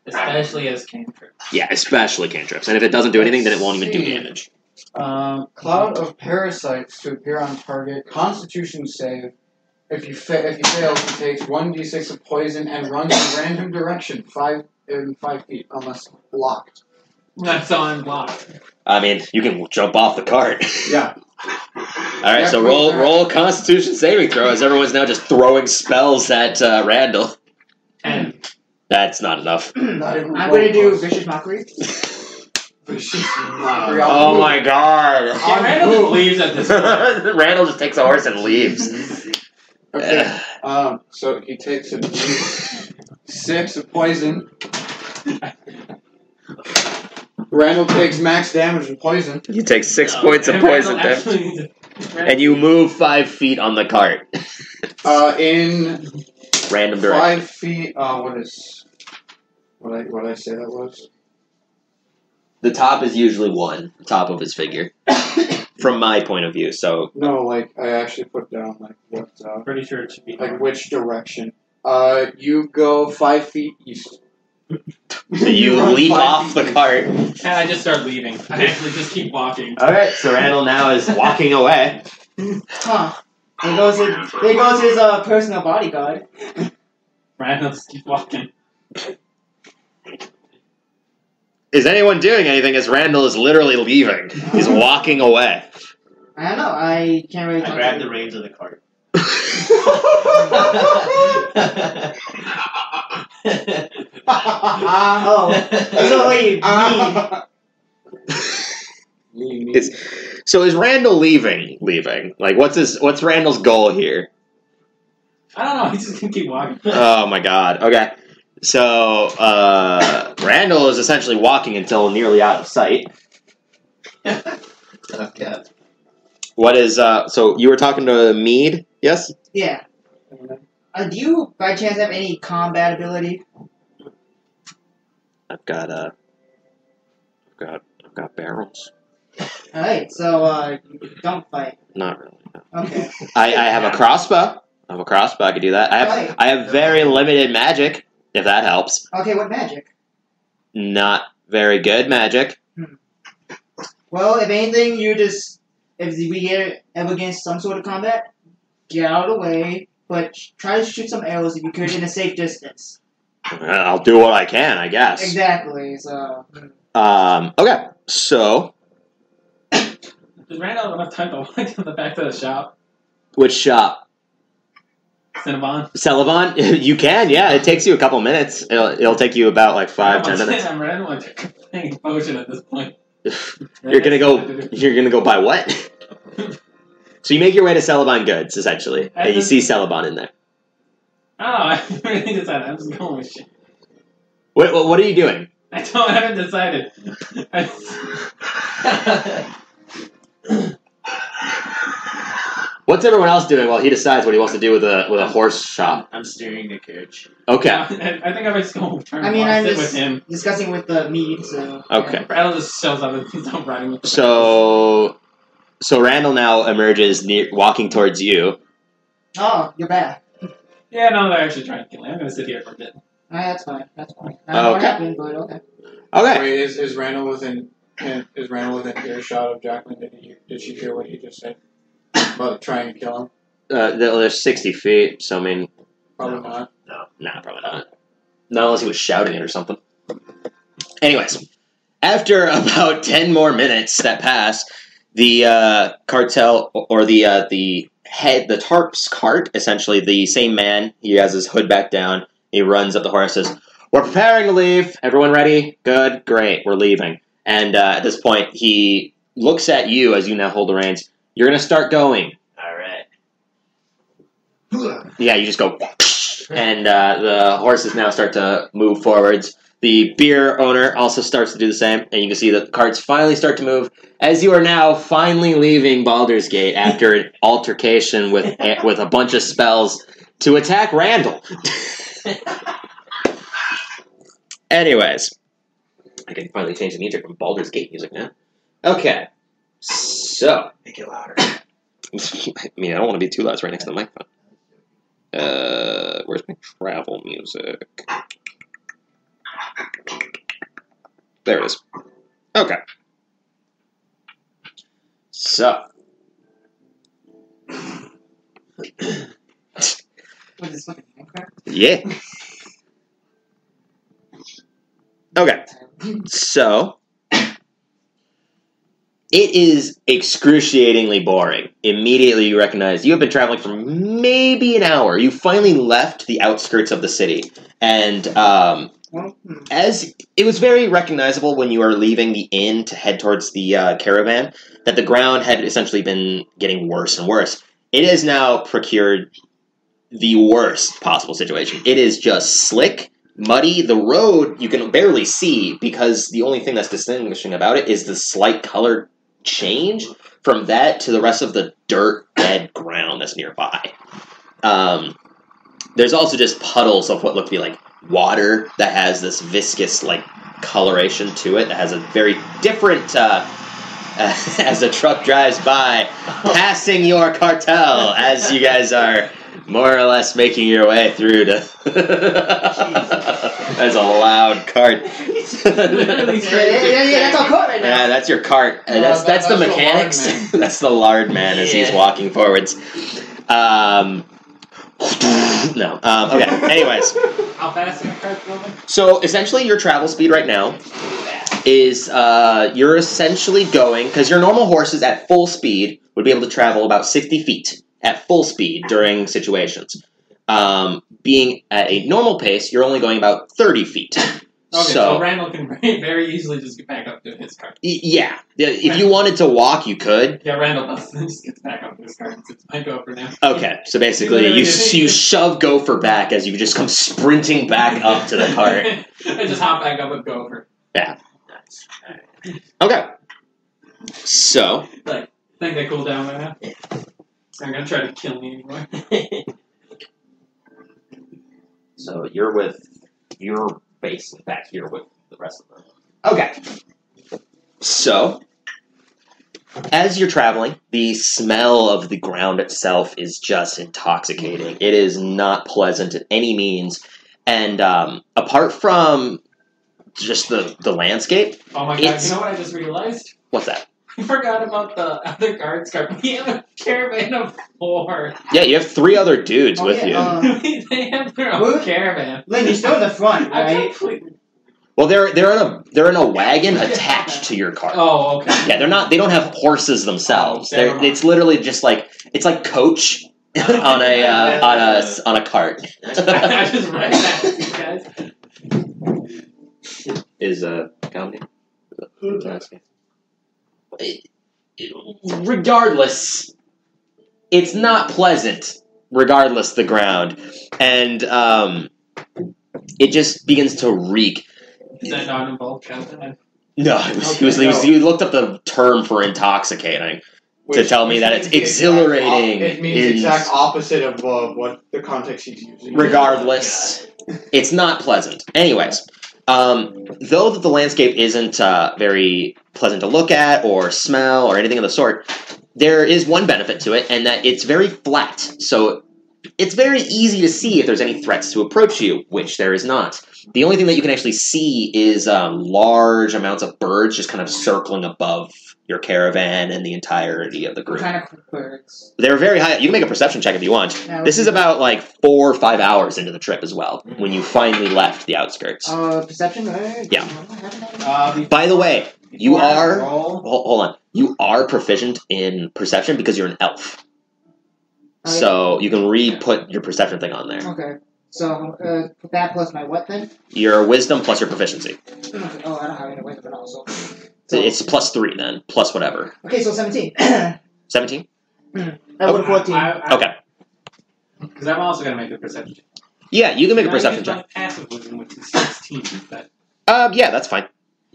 [SPEAKER 4] Especially as cantrip.
[SPEAKER 1] Yeah, especially cantrips. And if it doesn't do anything, then it won't even do
[SPEAKER 2] See.
[SPEAKER 1] damage.
[SPEAKER 2] Um, cloud of parasites to appear on target. Constitution save. If you fa- if you fail, he takes one d6 of poison and runs in random direction five in five feet unless blocked.
[SPEAKER 4] That's on block.
[SPEAKER 1] I mean, you can jump off the cart.
[SPEAKER 2] Yeah.
[SPEAKER 1] All right, so
[SPEAKER 2] Definitely
[SPEAKER 1] roll
[SPEAKER 2] not.
[SPEAKER 1] roll a Constitution saving throw as everyone's now just throwing spells at uh, Randall.
[SPEAKER 4] And
[SPEAKER 1] That's not enough.
[SPEAKER 2] Not even
[SPEAKER 6] I'm gonna
[SPEAKER 2] roll
[SPEAKER 6] do
[SPEAKER 2] close.
[SPEAKER 6] vicious mockery.
[SPEAKER 2] Vicious
[SPEAKER 6] mockery.
[SPEAKER 1] oh my god!
[SPEAKER 2] On
[SPEAKER 4] Randall
[SPEAKER 2] who?
[SPEAKER 4] just leaves at this point.
[SPEAKER 1] Randall just takes a horse and leaves.
[SPEAKER 2] Okay. Um. So he takes a six of poison. Randall takes max damage of poison.
[SPEAKER 1] You take six
[SPEAKER 4] No.
[SPEAKER 1] points of
[SPEAKER 4] And Randall
[SPEAKER 1] poison damage,
[SPEAKER 4] actually needs a-
[SPEAKER 1] and you move five feet on the cart.
[SPEAKER 2] Uh, in
[SPEAKER 1] Random direction.
[SPEAKER 2] Five feet. Uh, what is? What I what I say that was?
[SPEAKER 1] The top is usually one, the top of his figure, from my point of view. So
[SPEAKER 2] No, like I actually put down like what uh,
[SPEAKER 4] I'm pretty sure it should be.
[SPEAKER 2] like which direction. Uh, you go five feet east.
[SPEAKER 1] you
[SPEAKER 2] run
[SPEAKER 1] leap
[SPEAKER 2] five
[SPEAKER 1] off
[SPEAKER 2] feet
[SPEAKER 1] the
[SPEAKER 2] east.
[SPEAKER 1] cart.
[SPEAKER 4] And I just start leaving. I actually just keep walking.
[SPEAKER 1] All right, so Randall now is walking away.
[SPEAKER 6] Huh. There goes his, there goes his uh, personal bodyguard.
[SPEAKER 4] Randall just keep walking.
[SPEAKER 1] Is anyone doing anything? As Randall is literally leaving, he's walking away.
[SPEAKER 6] I don't know. I can't really
[SPEAKER 7] I
[SPEAKER 6] talk
[SPEAKER 7] grabbed
[SPEAKER 6] to
[SPEAKER 7] the reins of the cart.
[SPEAKER 6] Uh, oh. So wait, me.
[SPEAKER 7] Uh-huh.
[SPEAKER 2] Ah! Me, me.
[SPEAKER 1] It's- so is Randall leaving? Leaving? Like, what's his? What's Randall's goal here?
[SPEAKER 4] I don't know. He's just gonna keep walking.
[SPEAKER 1] Oh my God. Okay. So uh, Randall is essentially walking until nearly out of sight.
[SPEAKER 3] Okay.
[SPEAKER 1] What is uh? So you were talking to Mead? Yes.
[SPEAKER 6] Yeah. Uh, do you, by chance, have any combat ability?
[SPEAKER 1] I've got uh. I've got I've got barrels.
[SPEAKER 6] All right, so uh, don't fight.
[SPEAKER 1] Not really. no.
[SPEAKER 6] Okay.
[SPEAKER 1] I, I have a crossbow. I have a crossbow. I could do that. I have
[SPEAKER 6] Right.
[SPEAKER 1] I have very limited magic. If that helps,
[SPEAKER 6] Okay. What magic?
[SPEAKER 1] not very good magic.
[SPEAKER 6] Well, if anything, you just if we get up against some sort of combat, get out of the way. But try to shoot some arrows if you could in a safe distance.
[SPEAKER 1] I'll do what I can, I guess.
[SPEAKER 6] Exactly. So hmm.
[SPEAKER 1] Um. Okay. So,
[SPEAKER 4] Does Randall have enough time to walk in the back of the shop?
[SPEAKER 1] which uh, shop?
[SPEAKER 4] Cinnabon.
[SPEAKER 1] Celavon? you can. Yeah. It takes you a couple minutes. It'll, it'll take you about like five, ten minutes.
[SPEAKER 4] I'm Randall. I'm taking a potion at this point.
[SPEAKER 1] You're gonna go. You're gonna go buy what? so you make your way to Celadon Goods, essentially, and you see Celadon in there.
[SPEAKER 4] Oh, I really decided. I'm just going with shit.
[SPEAKER 1] What, what, what are you doing?
[SPEAKER 4] I don't I haven't decided. I,
[SPEAKER 1] What's everyone else doing while he decides what he wants to do with a with a horse shop?
[SPEAKER 7] I'm steering the carriage.
[SPEAKER 1] Okay.
[SPEAKER 4] I, I think I'm just going to turn
[SPEAKER 6] I mean,
[SPEAKER 4] and
[SPEAKER 6] I'm
[SPEAKER 4] sit
[SPEAKER 6] just-
[SPEAKER 4] with him.
[SPEAKER 6] discussing with the mead. So
[SPEAKER 1] Okay.
[SPEAKER 4] Randall just shows up and he's not riding with the
[SPEAKER 1] So, so Randall now emerges near, walking towards you.
[SPEAKER 6] yeah. Oh, you're back.
[SPEAKER 4] Yeah, no, they're actually trying to kill me. I'm gonna sit here for a bit.
[SPEAKER 6] All right, that's fine. That's fine. I don't know what
[SPEAKER 1] Okay.
[SPEAKER 6] happened, but okay.
[SPEAKER 1] Okay.
[SPEAKER 2] Wait, is, is Randall within is Randall within earshot of Jacqueline? Did he did she hear what he just said about trying to kill him?
[SPEAKER 1] Uh, they're they're sixty feet, so I mean,
[SPEAKER 2] Probably not.
[SPEAKER 1] no, nah, probably not. Not unless he was shouting it or something. Anyways, After about ten more minutes that pass, the uh, cartel or the uh, the head the tarp's cart essentially the same man. He has his hood back down. He runs up the horse. Says, "We're preparing to leave. Everyone ready? Good, great. We're leaving." And uh, at this point, he looks at you as you now hold the reins. You're gonna start going.
[SPEAKER 3] All right.
[SPEAKER 1] Yeah, you just go, and uh, the horses now start to move forwards. The beer owner also starts to do the same, and you can see the carts finally start to move as you are now finally leaving Baldur's Gate after an altercation with with a bunch of spells to attack Randall. Anyways, I can finally change the music from Baldur's Gate music now. Okay, so
[SPEAKER 3] Make it louder.
[SPEAKER 1] I mean, I don't want to be too loud it's right next to the microphone. Uh, where's my travel music? There it is. Okay. So,
[SPEAKER 6] What is this fucking handcraft?
[SPEAKER 1] yeah. Okay. So, it is excruciatingly boring. Immediately, you recognize you have been traveling for maybe an hour. You finally left the outskirts of the city, and um,
[SPEAKER 6] Well, hmm.
[SPEAKER 1] as it was very recognizable when you were leaving the inn to head towards the uh, caravan that the ground had essentially been getting worse and worse. It has now procured the worst possible situation. It is just slick, muddy. The road you can barely see because the only thing that's distinguishing about it is the slight color change from that to the rest of the dirt, dead ground that's nearby. Um, there's also just puddles of what look to be like water that has this viscous like coloration to it that has a very different uh, as the truck drives by passing your cartel as you guys are more or less making your way through to that's a loud cart
[SPEAKER 6] yeah, yeah, yeah, yeah, that's all caught right now.
[SPEAKER 1] yeah, that's your cart. Uh, that's,
[SPEAKER 2] Yeah, that-
[SPEAKER 1] that's the
[SPEAKER 2] that's the lard
[SPEAKER 1] mechanics.
[SPEAKER 2] man.
[SPEAKER 1] that's the lard man as he's
[SPEAKER 3] Yeah.
[SPEAKER 1] walking forwards. Um, no. Um, okay. Anyways,
[SPEAKER 4] How fast is the cart going?
[SPEAKER 1] so essentially your travel speed right now is uh, you're essentially going because your normal horses at full speed would be able to travel about 60 feet at full speed during situations. Um, being at a normal pace, you're only going about 30 feet.
[SPEAKER 4] Okay, so, Randall can very, very easily just get back up to his cart.
[SPEAKER 1] Y- Yeah, Yeah, if you wanted to walk, you could.
[SPEAKER 4] Yeah, Randall does. He just gets back up to his cart and sits my gopher now.
[SPEAKER 1] Okay, so basically, you you shove Gopher back as you just come sprinting back up to the cart.
[SPEAKER 4] I just hop back up with gopher.
[SPEAKER 1] Okay, so
[SPEAKER 4] Think they cool down by now? They're gonna try to kill me anymore.
[SPEAKER 1] so you're with you're basically back here with the rest of them. Okay, so as you're traveling, the smell of the ground itself is just intoxicating. It is not pleasant in any means, and um, apart from just the the landscape,
[SPEAKER 4] Oh my god,
[SPEAKER 1] It's-
[SPEAKER 4] you know what I just realized?
[SPEAKER 1] what's that?
[SPEAKER 4] I forgot about the other guard's cart. We have a caravan of four.
[SPEAKER 1] Yeah, you have three other dudes
[SPEAKER 6] Oh,
[SPEAKER 1] with
[SPEAKER 6] yeah,
[SPEAKER 1] you.
[SPEAKER 6] uh,
[SPEAKER 4] they have their own
[SPEAKER 6] Who?
[SPEAKER 4] caravan.
[SPEAKER 6] Lynn, you're still in the front,
[SPEAKER 4] I
[SPEAKER 6] right?
[SPEAKER 4] completely.
[SPEAKER 1] Well, they're they're in a they're in a wagon attached to your cart.
[SPEAKER 4] Oh, okay.
[SPEAKER 1] Yeah, they're not. They don't have horses themselves.
[SPEAKER 4] Oh, never
[SPEAKER 1] They're,
[SPEAKER 4] mind.
[SPEAKER 1] it's literally just like it's like coach on a uh, on a s- on a cart
[SPEAKER 4] I just read that, you guys.
[SPEAKER 1] is a comedy. It- it- Regardless, it's not pleasant. Regardless, the ground and um, it just begins to reek.
[SPEAKER 4] Is that not involved caravan?
[SPEAKER 1] No, it was, he was, he was he looked up the term for intoxicating
[SPEAKER 2] Which-
[SPEAKER 1] to tell me
[SPEAKER 2] which
[SPEAKER 1] that
[SPEAKER 2] means
[SPEAKER 1] it's
[SPEAKER 2] the exact op-
[SPEAKER 1] exhilarating.
[SPEAKER 2] It means the
[SPEAKER 1] in-
[SPEAKER 2] exact opposite of uh, what the context he's using.
[SPEAKER 1] Regardless, it's not pleasant. Anyways, um, though that the landscape isn't uh, very pleasant to look at or smell or anything of the sort, there is one benefit to it, and that it's very flat. So it's very easy to see if there's any threats to approach you, which there is not. The only thing that you can actually see is um, large amounts of birds just kind of circling above your caravan and the entirety of the
[SPEAKER 6] What
[SPEAKER 1] group.
[SPEAKER 6] kind of clerics?
[SPEAKER 1] They were very high. You can make a perception check if you want.
[SPEAKER 6] That would
[SPEAKER 1] This
[SPEAKER 6] be-
[SPEAKER 1] is about like four or five hours into the trip as well, when you finally left the outskirts.
[SPEAKER 6] Uh, perception, right? Oh,
[SPEAKER 1] Yeah.
[SPEAKER 4] Uh,
[SPEAKER 2] Um,
[SPEAKER 4] be-
[SPEAKER 1] By the way, You
[SPEAKER 4] before I
[SPEAKER 1] are-
[SPEAKER 4] roll-
[SPEAKER 1] hol- hold on. You are proficient in perception because you're an elf.
[SPEAKER 6] Oh,
[SPEAKER 1] So you can re put your perception thing on there.
[SPEAKER 6] Okay. So, uh, put that plus my what then?
[SPEAKER 1] Your wisdom plus your proficiency.
[SPEAKER 6] Okay, Oh, I don't have any wisdom at all, so.
[SPEAKER 1] So it's plus three then, plus whatever.
[SPEAKER 6] Okay, so 17. that
[SPEAKER 1] 17?
[SPEAKER 6] would have 14.
[SPEAKER 4] I, I,
[SPEAKER 1] Okay.
[SPEAKER 4] Because I'm also going to make a perception check.
[SPEAKER 1] Yeah, you can make a
[SPEAKER 4] Can I
[SPEAKER 1] perception
[SPEAKER 4] use my
[SPEAKER 1] check.
[SPEAKER 4] Passive wisdom, which is 16. But
[SPEAKER 1] Uh, yeah, that's fine.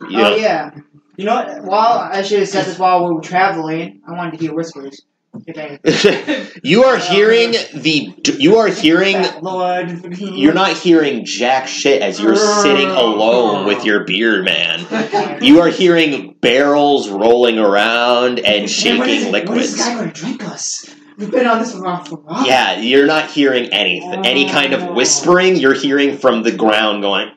[SPEAKER 1] You
[SPEAKER 6] Oh,
[SPEAKER 1] know,
[SPEAKER 6] yeah. You know what? While I should have said this while we were traveling, I wanted to hear whispers. If anything.
[SPEAKER 1] you are hearing the. You are hearing
[SPEAKER 6] Fat Lord.
[SPEAKER 1] You're not hearing jack shit as you're sitting alone with your beer, man. You are hearing barrels rolling around and
[SPEAKER 6] Man, what is
[SPEAKER 1] shaking
[SPEAKER 6] it? What is
[SPEAKER 1] liquids.
[SPEAKER 6] this guy going to drink us? We've been on this for a for a while.
[SPEAKER 1] Yeah, you're not hearing anything. Any kind of whispering, you're hearing from the ground going.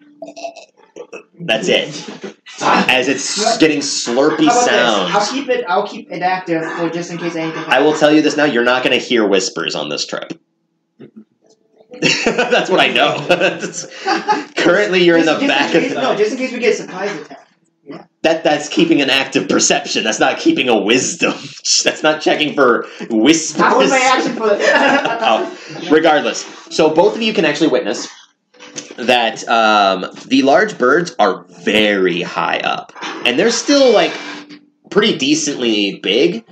[SPEAKER 1] That's it. As it's getting slurpy
[SPEAKER 6] How about This?
[SPEAKER 1] sounds.
[SPEAKER 6] I'll keep it. I'll keep it active for just in case anything.
[SPEAKER 1] I will tell you this now you're not going to hear whispers on this trip. That's what I know.
[SPEAKER 6] happens.
[SPEAKER 1] Currently, you're in the
[SPEAKER 6] Just- just
[SPEAKER 1] back of
[SPEAKER 6] case,
[SPEAKER 1] the.
[SPEAKER 6] No, just in case we get a surprise attack.
[SPEAKER 1] That that's keeping an active perception. That's not keeping a wisdom. That's not checking for whispers.
[SPEAKER 6] That was my action foot.
[SPEAKER 1] Oh, regardless, so both of you can actually witness that um, the large birds are very high up, and they're still like pretty decently big.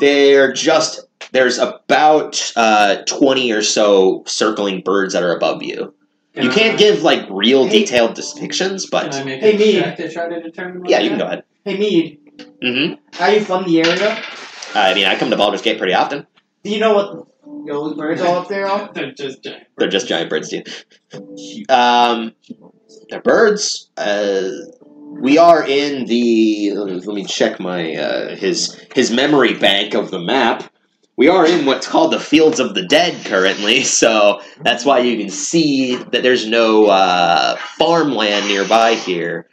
[SPEAKER 1] They're just there's about uh, twenty or so circling birds that are above you. You can't give like real
[SPEAKER 6] Hey.
[SPEAKER 1] detailed depictions,
[SPEAKER 4] Can
[SPEAKER 1] but
[SPEAKER 4] I make
[SPEAKER 6] Hey,
[SPEAKER 4] a
[SPEAKER 6] me.
[SPEAKER 4] check to try to determine what
[SPEAKER 1] yeah, you can
[SPEAKER 4] that-
[SPEAKER 1] go ahead.
[SPEAKER 6] Hey, Mead,
[SPEAKER 1] hmm
[SPEAKER 6] are you from the area?
[SPEAKER 1] I mean, I come to Baldur's Gate pretty often.
[SPEAKER 6] Do you know what those birds all up there are?
[SPEAKER 4] They're just giant.
[SPEAKER 1] They're just giant birds, dude. Um, they're birds. Uh, we are in the. Let me check my uh, his his memory bank of the map. We are in what's called the Fields of the Dead currently, so that's why you can see that there's no uh, farmland nearby here.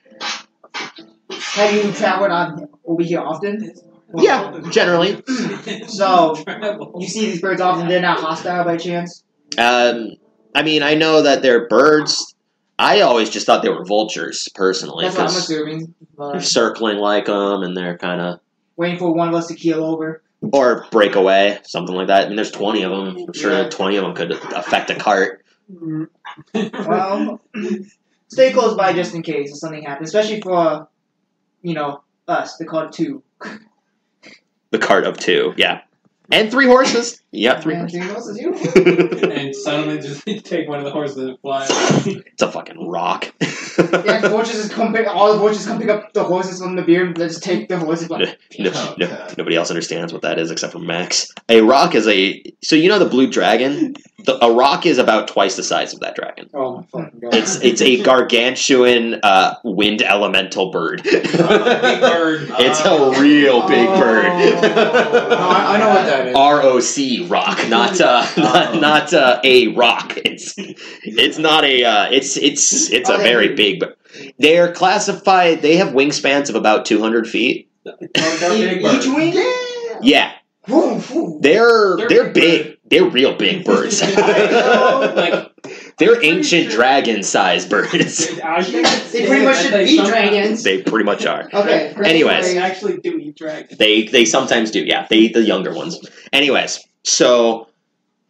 [SPEAKER 6] Have you traveled on over here often?
[SPEAKER 1] Yeah, generally.
[SPEAKER 6] So,
[SPEAKER 4] Travel.
[SPEAKER 6] You see these birds often. They're not hostile by chance.
[SPEAKER 1] Um, I mean, I know that they're birds. I always just thought they were vultures, personally,
[SPEAKER 6] That's what I'm
[SPEAKER 1] 'cause
[SPEAKER 6] assuming.
[SPEAKER 1] they're
[SPEAKER 6] But
[SPEAKER 1] circling like them, and they're kind of
[SPEAKER 6] waiting for one of us to keel over.
[SPEAKER 1] or breakaway, something like that. I mean, there's 20 of them. I'm sure
[SPEAKER 6] Yeah.
[SPEAKER 1] 20 of them could affect a cart.
[SPEAKER 6] Well, stay close by just in case if something happens, especially for you know us, the called two.
[SPEAKER 1] The cart of two, yeah, and three horses. Yeah, three
[SPEAKER 6] And
[SPEAKER 1] horses.
[SPEAKER 6] three horses, you.
[SPEAKER 1] it's
[SPEAKER 4] and suddenly just take one of the horses and fly.
[SPEAKER 1] a fucking rock.
[SPEAKER 6] Yeah, the vultures just come pick all the vultures come pick up the horses from the beer and just take the horses. Like,
[SPEAKER 1] no, no, nobody else understands what that is except for Max. A rock is a so you know the blue dragon. The, a rock is about twice the size of that dragon.
[SPEAKER 2] Oh my fucking god.
[SPEAKER 1] It's it's a gargantuan uh, wind elemental bird.
[SPEAKER 4] Big bird.
[SPEAKER 1] It's a real big
[SPEAKER 2] Oh.
[SPEAKER 6] Oh.
[SPEAKER 2] No,
[SPEAKER 1] bird.
[SPEAKER 2] I, I know what that is.
[SPEAKER 1] R O C rock, not uh, not
[SPEAKER 7] Oh.
[SPEAKER 1] not uh, a rock. It's it's not a uh, it's it's it's a
[SPEAKER 6] Are they-
[SPEAKER 1] very big. bird. They're classified. They have wingspans of about two hundred feet.
[SPEAKER 4] Big
[SPEAKER 6] each
[SPEAKER 4] bird.
[SPEAKER 6] wing.
[SPEAKER 1] Yeah,
[SPEAKER 6] Woo, woo.
[SPEAKER 1] they're
[SPEAKER 4] They're
[SPEAKER 1] they're
[SPEAKER 4] big
[SPEAKER 1] big. They're real big birds.
[SPEAKER 6] know,
[SPEAKER 4] like-
[SPEAKER 1] they're ancient dragon-sized birds.
[SPEAKER 4] I think it's-
[SPEAKER 6] They pretty much should
[SPEAKER 4] they
[SPEAKER 6] be
[SPEAKER 4] somehow-
[SPEAKER 6] dragons.
[SPEAKER 1] They pretty much are.
[SPEAKER 6] Okay. great
[SPEAKER 1] Anyways.
[SPEAKER 4] They
[SPEAKER 6] story.
[SPEAKER 4] actually do eat dragons.
[SPEAKER 1] They they sometimes do. Yeah, they eat the younger ones. Anyways, so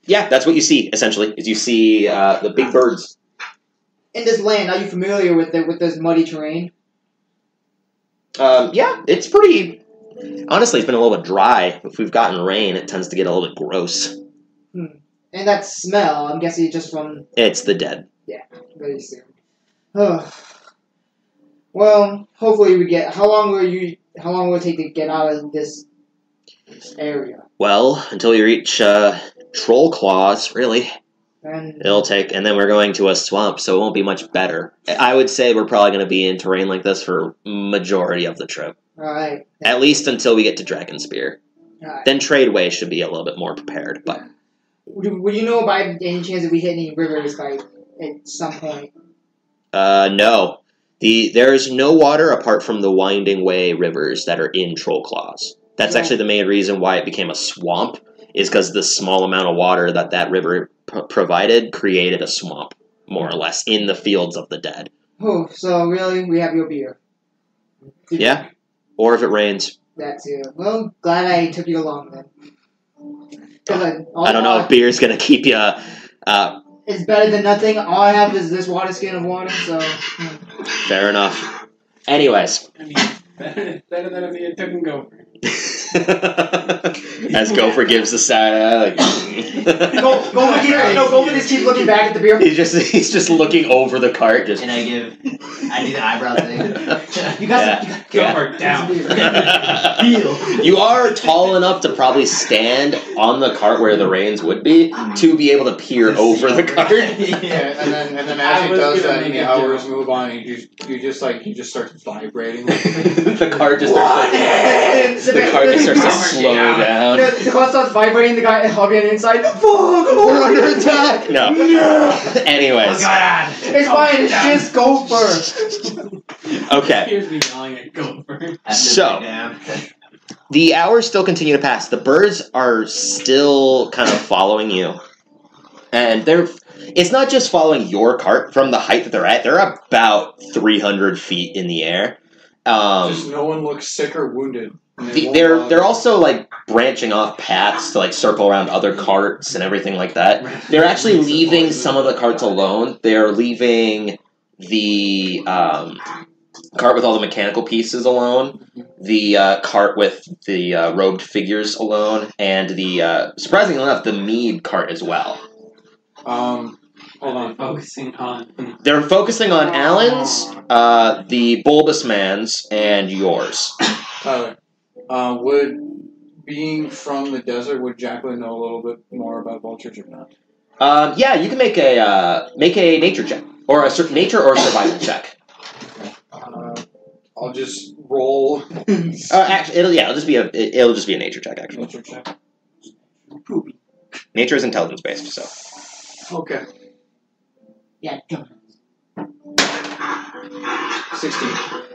[SPEAKER 1] yeah, that's what you see essentially. Is you see uh, the big birds.
[SPEAKER 6] in this land, are you familiar with the, with this muddy terrain?
[SPEAKER 1] Um, yeah, it's pretty. Honestly, it's been a little bit dry. If we've gotten rain, it tends to get a little bit gross.
[SPEAKER 6] And that smell, I'm guessing it's just from
[SPEAKER 1] It's the dead.
[SPEAKER 6] very soon. Ugh. well, hopefully we get. How long will you? How long will it take to get out of this area?
[SPEAKER 1] Well, until you reach uh, Troll Claws, really,
[SPEAKER 6] And
[SPEAKER 1] it'll take. And then we're going to a swamp, so it won't be much better. I would say we're probably going to be in terrain like this for majority of the trip,
[SPEAKER 6] all right,
[SPEAKER 1] at least until we get to Dragon Spear.
[SPEAKER 6] all right.
[SPEAKER 1] Then Tradeway should be a little bit more prepared. But
[SPEAKER 6] Would, would you know by any chance if we hit any rivers by at some point?
[SPEAKER 1] uh, no, The there is no water apart from the winding way rivers that are in Troll Claws. That's
[SPEAKER 6] Yeah.
[SPEAKER 1] actually the main reason why it became a swamp is because the small amount of water that that river p- provided created a swamp, more or less, in the fields of the dead.
[SPEAKER 6] Oh, so really, we have your beer.
[SPEAKER 1] Yeah, or if it rains,
[SPEAKER 6] That's it. Well, glad I took you along then. 'Cause I, all-
[SPEAKER 1] I don't know
[SPEAKER 6] all-
[SPEAKER 1] if beer's gonna keep you. Uh,
[SPEAKER 6] It's better than nothing. All I have is this water skin of water, so. hmm.
[SPEAKER 1] fair enough. Anyways,
[SPEAKER 4] I mean, better, better than if he had took and go.
[SPEAKER 1] as Gopher gives the side eye, like
[SPEAKER 6] Go, go over here. No, go over this. Keep looking back at the beer.
[SPEAKER 1] he's just he's just looking over the cart, just
[SPEAKER 3] And I give, I do the eyebrow thing.
[SPEAKER 6] You got
[SPEAKER 1] Yeah.
[SPEAKER 6] some.
[SPEAKER 4] Go
[SPEAKER 1] Yeah.
[SPEAKER 4] or down.
[SPEAKER 6] you got some beer.
[SPEAKER 3] Deal.
[SPEAKER 1] you are tall enough to probably stand on the cart where the reins would be to be able to peer over the cart.
[SPEAKER 2] Yeah, and then and then
[SPEAKER 4] I
[SPEAKER 2] as he
[SPEAKER 4] was
[SPEAKER 2] does
[SPEAKER 4] gonna
[SPEAKER 2] that, and
[SPEAKER 4] make
[SPEAKER 2] the
[SPEAKER 4] a
[SPEAKER 2] hours
[SPEAKER 4] joke.
[SPEAKER 2] move on, and you you just like you just start vibrating.
[SPEAKER 1] the cart just starts
[SPEAKER 6] Wanted!
[SPEAKER 1] like, the cart just starts to slow
[SPEAKER 6] No,
[SPEAKER 1] down.
[SPEAKER 6] the car starts vibrating. The guy hugging on the inside. Fuck! oh We're under attack.
[SPEAKER 1] No.
[SPEAKER 6] No.
[SPEAKER 1] Anyways,
[SPEAKER 4] Oh,
[SPEAKER 6] It's fine. It's just gopher.
[SPEAKER 1] okay.
[SPEAKER 4] Here's me yelling at Gopher.
[SPEAKER 1] So-
[SPEAKER 3] Down.
[SPEAKER 1] The hours still continue to pass. The birds are still kind of following you, and they're. It's not just following your cart from the height that they're at. They're about three hundred feet in the air. Um,
[SPEAKER 2] just no one looks sick or wounded. and they
[SPEAKER 1] The,
[SPEAKER 2] won't
[SPEAKER 1] they're
[SPEAKER 2] bother.
[SPEAKER 1] they're also like branching off paths to like circle around other carts and everything like that. They're actually leaving some of the carts alone. They're leaving the um, cart with all the mechanical pieces alone, the uh, cart with the uh, robed figures alone, and the uh, surprisingly enough, the mead cart as well.
[SPEAKER 2] um. Hold on.
[SPEAKER 4] Focusing on.
[SPEAKER 1] They're focusing on Alan's, uh, the bulbous man's, and yours.
[SPEAKER 2] Tyler, uh, would being from the desert, would Jacqueline know a little bit more about vultures or not?
[SPEAKER 1] Um, yeah, you can make a uh, make a nature check or a sur- nature or survival check.
[SPEAKER 2] Uh, I'll just roll.
[SPEAKER 1] Uh, actually, it'll yeah, it'll just be a it- it'll just be a nature check. Actually,
[SPEAKER 2] Nature check.
[SPEAKER 1] nature is intelligence based, so
[SPEAKER 2] Okay,
[SPEAKER 6] Yeah. dumb.
[SPEAKER 2] sixteen.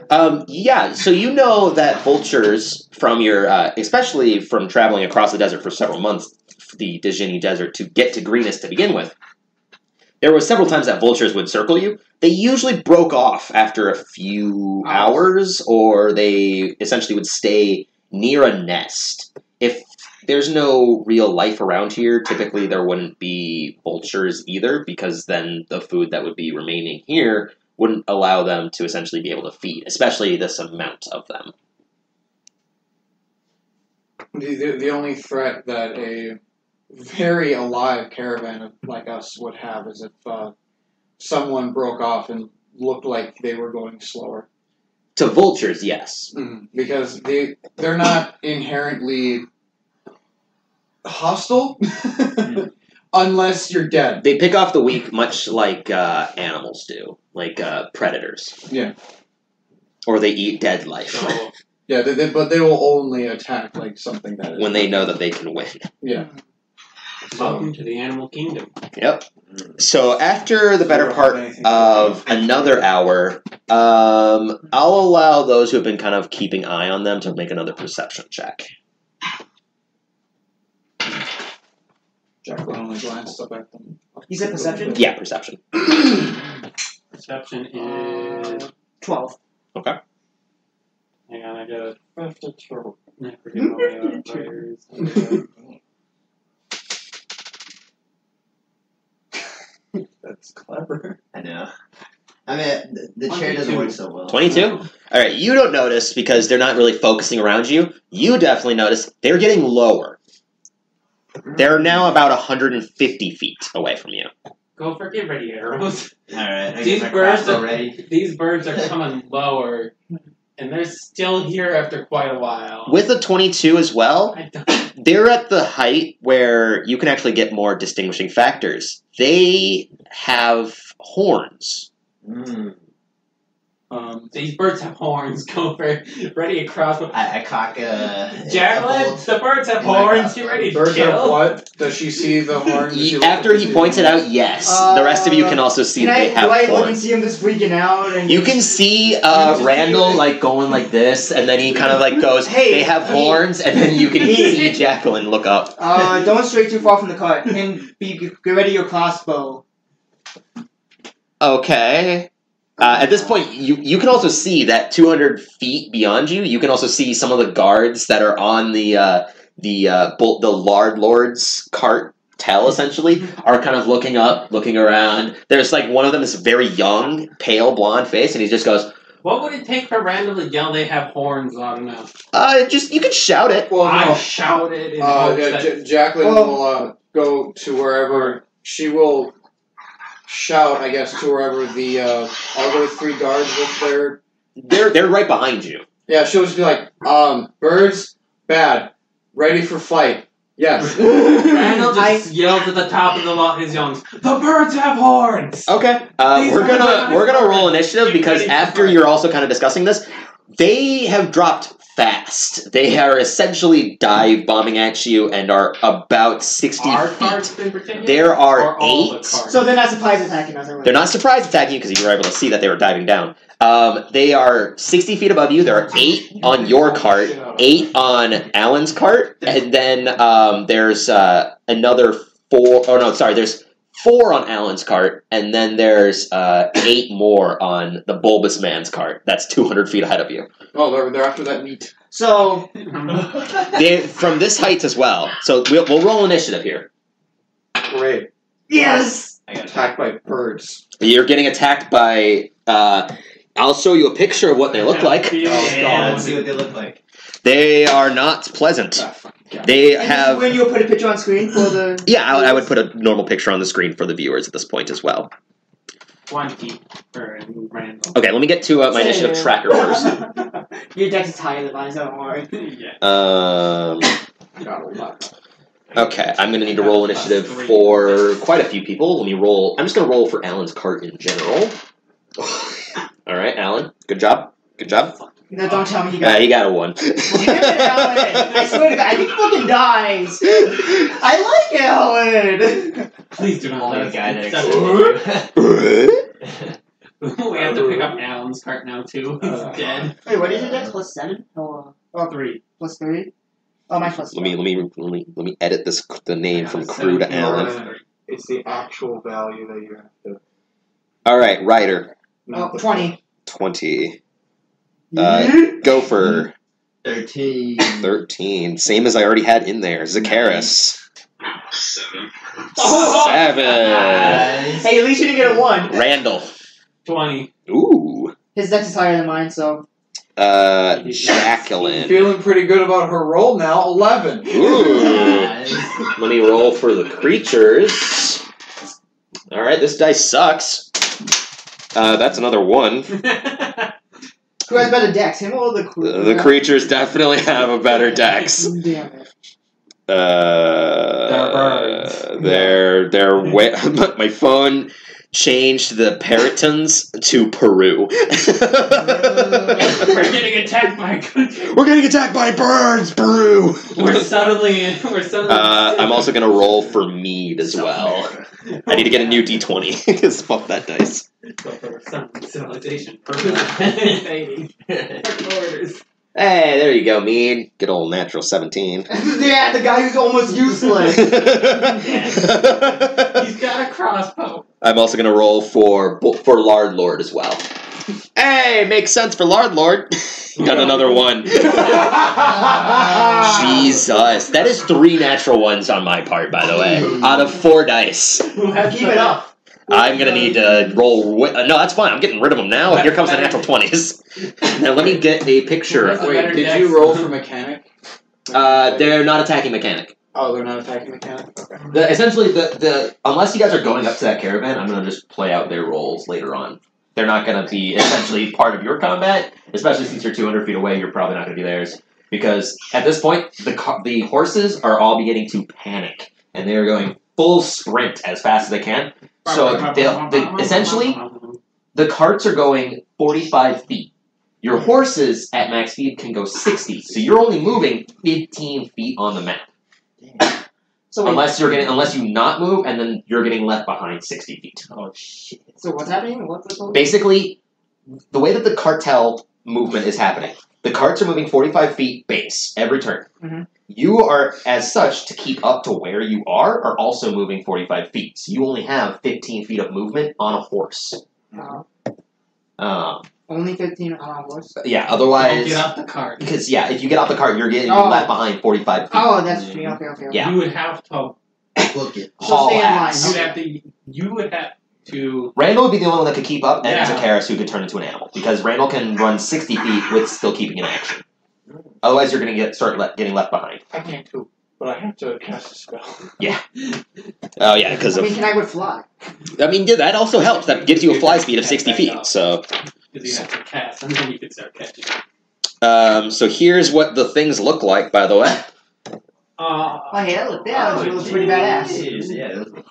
[SPEAKER 1] um, yeah. So you know that vultures from your uh, especially from traveling across the desert for several months, the Djinni Desert to get to Greenus to begin with. There were several times that vultures would circle you. They usually broke off after a few hours, or they essentially would stay near a nest. If there's no real life around here, typically there wouldn't be vultures either, because then the food that would be remaining here wouldn't allow them to essentially be able to feed, especially this amount of them.
[SPEAKER 2] The, the the only threat that a very alive caravan of, like us would have is if uh, someone broke off and looked like they were going slower.
[SPEAKER 1] To vultures, yes.
[SPEAKER 2] Mm, Because they they're not inherently hostile unless you're dead.
[SPEAKER 1] They pick off the weak, much like uh, animals do, like uh, predators.
[SPEAKER 2] Yeah.
[SPEAKER 1] Or they eat dead life.
[SPEAKER 4] So,
[SPEAKER 2] Yeah, they, they, but they will only attack like something that is
[SPEAKER 1] when they know that they can win.
[SPEAKER 2] yeah.
[SPEAKER 4] welcome to the animal kingdom.
[SPEAKER 1] So after the better
[SPEAKER 2] Sure,
[SPEAKER 1] part
[SPEAKER 2] amazing.
[SPEAKER 1] of another hour, um, I'll allow those who have been kind of keeping eye on them to make another perception check.
[SPEAKER 2] Jacqueline only glanced up at them.
[SPEAKER 6] You said perception?
[SPEAKER 1] Yeah, perception.
[SPEAKER 4] Perception is.
[SPEAKER 6] Uh, Twelve.
[SPEAKER 4] Hang on, I gotta. I forget all the uh, players. and,
[SPEAKER 2] That's clever.
[SPEAKER 3] I know. I mean, the, the chair doesn't work so well.
[SPEAKER 1] 22? All right, you don't notice because they're not really focusing around you. You definitely notice they're getting lower. They're now about 150 feet away from you.
[SPEAKER 4] uh, Go for get ready, arrows.
[SPEAKER 3] All right. I
[SPEAKER 4] These
[SPEAKER 3] guess my
[SPEAKER 4] birds
[SPEAKER 3] class
[SPEAKER 4] are-
[SPEAKER 3] already.
[SPEAKER 4] These birds are coming lower, and they're still here after quite a while.
[SPEAKER 1] With a 22 as well,
[SPEAKER 4] I don't.
[SPEAKER 1] they're at the height where you can actually get more distinguishing factors. They have horns.
[SPEAKER 3] Mm.
[SPEAKER 2] Um,
[SPEAKER 4] These birds have horns. Go for ready to cross.
[SPEAKER 3] I, I cock a.
[SPEAKER 4] Jared, the birds have
[SPEAKER 3] Oh my God.
[SPEAKER 4] horns. You ready to
[SPEAKER 2] birds have
[SPEAKER 4] kill?
[SPEAKER 2] what? Does she see the horns? She
[SPEAKER 1] He-
[SPEAKER 2] looks
[SPEAKER 1] after
[SPEAKER 2] at
[SPEAKER 1] he
[SPEAKER 2] you.
[SPEAKER 1] points it out, yes. the rest of you can also see
[SPEAKER 6] Uh, Can
[SPEAKER 1] that they
[SPEAKER 6] I, do I
[SPEAKER 1] have
[SPEAKER 6] look and
[SPEAKER 1] horns.
[SPEAKER 6] see him just freaking out? And
[SPEAKER 1] You can see
[SPEAKER 6] You
[SPEAKER 1] uh,
[SPEAKER 6] just-
[SPEAKER 1] Randall like going like this, and then he kind of like goes,
[SPEAKER 6] Hey,
[SPEAKER 1] "They have
[SPEAKER 6] I mean-
[SPEAKER 1] horns," and then you can see Jacqueline look up.
[SPEAKER 6] Uh, don't stray too far from the cut, and be get ready your crossbow.
[SPEAKER 1] Okay. Uh, at this point, you you can also see that 200 feet beyond you, you can also see some of the guards that are on the uh, the uh, bolt the lard lord's cartel essentially are kind of looking up, looking around. There's like one of them is very young, pale blonde face, and he just goes,
[SPEAKER 4] What would it take for Randall to yell? They have horns on them.
[SPEAKER 1] "Uh, just you can shout it."
[SPEAKER 2] Well,
[SPEAKER 4] I
[SPEAKER 2] no.
[SPEAKER 4] shouted. In
[SPEAKER 2] Uh,
[SPEAKER 4] hopes
[SPEAKER 2] yeah,
[SPEAKER 4] that-
[SPEAKER 2] J- Jacqueline
[SPEAKER 6] Well-
[SPEAKER 2] will uh, go to wherever she will shout, I guess, to wherever the uh, other three guards with their.
[SPEAKER 1] They're they're right behind you.
[SPEAKER 2] Yeah, she'll just be like, um, "Birds, bad, ready for fight." Yes.
[SPEAKER 4] Randall
[SPEAKER 6] I-
[SPEAKER 4] just yells at the top of the lo- his lungs. The birds have horns.
[SPEAKER 1] Okay. Uh,
[SPEAKER 4] These
[SPEAKER 1] we're
[SPEAKER 4] are
[SPEAKER 1] gonna
[SPEAKER 4] my
[SPEAKER 1] we're gonna roll
[SPEAKER 4] cards.
[SPEAKER 1] initiative
[SPEAKER 4] You
[SPEAKER 1] because
[SPEAKER 4] ready for
[SPEAKER 1] after
[SPEAKER 4] cards?
[SPEAKER 1] you're also kind of discussing this, they have dropped fast. They are essentially dive bombing at you and are about sixty
[SPEAKER 4] Our
[SPEAKER 1] feet.
[SPEAKER 4] cards in particular.
[SPEAKER 1] There are
[SPEAKER 4] Or all the
[SPEAKER 1] eight.
[SPEAKER 4] cards.
[SPEAKER 6] So they're not surprised attacking us. are they?
[SPEAKER 1] They're not surprised attacking you because you were able to see that they were diving down. Um, they are sixty feet above you. There are eight on your cart, eight on Alan's cart, and then um, there's uh, another four oh no, sorry, there's four on Alan's cart, and then there's uh, eight more on the bulbous man's cart. That's two hundred feet ahead of you.
[SPEAKER 2] oh, they're, they're after that meat.
[SPEAKER 6] So
[SPEAKER 1] They from this height as well. So we'll, we'll roll initiative here.
[SPEAKER 2] Great.
[SPEAKER 6] yes,
[SPEAKER 2] Attacked by birds.
[SPEAKER 1] You're getting attacked by. Uh, I'll show you a picture of what they look like.
[SPEAKER 7] Yeah,
[SPEAKER 4] Yeah.
[SPEAKER 7] let's see what they look like.
[SPEAKER 1] They are not pleasant.
[SPEAKER 2] Ah, fucking God.
[SPEAKER 1] They
[SPEAKER 6] and this is
[SPEAKER 1] have.
[SPEAKER 6] when you put a picture on screen for the.
[SPEAKER 1] Yeah, I, I would put a normal picture on the screen for the viewers at this point as well.
[SPEAKER 4] Twenty for Randall.
[SPEAKER 1] Okay, let me get to uh, my initiative tracker first.
[SPEAKER 6] Your deck is higher than mine, so don't worry.
[SPEAKER 4] yeah.
[SPEAKER 1] Um,
[SPEAKER 2] Got a lot.
[SPEAKER 1] okay, I'm going to need to roll initiative for quite a few people. Let me roll. I'm just going to roll for Alan's cart in general. All right, Alan. Good job. Good job.
[SPEAKER 6] No, don't tell me he
[SPEAKER 1] Uh,
[SPEAKER 6] got.
[SPEAKER 1] he got a one.
[SPEAKER 6] Damn it, Alan! I swear to God, I think he fucking dies. I like Alan.
[SPEAKER 4] Please do not let
[SPEAKER 7] Only
[SPEAKER 4] us
[SPEAKER 7] guy that
[SPEAKER 4] accept
[SPEAKER 7] accepted
[SPEAKER 4] it. We have to pick up Alan's cart now too. He's
[SPEAKER 2] Uh,
[SPEAKER 4] dead.
[SPEAKER 6] Wait, what is your deck? Plus seven or
[SPEAKER 4] All three.
[SPEAKER 6] plus three? Oh, mine's plus.
[SPEAKER 1] let me let me let me let me edit this the name from crew to
[SPEAKER 4] Seventeen
[SPEAKER 1] Alan.
[SPEAKER 4] minus three.
[SPEAKER 2] It's the actual value that you have to.
[SPEAKER 1] All right, Ryder,
[SPEAKER 6] Oh, twenty.
[SPEAKER 1] twenty. Uh, Gopher,
[SPEAKER 3] Thirteen.
[SPEAKER 1] thirteen. Same as I already had in there. Zacharis.
[SPEAKER 5] Seven.
[SPEAKER 1] Seven.
[SPEAKER 3] Nice.
[SPEAKER 6] hey, at least you didn't get a one.
[SPEAKER 1] Randall.
[SPEAKER 4] Twenty.
[SPEAKER 1] Ooh.
[SPEAKER 6] His deck is higher than mine, so
[SPEAKER 1] Uh, Jacqueline.
[SPEAKER 2] Feeling pretty good about her roll now. Eleven.
[SPEAKER 1] Ooh.
[SPEAKER 3] Nice.
[SPEAKER 1] Let me roll for the creatures. All right, this dice sucks. Uh, that's another one.
[SPEAKER 6] who has better decks? Him or the crew?
[SPEAKER 1] Uh, The creatures definitely have a better dex.
[SPEAKER 6] Damn it.
[SPEAKER 1] Uh,
[SPEAKER 4] They're birds.
[SPEAKER 1] They're they're way. My phone changed the Peritons to Peru.
[SPEAKER 4] We're getting attacked by.
[SPEAKER 1] We're getting attacked by birds, Peru.
[SPEAKER 4] We're suddenly. We're suddenly.
[SPEAKER 1] Uh, I'm also gonna roll for mead as well. I need to get a new d20 because fuck that dice.
[SPEAKER 4] For some civilization. Baby. Orders.
[SPEAKER 1] Hey, there you go, mead. Good old natural 17.
[SPEAKER 6] yeah, the guy who's almost useless.
[SPEAKER 4] He's got a crossbow.
[SPEAKER 1] I'm also gonna roll for bu- for lard lord as well. Hey, makes sense for lard lord. Got another one. Jesus, that is three natural ones on my part, by the way, out of four dice.
[SPEAKER 4] Who has
[SPEAKER 6] Keep
[SPEAKER 4] the-
[SPEAKER 6] it up.
[SPEAKER 1] I'm gonna need to roll. Wi- uh, no, that's fine. I'm getting rid of them now. Here comes the natural twenties. Now let me get a picture.
[SPEAKER 2] Wait, did you roll for mechanic?
[SPEAKER 1] Uh, they're not attacking mechanic.
[SPEAKER 2] Oh, they're not attacking mechanic. Okay.
[SPEAKER 1] The, essentially, the the unless you guys are going up to that caravan, I'm gonna just play out their roles later on. They're not gonna be essentially part of your combat, especially since you're 200 feet away. You're probably not gonna be theirs because at this point, the car, the horses are all beginning to panic and they are going full sprint as fast as they can. So they'll, they essentially The carts are going 45 feet. Your horses at max speed can go 60, so you're only moving 15 feet on the map.
[SPEAKER 6] So wait,
[SPEAKER 1] Unless you're getting, unless you not move, and then you're getting left behind 60 feet.
[SPEAKER 3] Oh shit.
[SPEAKER 6] so what's happening? What's this whole
[SPEAKER 1] Basically, the way that the cartel movement is happening, the carts are moving 45 feet base every turn.
[SPEAKER 6] Mhm.
[SPEAKER 1] You are, as such, to keep up to where you are, are also moving 45 feet. So you only have 15 feet of movement on a horse.
[SPEAKER 6] uh,
[SPEAKER 1] Um,
[SPEAKER 6] only fifteen on a horse?
[SPEAKER 1] yeah,
[SPEAKER 4] Don't
[SPEAKER 1] otherwise.
[SPEAKER 4] get off the cart.
[SPEAKER 1] Because yeah, if you get off the cart, you're getting
[SPEAKER 6] Oh.
[SPEAKER 1] left behind 45 feet.
[SPEAKER 6] Oh, that's true. Okay, okay. okay.
[SPEAKER 1] Yeah.
[SPEAKER 4] You would have to.
[SPEAKER 3] Book it.
[SPEAKER 1] Haul
[SPEAKER 6] stay in line.
[SPEAKER 1] ass.
[SPEAKER 4] You would have to. You would have to.
[SPEAKER 1] Randall would be the only one that could keep up, and
[SPEAKER 4] Yeah.
[SPEAKER 1] Zacharis who could turn into an animal because Randall can run 60 feet with still keeping an action. Otherwise, you're going to get start le- getting left behind.
[SPEAKER 2] I can't poop, but I have to cast a spell.
[SPEAKER 1] Oh yeah, because
[SPEAKER 6] I mean, can I would fly?
[SPEAKER 1] I mean yeah, that also helps. That gives you a fly speed of 60 feet. So
[SPEAKER 4] Because you have to cast, and then you could start catching.
[SPEAKER 1] um, so here's what the things look like. By the way,
[SPEAKER 4] Uh,
[SPEAKER 6] Oh, hey, that looked, yeah, that
[SPEAKER 3] Oh,
[SPEAKER 6] was pretty badass.
[SPEAKER 3] jeez, Yeah, that was-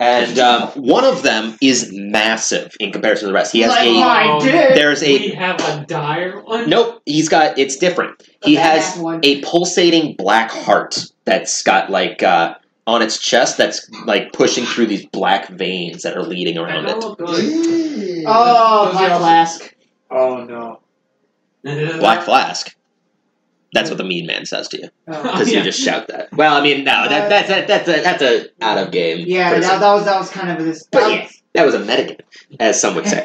[SPEAKER 1] and um, one of them is massive in comparison to the rest. He has
[SPEAKER 6] like
[SPEAKER 1] a
[SPEAKER 2] Oh,
[SPEAKER 6] mine did.
[SPEAKER 1] there's
[SPEAKER 4] we
[SPEAKER 1] a
[SPEAKER 4] have a dire one.
[SPEAKER 1] nope. He's got it's different.
[SPEAKER 6] The
[SPEAKER 1] He
[SPEAKER 6] badass
[SPEAKER 1] has
[SPEAKER 6] one.
[SPEAKER 1] a pulsating black heart that's got like uh, on its chest that's like pushing through these black veins that are leading around
[SPEAKER 4] That
[SPEAKER 1] it.
[SPEAKER 4] look good.
[SPEAKER 6] Oh,
[SPEAKER 2] Those
[SPEAKER 6] my
[SPEAKER 2] are-
[SPEAKER 6] flask.
[SPEAKER 2] Oh no.
[SPEAKER 1] Black flask. That's what the mean man says to you
[SPEAKER 6] Oh.
[SPEAKER 1] because
[SPEAKER 4] Yeah.
[SPEAKER 1] you just shout that. Well, I mean, no, that, that's that, that's a, that's a out of game.
[SPEAKER 6] Uh, Yeah,
[SPEAKER 1] person.
[SPEAKER 6] that, that was that was kind of this.
[SPEAKER 1] But
[SPEAKER 6] that
[SPEAKER 1] yeah, that was a metagame, as some would say.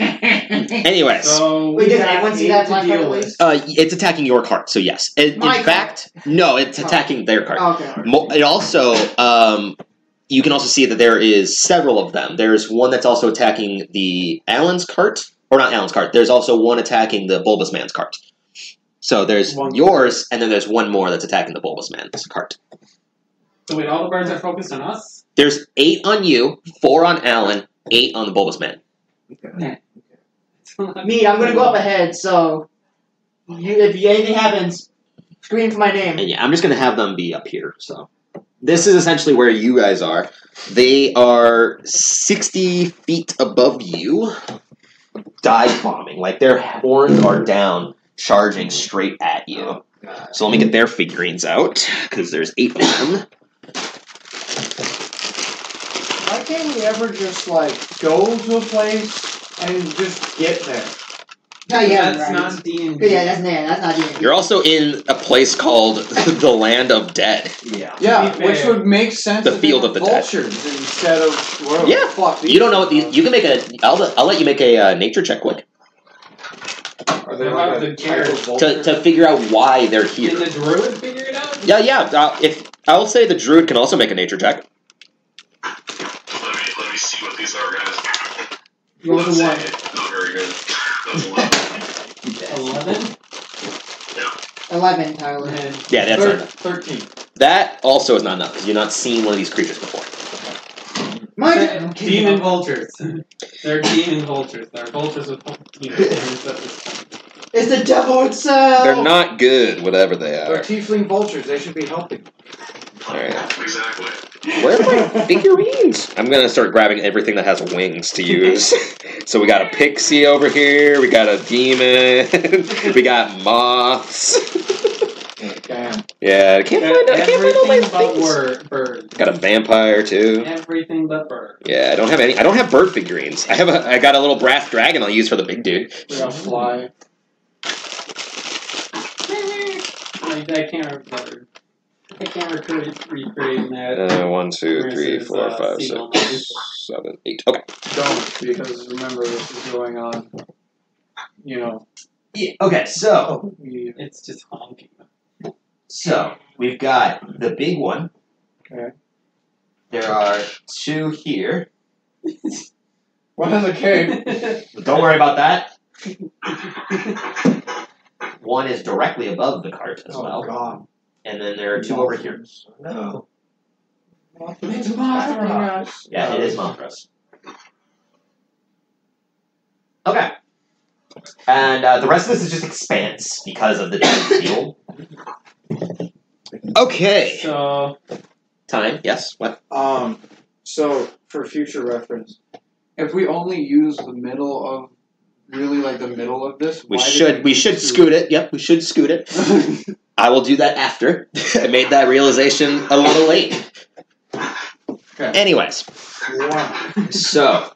[SPEAKER 6] was-
[SPEAKER 1] Anyways,
[SPEAKER 4] So we
[SPEAKER 6] Wait, does
[SPEAKER 4] have
[SPEAKER 6] anyone see
[SPEAKER 4] eight
[SPEAKER 6] that
[SPEAKER 4] to
[SPEAKER 6] black
[SPEAKER 4] deal
[SPEAKER 6] card,
[SPEAKER 4] with.
[SPEAKER 6] please?
[SPEAKER 1] uh, it's attacking your cart. So yes, in, in
[SPEAKER 6] My cart.
[SPEAKER 1] fact, no, it's attacking their cart.
[SPEAKER 6] Oh, okay.
[SPEAKER 1] Mo- It also, um, you can also see that there is several of them. There's one that's also attacking the Allen's cart, or not Allen's cart. There's also one attacking the Bulbous Man's cart. So there's
[SPEAKER 4] One.
[SPEAKER 1] yours, and then there's one more that's attacking the Bulbous Man's cart.
[SPEAKER 4] So wait, all the birds are focused on us.
[SPEAKER 1] There's eight on you, four on Allen, eight on the Bulbous Man.
[SPEAKER 6] Me, I'm gonna go up ahead. So, you- if anything happens, scream for my name.
[SPEAKER 1] And yeah, I'm just gonna have them be up here. So this is essentially where you guys are. They are 60 feet above you, dive bombing. Like their horns are down, charging straight at you. So let me get their figurines out because there's eight of them.
[SPEAKER 2] Why can't we ever just like go to a place and just get there?
[SPEAKER 6] No, you haven't,
[SPEAKER 4] that's
[SPEAKER 6] Oh, right.
[SPEAKER 4] not D and
[SPEAKER 6] But yeah, that's nah, that's not D&D.
[SPEAKER 1] You're also in a place called the Land of Dead.
[SPEAKER 3] Yeah.
[SPEAKER 2] Yeah,
[SPEAKER 4] be
[SPEAKER 2] which
[SPEAKER 4] fair,
[SPEAKER 2] would make sense.
[SPEAKER 1] the
[SPEAKER 2] if
[SPEAKER 1] field
[SPEAKER 2] they
[SPEAKER 1] of
[SPEAKER 2] were
[SPEAKER 1] the dead.
[SPEAKER 2] vultures instead of whatever the
[SPEAKER 1] Yeah.
[SPEAKER 2] Fuck
[SPEAKER 1] You don't know what these. You can make a. I'll, I'll let you make a uh, nature check quick
[SPEAKER 2] are. They
[SPEAKER 4] They're
[SPEAKER 2] like
[SPEAKER 4] out
[SPEAKER 2] a
[SPEAKER 4] of the
[SPEAKER 2] type of
[SPEAKER 4] gear.
[SPEAKER 1] to,
[SPEAKER 2] vulture?
[SPEAKER 1] to figure out why they're
[SPEAKER 4] Did
[SPEAKER 1] here.
[SPEAKER 4] the druid figure it out?
[SPEAKER 1] Yeah, yeah. Uh, if I'll say the druid can also make a nature check.
[SPEAKER 5] Let me let me see what these are, guys.
[SPEAKER 6] Roll
[SPEAKER 5] Let's
[SPEAKER 6] the
[SPEAKER 5] see.
[SPEAKER 6] one.
[SPEAKER 5] Not very good. That's a lot.
[SPEAKER 4] Eleven.
[SPEAKER 6] Eleven, Tyler.
[SPEAKER 4] And
[SPEAKER 1] Yeah, that's
[SPEAKER 2] Thir-
[SPEAKER 1] not enough.
[SPEAKER 2] thirteen.
[SPEAKER 1] That also is not enough because you've not seen one of these creatures before.
[SPEAKER 6] My
[SPEAKER 4] demon vultures. They're demon vultures. They're vultures with you know, horns that just-
[SPEAKER 6] It's the devil itself.
[SPEAKER 4] Oh.
[SPEAKER 1] They're not good, whatever they
[SPEAKER 2] They're
[SPEAKER 1] are.
[SPEAKER 2] tiefling vultures. They should be helping.
[SPEAKER 1] Alright.
[SPEAKER 5] Exactly.
[SPEAKER 1] Where are my figurines? I'm gonna start grabbing everything that has wings to use. so we got a pixie over here, we got a demon, we got moths.
[SPEAKER 2] Damn.
[SPEAKER 1] Yeah, I can't find I can't find all my
[SPEAKER 4] everything but
[SPEAKER 1] things.
[SPEAKER 4] word, bird.
[SPEAKER 1] Got a vampire too.
[SPEAKER 4] Everything but bird.
[SPEAKER 1] Yeah, I don't have any. I don't have bird figurines. I have a. I got a little brass dragon. I'll use for the big dude.
[SPEAKER 2] We got fly.
[SPEAKER 4] Like I can't remember. I can't recreate recreating that.
[SPEAKER 1] Uh, one, two,
[SPEAKER 4] Where's
[SPEAKER 1] three,
[SPEAKER 4] his,
[SPEAKER 1] four,
[SPEAKER 4] uh,
[SPEAKER 1] five,
[SPEAKER 4] seagull
[SPEAKER 1] six, seven, eight. Okay.
[SPEAKER 2] Don't because remember this is going on. You know.
[SPEAKER 3] Yeah, okay, so
[SPEAKER 2] we-
[SPEAKER 4] It's just honking.
[SPEAKER 3] so we've got the big one.
[SPEAKER 2] Okay.
[SPEAKER 3] There are two here.
[SPEAKER 2] One has a cape.
[SPEAKER 3] Don't worry about that. One is directly above the cart as
[SPEAKER 2] oh
[SPEAKER 3] well.
[SPEAKER 2] God.
[SPEAKER 3] And then there are two over here. No.
[SPEAKER 2] It's
[SPEAKER 4] Oh
[SPEAKER 3] bothering
[SPEAKER 2] us.
[SPEAKER 3] Ah, Yeah, it is Mothra's. Okay.
[SPEAKER 1] And uh, the rest of this is just expanse because of the time fuel. Okay.
[SPEAKER 4] so
[SPEAKER 1] Time, yes. What?
[SPEAKER 2] Um. So for future reference, If we only use the middle of, really like the middle of this,
[SPEAKER 1] We
[SPEAKER 2] why did
[SPEAKER 1] should
[SPEAKER 2] I
[SPEAKER 1] we should scoot it. Yep, we should scoot it. I will do that after. I made that realization a little late.
[SPEAKER 2] Okay.
[SPEAKER 1] Anyways,
[SPEAKER 2] Wow.
[SPEAKER 1] so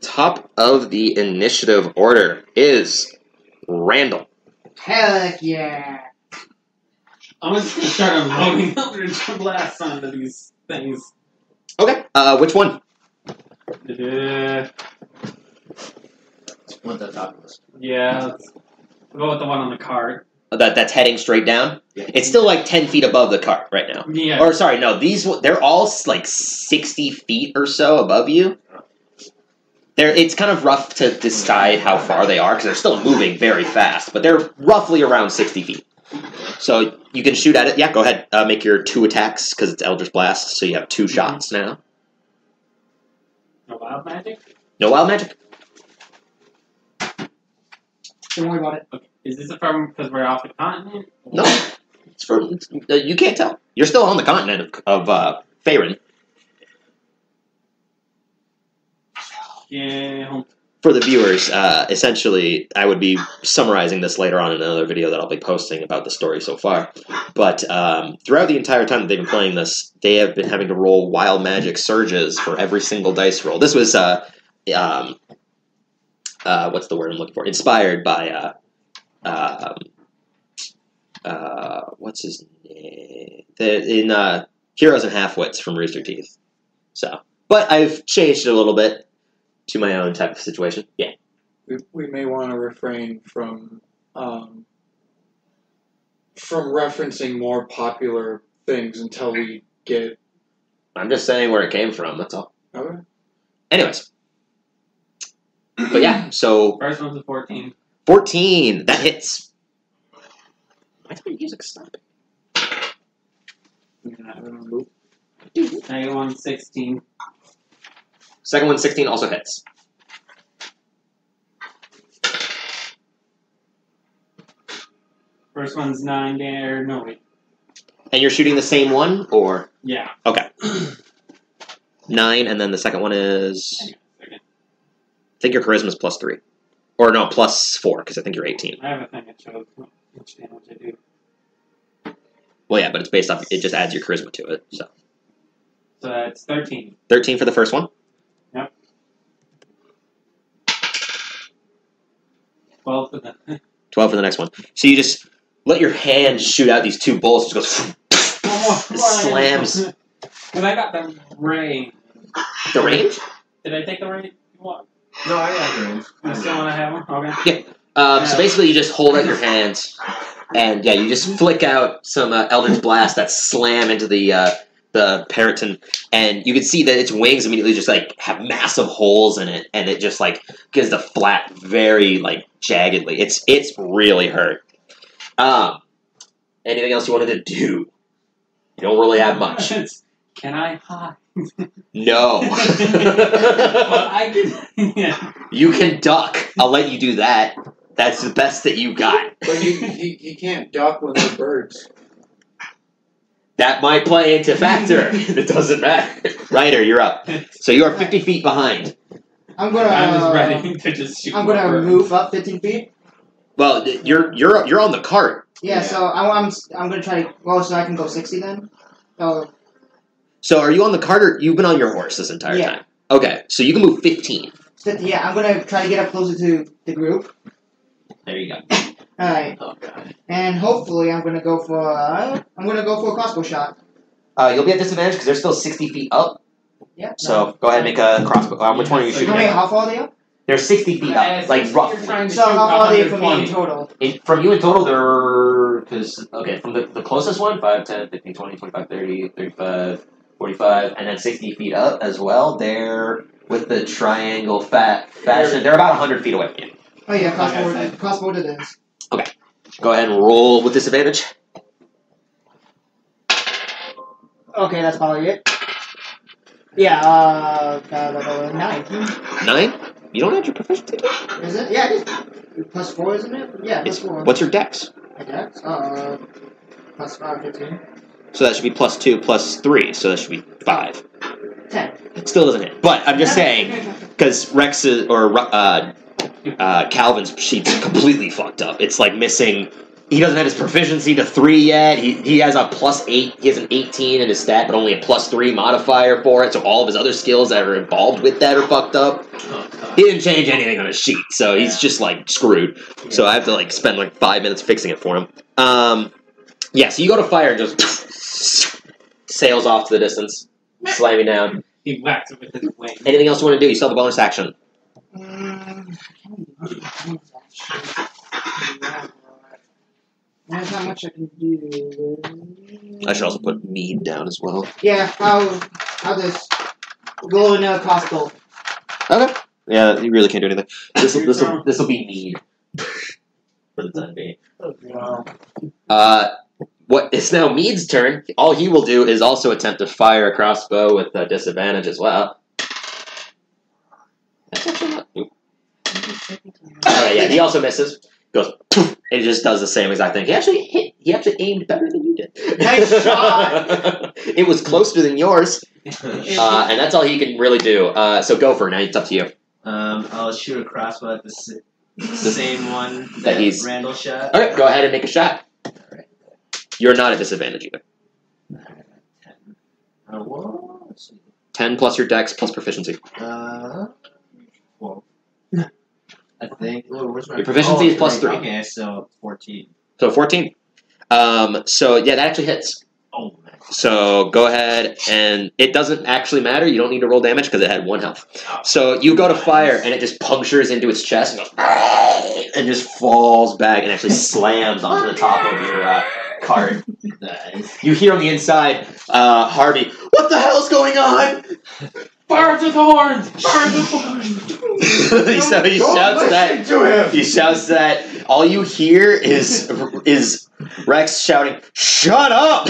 [SPEAKER 1] top of the initiative order is Randall.
[SPEAKER 6] Heck yeah.
[SPEAKER 4] I'm just gonna start unloading Eldritch Blast onto these things.
[SPEAKER 1] Okay. Uh, which one?
[SPEAKER 4] Uh,
[SPEAKER 3] One at the top of the list.
[SPEAKER 4] yeah. let's Go with the one on the cart.
[SPEAKER 1] That that's heading straight down.
[SPEAKER 3] Yeah.
[SPEAKER 1] It's still like ten feet above the cart right now.
[SPEAKER 4] Yeah.
[SPEAKER 1] Or sorry, no, these w- they're all s- like sixty feet or so above you. They're, it's kind of rough to decide how far they are because they're still moving very fast, but they're roughly around sixty feet. So you can shoot at it. Yeah, go ahead. Uh, make your two attacks because it's Elder's Blast, so you have two shots now.
[SPEAKER 4] No wild magic.
[SPEAKER 1] No wild magic.
[SPEAKER 6] Don't worry about it.
[SPEAKER 4] Okay. Is this a problem because we're off the continent?
[SPEAKER 1] No, it's for it's, uh, you can't tell. You're still on the continent of, of uh, Faerun.
[SPEAKER 4] Yeah. home-
[SPEAKER 1] for the viewers, uh, essentially, I would be summarizing this later on in another video that I'll be posting about the story so far. But um, throughout the entire time that they've been playing this, they have been having to roll wild magic surges for every single dice roll. This was, uh, um, uh, what's the word I'm looking for? Inspired by, uh, um, uh, what's his name? The, in uh, Heroes and Halfwits from Rooster Teeth. So, but I've changed it a little bit to my own type of situation. Yeah.
[SPEAKER 2] we, we may want to refrain from um, from referencing more popular things until we get.
[SPEAKER 1] I'm just saying where it came from, that's all.
[SPEAKER 2] Okay.
[SPEAKER 1] Anyways. But yeah, so
[SPEAKER 4] First one's a 14.
[SPEAKER 1] 14, that hits. Why did the music stop?
[SPEAKER 2] I don't know.
[SPEAKER 4] Second one's 16.
[SPEAKER 1] Second one, 16, also hits.
[SPEAKER 4] First one's 9 there. No, wait.
[SPEAKER 1] And you're shooting the same one, or
[SPEAKER 4] Yeah.
[SPEAKER 1] nine, and then the second one is.
[SPEAKER 4] Second.
[SPEAKER 1] I think your charisma's plus three. Or no, plus four, because I think you're 18.
[SPEAKER 4] I have a thing that shows how much damage I do.
[SPEAKER 1] Well, yeah, but it's based off, it just adds your charisma to it. So
[SPEAKER 4] So that's 13.
[SPEAKER 1] 13 for the first one,
[SPEAKER 4] 12 for the.
[SPEAKER 1] 12 for the next one. So you just let your hand shoot out these two bolts, it just goes.
[SPEAKER 4] Oh,
[SPEAKER 1] It slams.
[SPEAKER 4] But I got the rain.
[SPEAKER 1] The range?
[SPEAKER 4] Did I take the rain? What?
[SPEAKER 3] No, I got range.
[SPEAKER 4] I still want to have one? Okay.
[SPEAKER 1] Um, so basically, you just hold out your hands, and yeah, you just flick out some uh, Eldritch Blast that slam into the uh, the Periton, and you can see that its wings immediately just like have massive holes in it, and it just like gives the flat very like jaggedly. It's it's really hurt. Um, anything else you wanted to do? You don't really have much. Oh.
[SPEAKER 4] Can I hide?
[SPEAKER 1] No.
[SPEAKER 4] well, I can. Yeah.
[SPEAKER 1] you can duck. I'll let you do that. That's the best that you got.
[SPEAKER 2] But you, you, you can't duck when they're birds.
[SPEAKER 1] That might play into factor. it doesn't matter. Ryder, you're up. So you are 50 feet behind.
[SPEAKER 6] I'm gonna.
[SPEAKER 4] I'm just
[SPEAKER 6] uh,
[SPEAKER 4] ready to just shoot.
[SPEAKER 6] I'm gonna
[SPEAKER 4] whoever.
[SPEAKER 6] move up 15 feet.
[SPEAKER 1] Well, th- you're you're you're on the cart.
[SPEAKER 6] Yeah,
[SPEAKER 3] Yeah.
[SPEAKER 6] so I'm, I'm I'm gonna try. Well, so I can go 60 then. Oh,
[SPEAKER 1] So are you on the cart or you've been on your horse this entire
[SPEAKER 6] Yeah.
[SPEAKER 1] time? Okay, so you can move 15.
[SPEAKER 6] 50, yeah, I'm gonna try to get up closer to the group.
[SPEAKER 1] There you go.
[SPEAKER 6] All right,
[SPEAKER 1] Oh god.
[SPEAKER 6] and hopefully I'm gonna go for. Uh, I'm gonna go for a crossbow shot.
[SPEAKER 1] Uh, you'll be at disadvantage because they're still 60 feet up.
[SPEAKER 6] Yeah. no.
[SPEAKER 1] So go ahead and make a crossbow. Uh, which one are you
[SPEAKER 6] How
[SPEAKER 1] shooting
[SPEAKER 6] many?
[SPEAKER 1] at?
[SPEAKER 6] How far are they up?
[SPEAKER 1] They're 60 feet
[SPEAKER 4] Yeah,
[SPEAKER 1] up, like
[SPEAKER 4] so You're
[SPEAKER 1] roughly.
[SPEAKER 4] trying to
[SPEAKER 6] So
[SPEAKER 4] shoot
[SPEAKER 6] how far are they from me in
[SPEAKER 4] 120.
[SPEAKER 6] total?
[SPEAKER 1] In, from you in total, they're. Because, okay, from the, the closest one 5, 10, 15, 20, 25, 30, 35, 45, and then 60 feet up as well, they're with the triangle fat fashion. They're about 100 feet away from you.
[SPEAKER 6] Oh yeah,
[SPEAKER 4] Like I
[SPEAKER 6] crossbow.
[SPEAKER 4] said.
[SPEAKER 6] crossbow distance.
[SPEAKER 1] Go ahead and roll with disadvantage.
[SPEAKER 6] Okay, that's probably it. Yeah. Uh, uh, nine.
[SPEAKER 1] Nine? You don't have your proficiency?
[SPEAKER 6] Is it? Yeah, it is. Plus four, isn't it? Yeah, plus
[SPEAKER 1] It's,
[SPEAKER 6] four.
[SPEAKER 1] what's your dex?
[SPEAKER 6] I guess. Uh, plus five, fifteen.
[SPEAKER 1] So that should be plus 2, plus 3, so that should be 5.
[SPEAKER 6] Ten.
[SPEAKER 1] Still doesn't hit. But I'm just saying, because Rex is, or uh, uh, Calvin's sheet's completely fucked up. It's like missing. He doesn't have his proficiency to three yet. He, he has a plus eight. He has an 18 in his stat, but only a plus three modifier for it. So all of his other skills that are involved with that are fucked up.
[SPEAKER 4] Oh, God.
[SPEAKER 1] He didn't change anything on his sheet, so he's just like screwed. So I have to like spend like five minutes fixing it for him. Um, yeah, so you go to fire and just sails off to the distance, slamming down.
[SPEAKER 4] He whacks him with his wing.
[SPEAKER 1] Anything else you want to do? You still have a bonus action.
[SPEAKER 6] Mm, I can't There's not much I can do.
[SPEAKER 1] I should also put mead down as well.
[SPEAKER 6] Yeah, I'll, I'll just go in a Costco.
[SPEAKER 1] Okay. Yeah, you really can't do anything. This
[SPEAKER 4] Here
[SPEAKER 1] will
[SPEAKER 4] you
[SPEAKER 1] this will
[SPEAKER 4] go.
[SPEAKER 1] this will be mead for the time being. Uh, what it's now Mead's turn. All he will do is also attempt to fire a crossbow with uh, disadvantage as well. That's actually not. oop. All right, yeah, he also misses. Goes poof, and he just does the same exact thing. He actually hit. He actually aimed better than you did.
[SPEAKER 6] Nice shot.
[SPEAKER 1] it was closer than yours. Uh, and that's all he can really do. Uh, so go for it. Now it's up to you.
[SPEAKER 7] Um, I'll shoot a crossbow at the s- same one that,
[SPEAKER 1] he's-
[SPEAKER 7] Randall shot.
[SPEAKER 1] All right, go ahead and make a shot. You're not at disadvantage either.
[SPEAKER 7] Uh, well, let's see.
[SPEAKER 1] Ten plus your dex plus proficiency.
[SPEAKER 7] Uh, well, I think. Well, where's my
[SPEAKER 1] Your proficiency
[SPEAKER 7] oh,
[SPEAKER 1] is plus three.
[SPEAKER 7] Okay, so fourteen.
[SPEAKER 1] So fourteen. Um, so yeah, that actually hits.
[SPEAKER 7] Oh man.
[SPEAKER 1] So go ahead and it doesn't actually matter. You don't need to roll damage because it had one health. So you go to fire and it just punctures into its chest and goes "Ah," and just falls back and actually slams onto the top of your uh, cart.
[SPEAKER 7] Nice.
[SPEAKER 1] You hear on the inside, uh, Harvey, what the hell's going on?
[SPEAKER 4] Birds with horns! Birds with horns!
[SPEAKER 1] he, so he
[SPEAKER 2] Don't
[SPEAKER 1] shouts
[SPEAKER 2] listen
[SPEAKER 1] that.
[SPEAKER 2] to him.
[SPEAKER 1] He shouts that. All you hear is is Rex shouting, "Shut up!"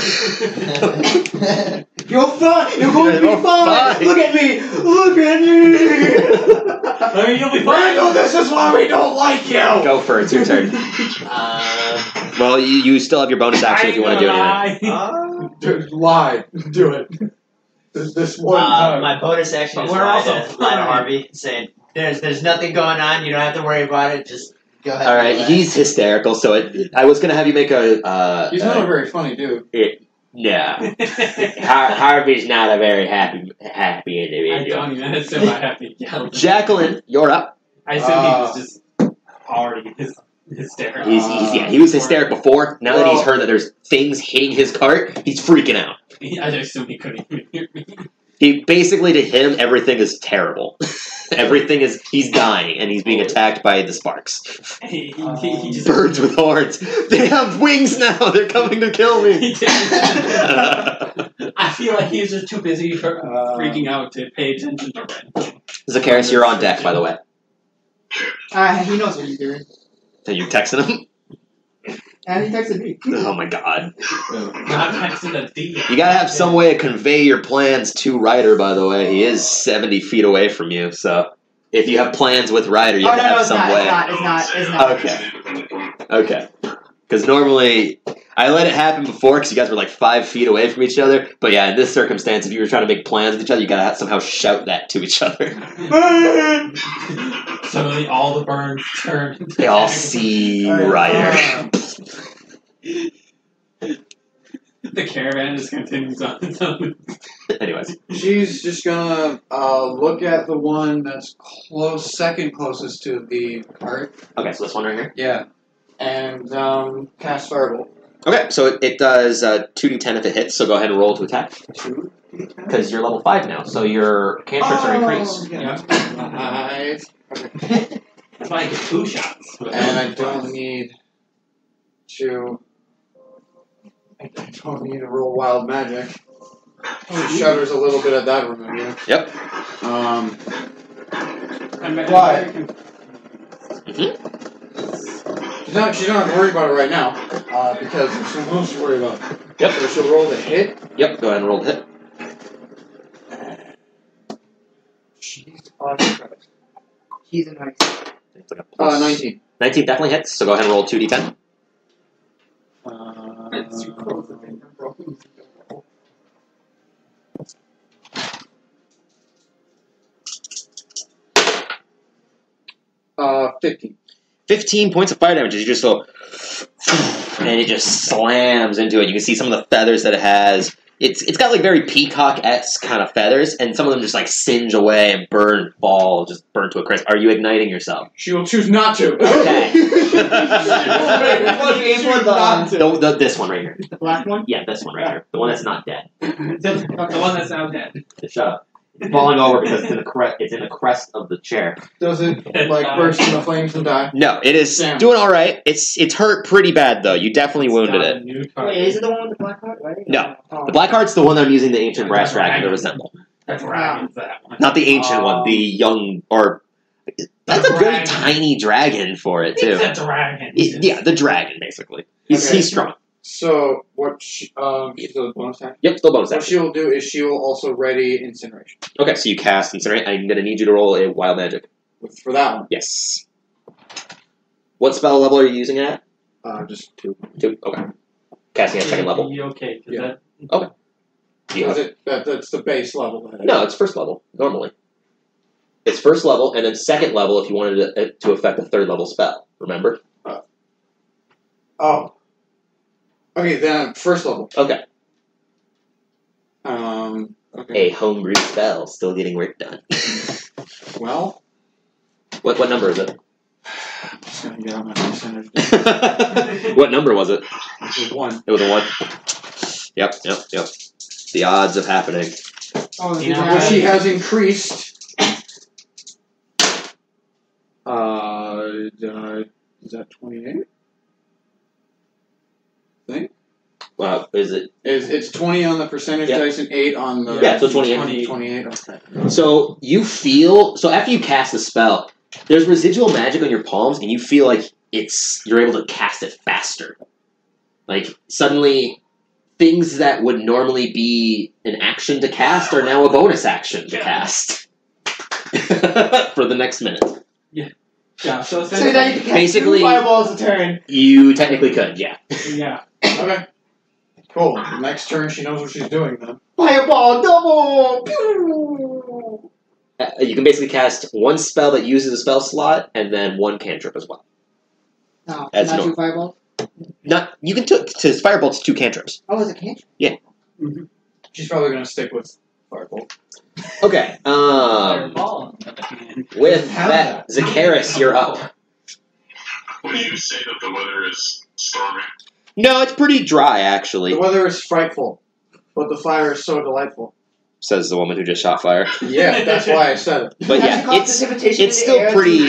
[SPEAKER 7] Uh,
[SPEAKER 6] You're fine. You're going to be
[SPEAKER 1] You're
[SPEAKER 6] fine.
[SPEAKER 1] fine.
[SPEAKER 6] Look at me. Look at me.
[SPEAKER 4] I mean, you'll be fine!
[SPEAKER 2] Randall, this is why we don't like you.
[SPEAKER 1] Go for it. It's your turn.
[SPEAKER 7] Uh,
[SPEAKER 1] Well, you, you still have your bonus action if you want to do anything.
[SPEAKER 4] anything.
[SPEAKER 7] uh,
[SPEAKER 2] Dude, lie. Do it. This, this one
[SPEAKER 7] Uh,
[SPEAKER 2] time.
[SPEAKER 7] my bonus action
[SPEAKER 4] But
[SPEAKER 7] is
[SPEAKER 4] we're
[SPEAKER 7] lie
[SPEAKER 4] also
[SPEAKER 7] to, lie to
[SPEAKER 4] fine.
[SPEAKER 7] Harvey, saying there's there's nothing going on. You don't have to worry about it. Just go ahead.
[SPEAKER 1] All
[SPEAKER 7] and
[SPEAKER 1] right,
[SPEAKER 7] relax."
[SPEAKER 1] he's hysterical. So it, I was gonna have you make a. Uh,
[SPEAKER 2] He's not a very funny dude.
[SPEAKER 1] yeah. Har- Harvey's not a very happy happy
[SPEAKER 4] I
[SPEAKER 1] individual.
[SPEAKER 4] don't even assume I have to yell.
[SPEAKER 1] Jacqueline, you're up.
[SPEAKER 4] I assume he was just already hys- hysterical.
[SPEAKER 1] uh, He's, he's yeah, he was hysteric before. Now that he's
[SPEAKER 2] Well-
[SPEAKER 1] heard that there's things hitting his cart, he's freaking out.
[SPEAKER 4] I assume he couldn't even hear me.
[SPEAKER 1] He basically to him everything is terrible. everything is he's dying and he's being attacked by the sparks.
[SPEAKER 4] He, he, he, he just.
[SPEAKER 1] Birds with horns. They have wings now. They're coming to kill me.
[SPEAKER 4] He didn't.
[SPEAKER 1] Zacharis,
[SPEAKER 4] I feel like he's just too busy for
[SPEAKER 2] Uh,
[SPEAKER 4] freaking out to pay attention to Ren.
[SPEAKER 1] you're on deck, by the way.
[SPEAKER 6] Uh, he knows what he's doing.
[SPEAKER 1] Are you texting him?
[SPEAKER 6] And he texted me.
[SPEAKER 1] Oh my god.
[SPEAKER 4] Not texting a D.
[SPEAKER 1] You gotta have some way to convey your plans to Ryder, by the way. He is 70 feet away from you, so if you have plans with Ryder, you
[SPEAKER 6] oh
[SPEAKER 1] have
[SPEAKER 6] no,
[SPEAKER 1] to have
[SPEAKER 6] no, it's
[SPEAKER 1] some
[SPEAKER 6] not,
[SPEAKER 1] way.
[SPEAKER 6] it's not. It's not. It's not.
[SPEAKER 1] Uh, Okay. Because normally, I let it happen before because you guys were like five feet away from each other. But yeah, in this circumstance, if you were trying to make plans with each other, you gotta somehow shout that to each other.
[SPEAKER 6] Burn!
[SPEAKER 4] Suddenly, all the burns turn.
[SPEAKER 1] They all see Ryder.
[SPEAKER 4] The caravan just continues on its own.
[SPEAKER 1] Anyways,
[SPEAKER 2] She's just gonna uh, look at the one that's close, second closest to the cart.
[SPEAKER 1] okay, so this one right here.
[SPEAKER 2] Yeah. And um, cast fireball.
[SPEAKER 1] Okay, so it, it does uh, 2d10 if it hits, so go ahead and roll to attack. Because you're level 5 now, so your cantrips are increased.
[SPEAKER 2] Yeah. Nice.
[SPEAKER 4] That's why I get two shots.
[SPEAKER 1] Uh,
[SPEAKER 2] And I don't need to. I don't need to roll wild magic. It shudders a little bit at that removal. Um,
[SPEAKER 4] I'm very-
[SPEAKER 2] Why?
[SPEAKER 1] Mhm.
[SPEAKER 2] she's not. She's not worried about it right now uh, because she's most worried about. It.
[SPEAKER 1] Yep.
[SPEAKER 2] So she'll roll the hit.
[SPEAKER 1] Yep, go ahead and roll to hit.
[SPEAKER 2] She's
[SPEAKER 4] Oh,
[SPEAKER 2] uh,
[SPEAKER 6] He's a nice.
[SPEAKER 1] It's like a plus-
[SPEAKER 2] nineteen.
[SPEAKER 1] 19 definitely hits, so go ahead and roll 2d10.
[SPEAKER 2] Uh, fifty.
[SPEAKER 1] 15 points of fire damage as you just go and it just slams into it. You can see some of the feathers that it has. It's it's got like very peacock esque kind of feathers, and some of them just like singe away and burn, and fall, just burn to a crisp. Are you igniting yourself?
[SPEAKER 2] She will choose not to.
[SPEAKER 1] Okay.
[SPEAKER 2] She will choose not to.
[SPEAKER 1] The, the, this one right here.
[SPEAKER 6] The black one?
[SPEAKER 1] Yeah, this one right here. The one that's not dead.
[SPEAKER 4] the, the one that's now dead.
[SPEAKER 1] Shut up. It's falling over because it's in the crest. It's in the crest of the chair.
[SPEAKER 2] Does it like burst into flames and die?
[SPEAKER 1] No, it is
[SPEAKER 2] Damn.
[SPEAKER 1] doing all right. It's it's hurt pretty bad though. You definitely wounded
[SPEAKER 4] It's
[SPEAKER 1] it.
[SPEAKER 4] not a new target.
[SPEAKER 6] Wait, is it the one with the black heart? Right?
[SPEAKER 1] No.
[SPEAKER 6] Oh.
[SPEAKER 1] The black heart's the one that I'm using the ancient brass dragon to resemble.
[SPEAKER 4] That's Ryan's that one.
[SPEAKER 1] Not the ancient
[SPEAKER 4] Um,
[SPEAKER 1] one, the young or that's a really
[SPEAKER 4] dragon.
[SPEAKER 1] tiny dragon for it too.
[SPEAKER 4] It's a dragon.
[SPEAKER 1] It- yeah, the dragon basically. He's,
[SPEAKER 2] Okay.
[SPEAKER 1] he's strong.
[SPEAKER 2] So what? She, um, she's a bonus action.
[SPEAKER 1] Yep, still
[SPEAKER 4] Oh,
[SPEAKER 1] bonus
[SPEAKER 2] What
[SPEAKER 1] action.
[SPEAKER 2] she will do is she will also ready incineration
[SPEAKER 1] Okay, so you cast incinerate. I'm gonna need you to roll a wild magic.
[SPEAKER 2] Which for that one.
[SPEAKER 1] Yes. What spell level are you using it at?
[SPEAKER 2] Uh, just two.
[SPEAKER 1] Two. Okay. Casting at second level.
[SPEAKER 4] You okay? 'cause
[SPEAKER 2] Yeah.
[SPEAKER 4] that-
[SPEAKER 1] Yeah.
[SPEAKER 2] That's it. That, that's the base level. That it
[SPEAKER 1] No, it's first level normally. It's first level, and then second level if you wanted to, to affect a third level spell. Remember?
[SPEAKER 2] Oh. Okay, then first level.
[SPEAKER 1] Okay.
[SPEAKER 2] Um. Okay.
[SPEAKER 1] A
[SPEAKER 4] Mm.
[SPEAKER 1] homebrew spell, still getting work done.
[SPEAKER 2] Well,
[SPEAKER 1] what what number is it?
[SPEAKER 2] I'm just gonna get out my percentage.
[SPEAKER 1] what number was it?
[SPEAKER 2] It's a one.
[SPEAKER 1] It was a one. Yep, yep, yep. The odds of happening.
[SPEAKER 6] Oh, the
[SPEAKER 4] You know,
[SPEAKER 6] black
[SPEAKER 2] Which
[SPEAKER 6] one.
[SPEAKER 2] she has increased. Uh, uh, is that twenty-eight?
[SPEAKER 1] Wow, is it?
[SPEAKER 2] It's, it's twenty on the percentage
[SPEAKER 1] Yeah.
[SPEAKER 2] dice and eight on the
[SPEAKER 1] Yeah, so 28.
[SPEAKER 2] 20, 28. Okay.
[SPEAKER 1] So you feel so after you cast the spell, there's residual magic on your palms, and you feel like it's you're able to cast it faster. Like suddenly, things that would normally be an action to cast are now a bonus action to cast for the next minute.
[SPEAKER 4] yeah. So
[SPEAKER 6] So now you
[SPEAKER 4] essentially,
[SPEAKER 6] can cast
[SPEAKER 1] Basically-
[SPEAKER 6] two fireballs a turn.
[SPEAKER 1] You technically could, yeah.
[SPEAKER 4] yeah.
[SPEAKER 2] Okay. Cool. Next turn, she knows what she's doing then.
[SPEAKER 6] Fireball double. Pew!
[SPEAKER 1] Uh, you can basically cast one spell that uses a spell slot, and then one cantrip as well.
[SPEAKER 6] No,
[SPEAKER 1] That's
[SPEAKER 6] not
[SPEAKER 1] no-
[SPEAKER 6] two fireballs.
[SPEAKER 1] Not you can t- to firebolt's two cantrips.
[SPEAKER 6] Oh, is it cantrip?
[SPEAKER 2] She's probably gonna stick with firebolt.
[SPEAKER 1] Okay. Um.
[SPEAKER 4] Fireball.
[SPEAKER 1] With
[SPEAKER 3] How
[SPEAKER 1] that, Zacharis, you're up.
[SPEAKER 5] Would you say that the weather is stormy?
[SPEAKER 1] No, it's pretty dry,
[SPEAKER 2] The
[SPEAKER 1] actually.
[SPEAKER 2] weather is frightful, but the fire is so delightful.
[SPEAKER 1] Says the woman who just shot fire.
[SPEAKER 2] Yeah, that's why I said it.
[SPEAKER 1] But yeah, it's it's still pretty-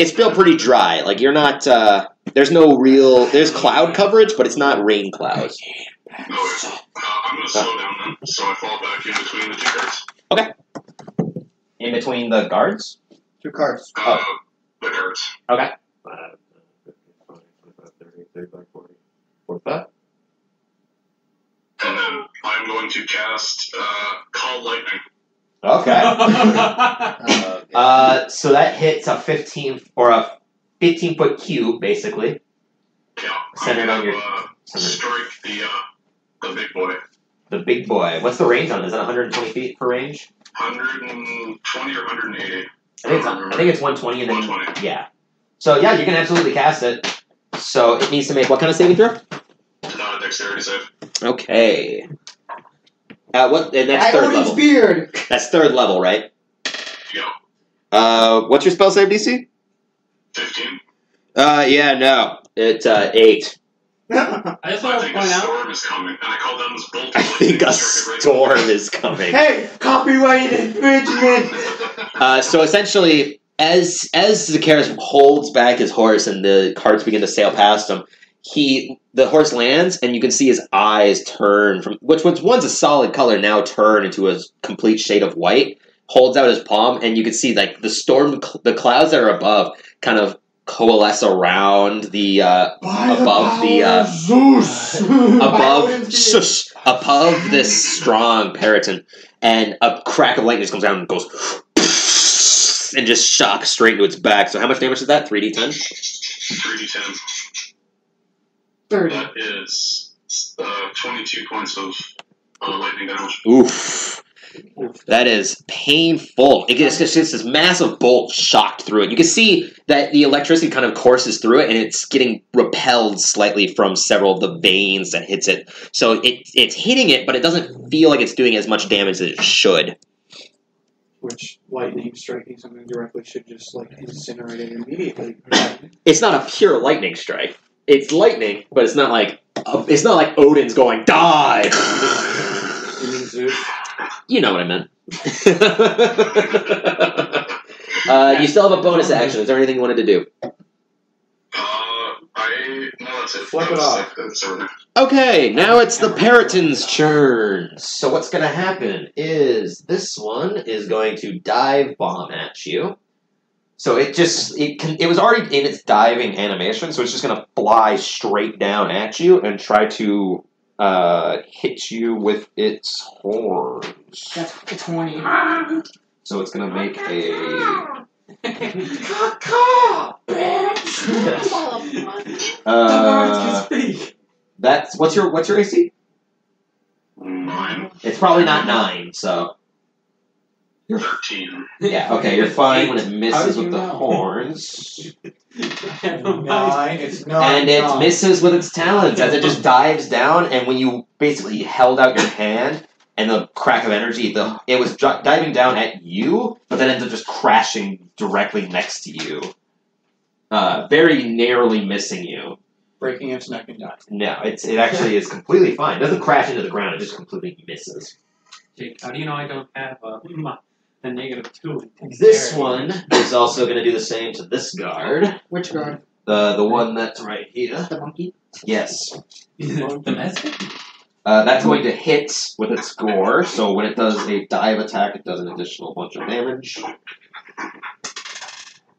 [SPEAKER 1] it's still pretty dry. Like you're not. uh There's no real. There's cloud coverage, but it's not rain clouds.
[SPEAKER 5] No, it's, uh, I'm going to slow down then, so I fall back in between the two guards.
[SPEAKER 1] In between the guards.
[SPEAKER 3] Two cards.
[SPEAKER 5] Uh,
[SPEAKER 1] Oh.
[SPEAKER 5] the guards.
[SPEAKER 7] Five, six, seven, eight, nine, 30, 35, 40. What's that?
[SPEAKER 5] And then I'm going to cast uh, Call Lightning.
[SPEAKER 4] Okay.
[SPEAKER 3] Uh,
[SPEAKER 1] Uh, so that hits a 15 or a 15 foot cube, basically.
[SPEAKER 5] Yeah,
[SPEAKER 1] Send
[SPEAKER 5] I'm
[SPEAKER 1] it on
[SPEAKER 5] going
[SPEAKER 1] your-
[SPEAKER 5] to uh, strike the, uh, the big boy.
[SPEAKER 1] The big boy. What's the range on? it? Is that 120 feet per range?
[SPEAKER 5] 120 or 180.
[SPEAKER 1] I think it's, I think it's 120 and then
[SPEAKER 5] 120.
[SPEAKER 1] Yeah. So yeah, you can absolutely cast it. So it needs to make what kind of saving throw?
[SPEAKER 5] Uh, dexterity save.
[SPEAKER 1] Okay. Uh, what? And that's third level.
[SPEAKER 6] beard.
[SPEAKER 1] That's third level, right?
[SPEAKER 5] Yeah,
[SPEAKER 1] Uh, what's your spell save DC?
[SPEAKER 5] 15.
[SPEAKER 1] Uh, yeah, no, it's uh eight.
[SPEAKER 4] I just
[SPEAKER 5] I
[SPEAKER 4] want to
[SPEAKER 5] think
[SPEAKER 4] point
[SPEAKER 5] a
[SPEAKER 4] out.
[SPEAKER 5] storm is coming, and I call down this bolt. of
[SPEAKER 1] I think a
[SPEAKER 5] lightning strike
[SPEAKER 1] storm is coming.
[SPEAKER 6] hey, copyright infringement.
[SPEAKER 5] right-
[SPEAKER 1] Uh, so essentially, as as Zacharis holds back his horse and the carts begin to sail past him, he the horse lands and you can see his eyes turn from which was once a solid color now turn into a complete shade of white. Holds out his palm and you can see like the storm, cl- the clouds that are above kind of coalesce around the uh,
[SPEAKER 2] By
[SPEAKER 1] Above the, uh,
[SPEAKER 2] Zeus.
[SPEAKER 1] above
[SPEAKER 6] Odin's
[SPEAKER 1] shush, above this strong periton, and a crack of lightning just comes down and goes and just shocks straight into its back. So how much damage is that? Three d ten.
[SPEAKER 5] 3d10.
[SPEAKER 6] Thirty.
[SPEAKER 5] That is uh, 22 points of uh, lightning damage.
[SPEAKER 1] Oof. That is painful. It gets, it's just this massive bolt shocked through it. You can see that the electricity kind of courses through it, and it's getting repelled slightly from several of the veins that hits it. So it it's hitting it, but it doesn't feel like it's doing as much damage as it should.
[SPEAKER 2] Which lightning striking something directly should just like incinerate it immediately.
[SPEAKER 1] It's not a pure lightning strike. It's lightning, but it's not like uh, it's not like Odin's going die.
[SPEAKER 2] You mean Zeus?
[SPEAKER 1] You know what I meant. uh, you still have a bonus action. Is there anything you wanted to do?
[SPEAKER 5] Uh, I no, that's it.
[SPEAKER 2] Flip it
[SPEAKER 5] That's-
[SPEAKER 2] off.
[SPEAKER 5] That's everything.
[SPEAKER 1] Okay, now it's the Periton's churn. So what's going to happen is this one is going to dive bomb at you. So it just it can, it was already in its diving animation, so it's just going to fly straight down at you and try to uh, hit you with its horns.
[SPEAKER 6] That's a
[SPEAKER 1] Uh,
[SPEAKER 6] 20.
[SPEAKER 1] So it's going to make a uh, that's what's your what's your AC?
[SPEAKER 5] Mine,
[SPEAKER 1] It's probably not nine. So
[SPEAKER 5] thirteen.
[SPEAKER 1] yeah, okay, you're fine when it misses
[SPEAKER 4] do
[SPEAKER 1] with
[SPEAKER 4] you
[SPEAKER 1] the
[SPEAKER 4] know?
[SPEAKER 1] horns.
[SPEAKER 2] Nine. It's not.
[SPEAKER 1] and it
[SPEAKER 2] nine.
[SPEAKER 1] misses with its talons as it just dives down. And when you basically held out your hand and the crack of energy, the it was dri- diving down at you, but then ends up just crashing directly next to you, uh, very narrowly missing you.
[SPEAKER 2] breaking its neck and dying.
[SPEAKER 1] No, it's it actually is completely fine. It doesn't crash into the ground. It just completely misses.
[SPEAKER 4] Jake, how do you know I don't have a, a negative two? in dexterity?
[SPEAKER 1] This one is also going to do the same to this guard, Uh,
[SPEAKER 6] Which guard?
[SPEAKER 1] the the one that's right here.
[SPEAKER 6] The monkey?
[SPEAKER 1] Yes.
[SPEAKER 4] domestic?
[SPEAKER 1] Uh, that's going to hit with its gore, so when it does a dive attack, it does an additional bunch of damage.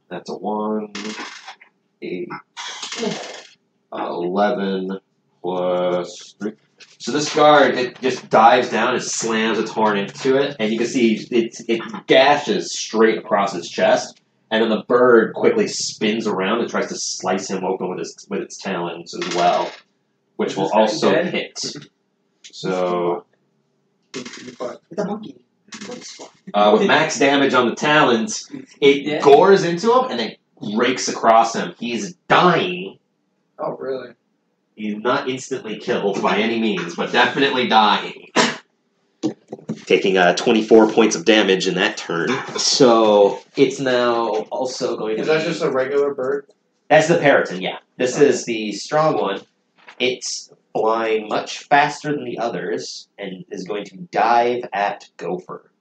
[SPEAKER 1] That's a 1, 8, 11, plus 3. So this guard, it just dives down and slams its horn into it, and you can see it, it gashes straight across its chest, and then the bird quickly spins around and tries to slice him open with, his, with its talons as well, which
[SPEAKER 4] Is
[SPEAKER 1] will
[SPEAKER 4] this guy
[SPEAKER 1] also
[SPEAKER 4] dead?
[SPEAKER 1] hit. So,
[SPEAKER 2] But
[SPEAKER 6] The monkey. What is fuck?
[SPEAKER 1] uh, with max damage on the talons, it
[SPEAKER 4] Yeah.
[SPEAKER 1] gores into him and then rakes across him. He's dying.
[SPEAKER 2] oh, really?
[SPEAKER 1] He's not instantly killed by any means, but definitely dying. Taking uh, 24 points of damage in that turn. So it's now also going to
[SPEAKER 2] Is that
[SPEAKER 1] be-
[SPEAKER 2] just a regular bird?
[SPEAKER 1] That's the Periton, yeah. This is the strong one. It's flying much faster than the others and is going to dive at Gopher.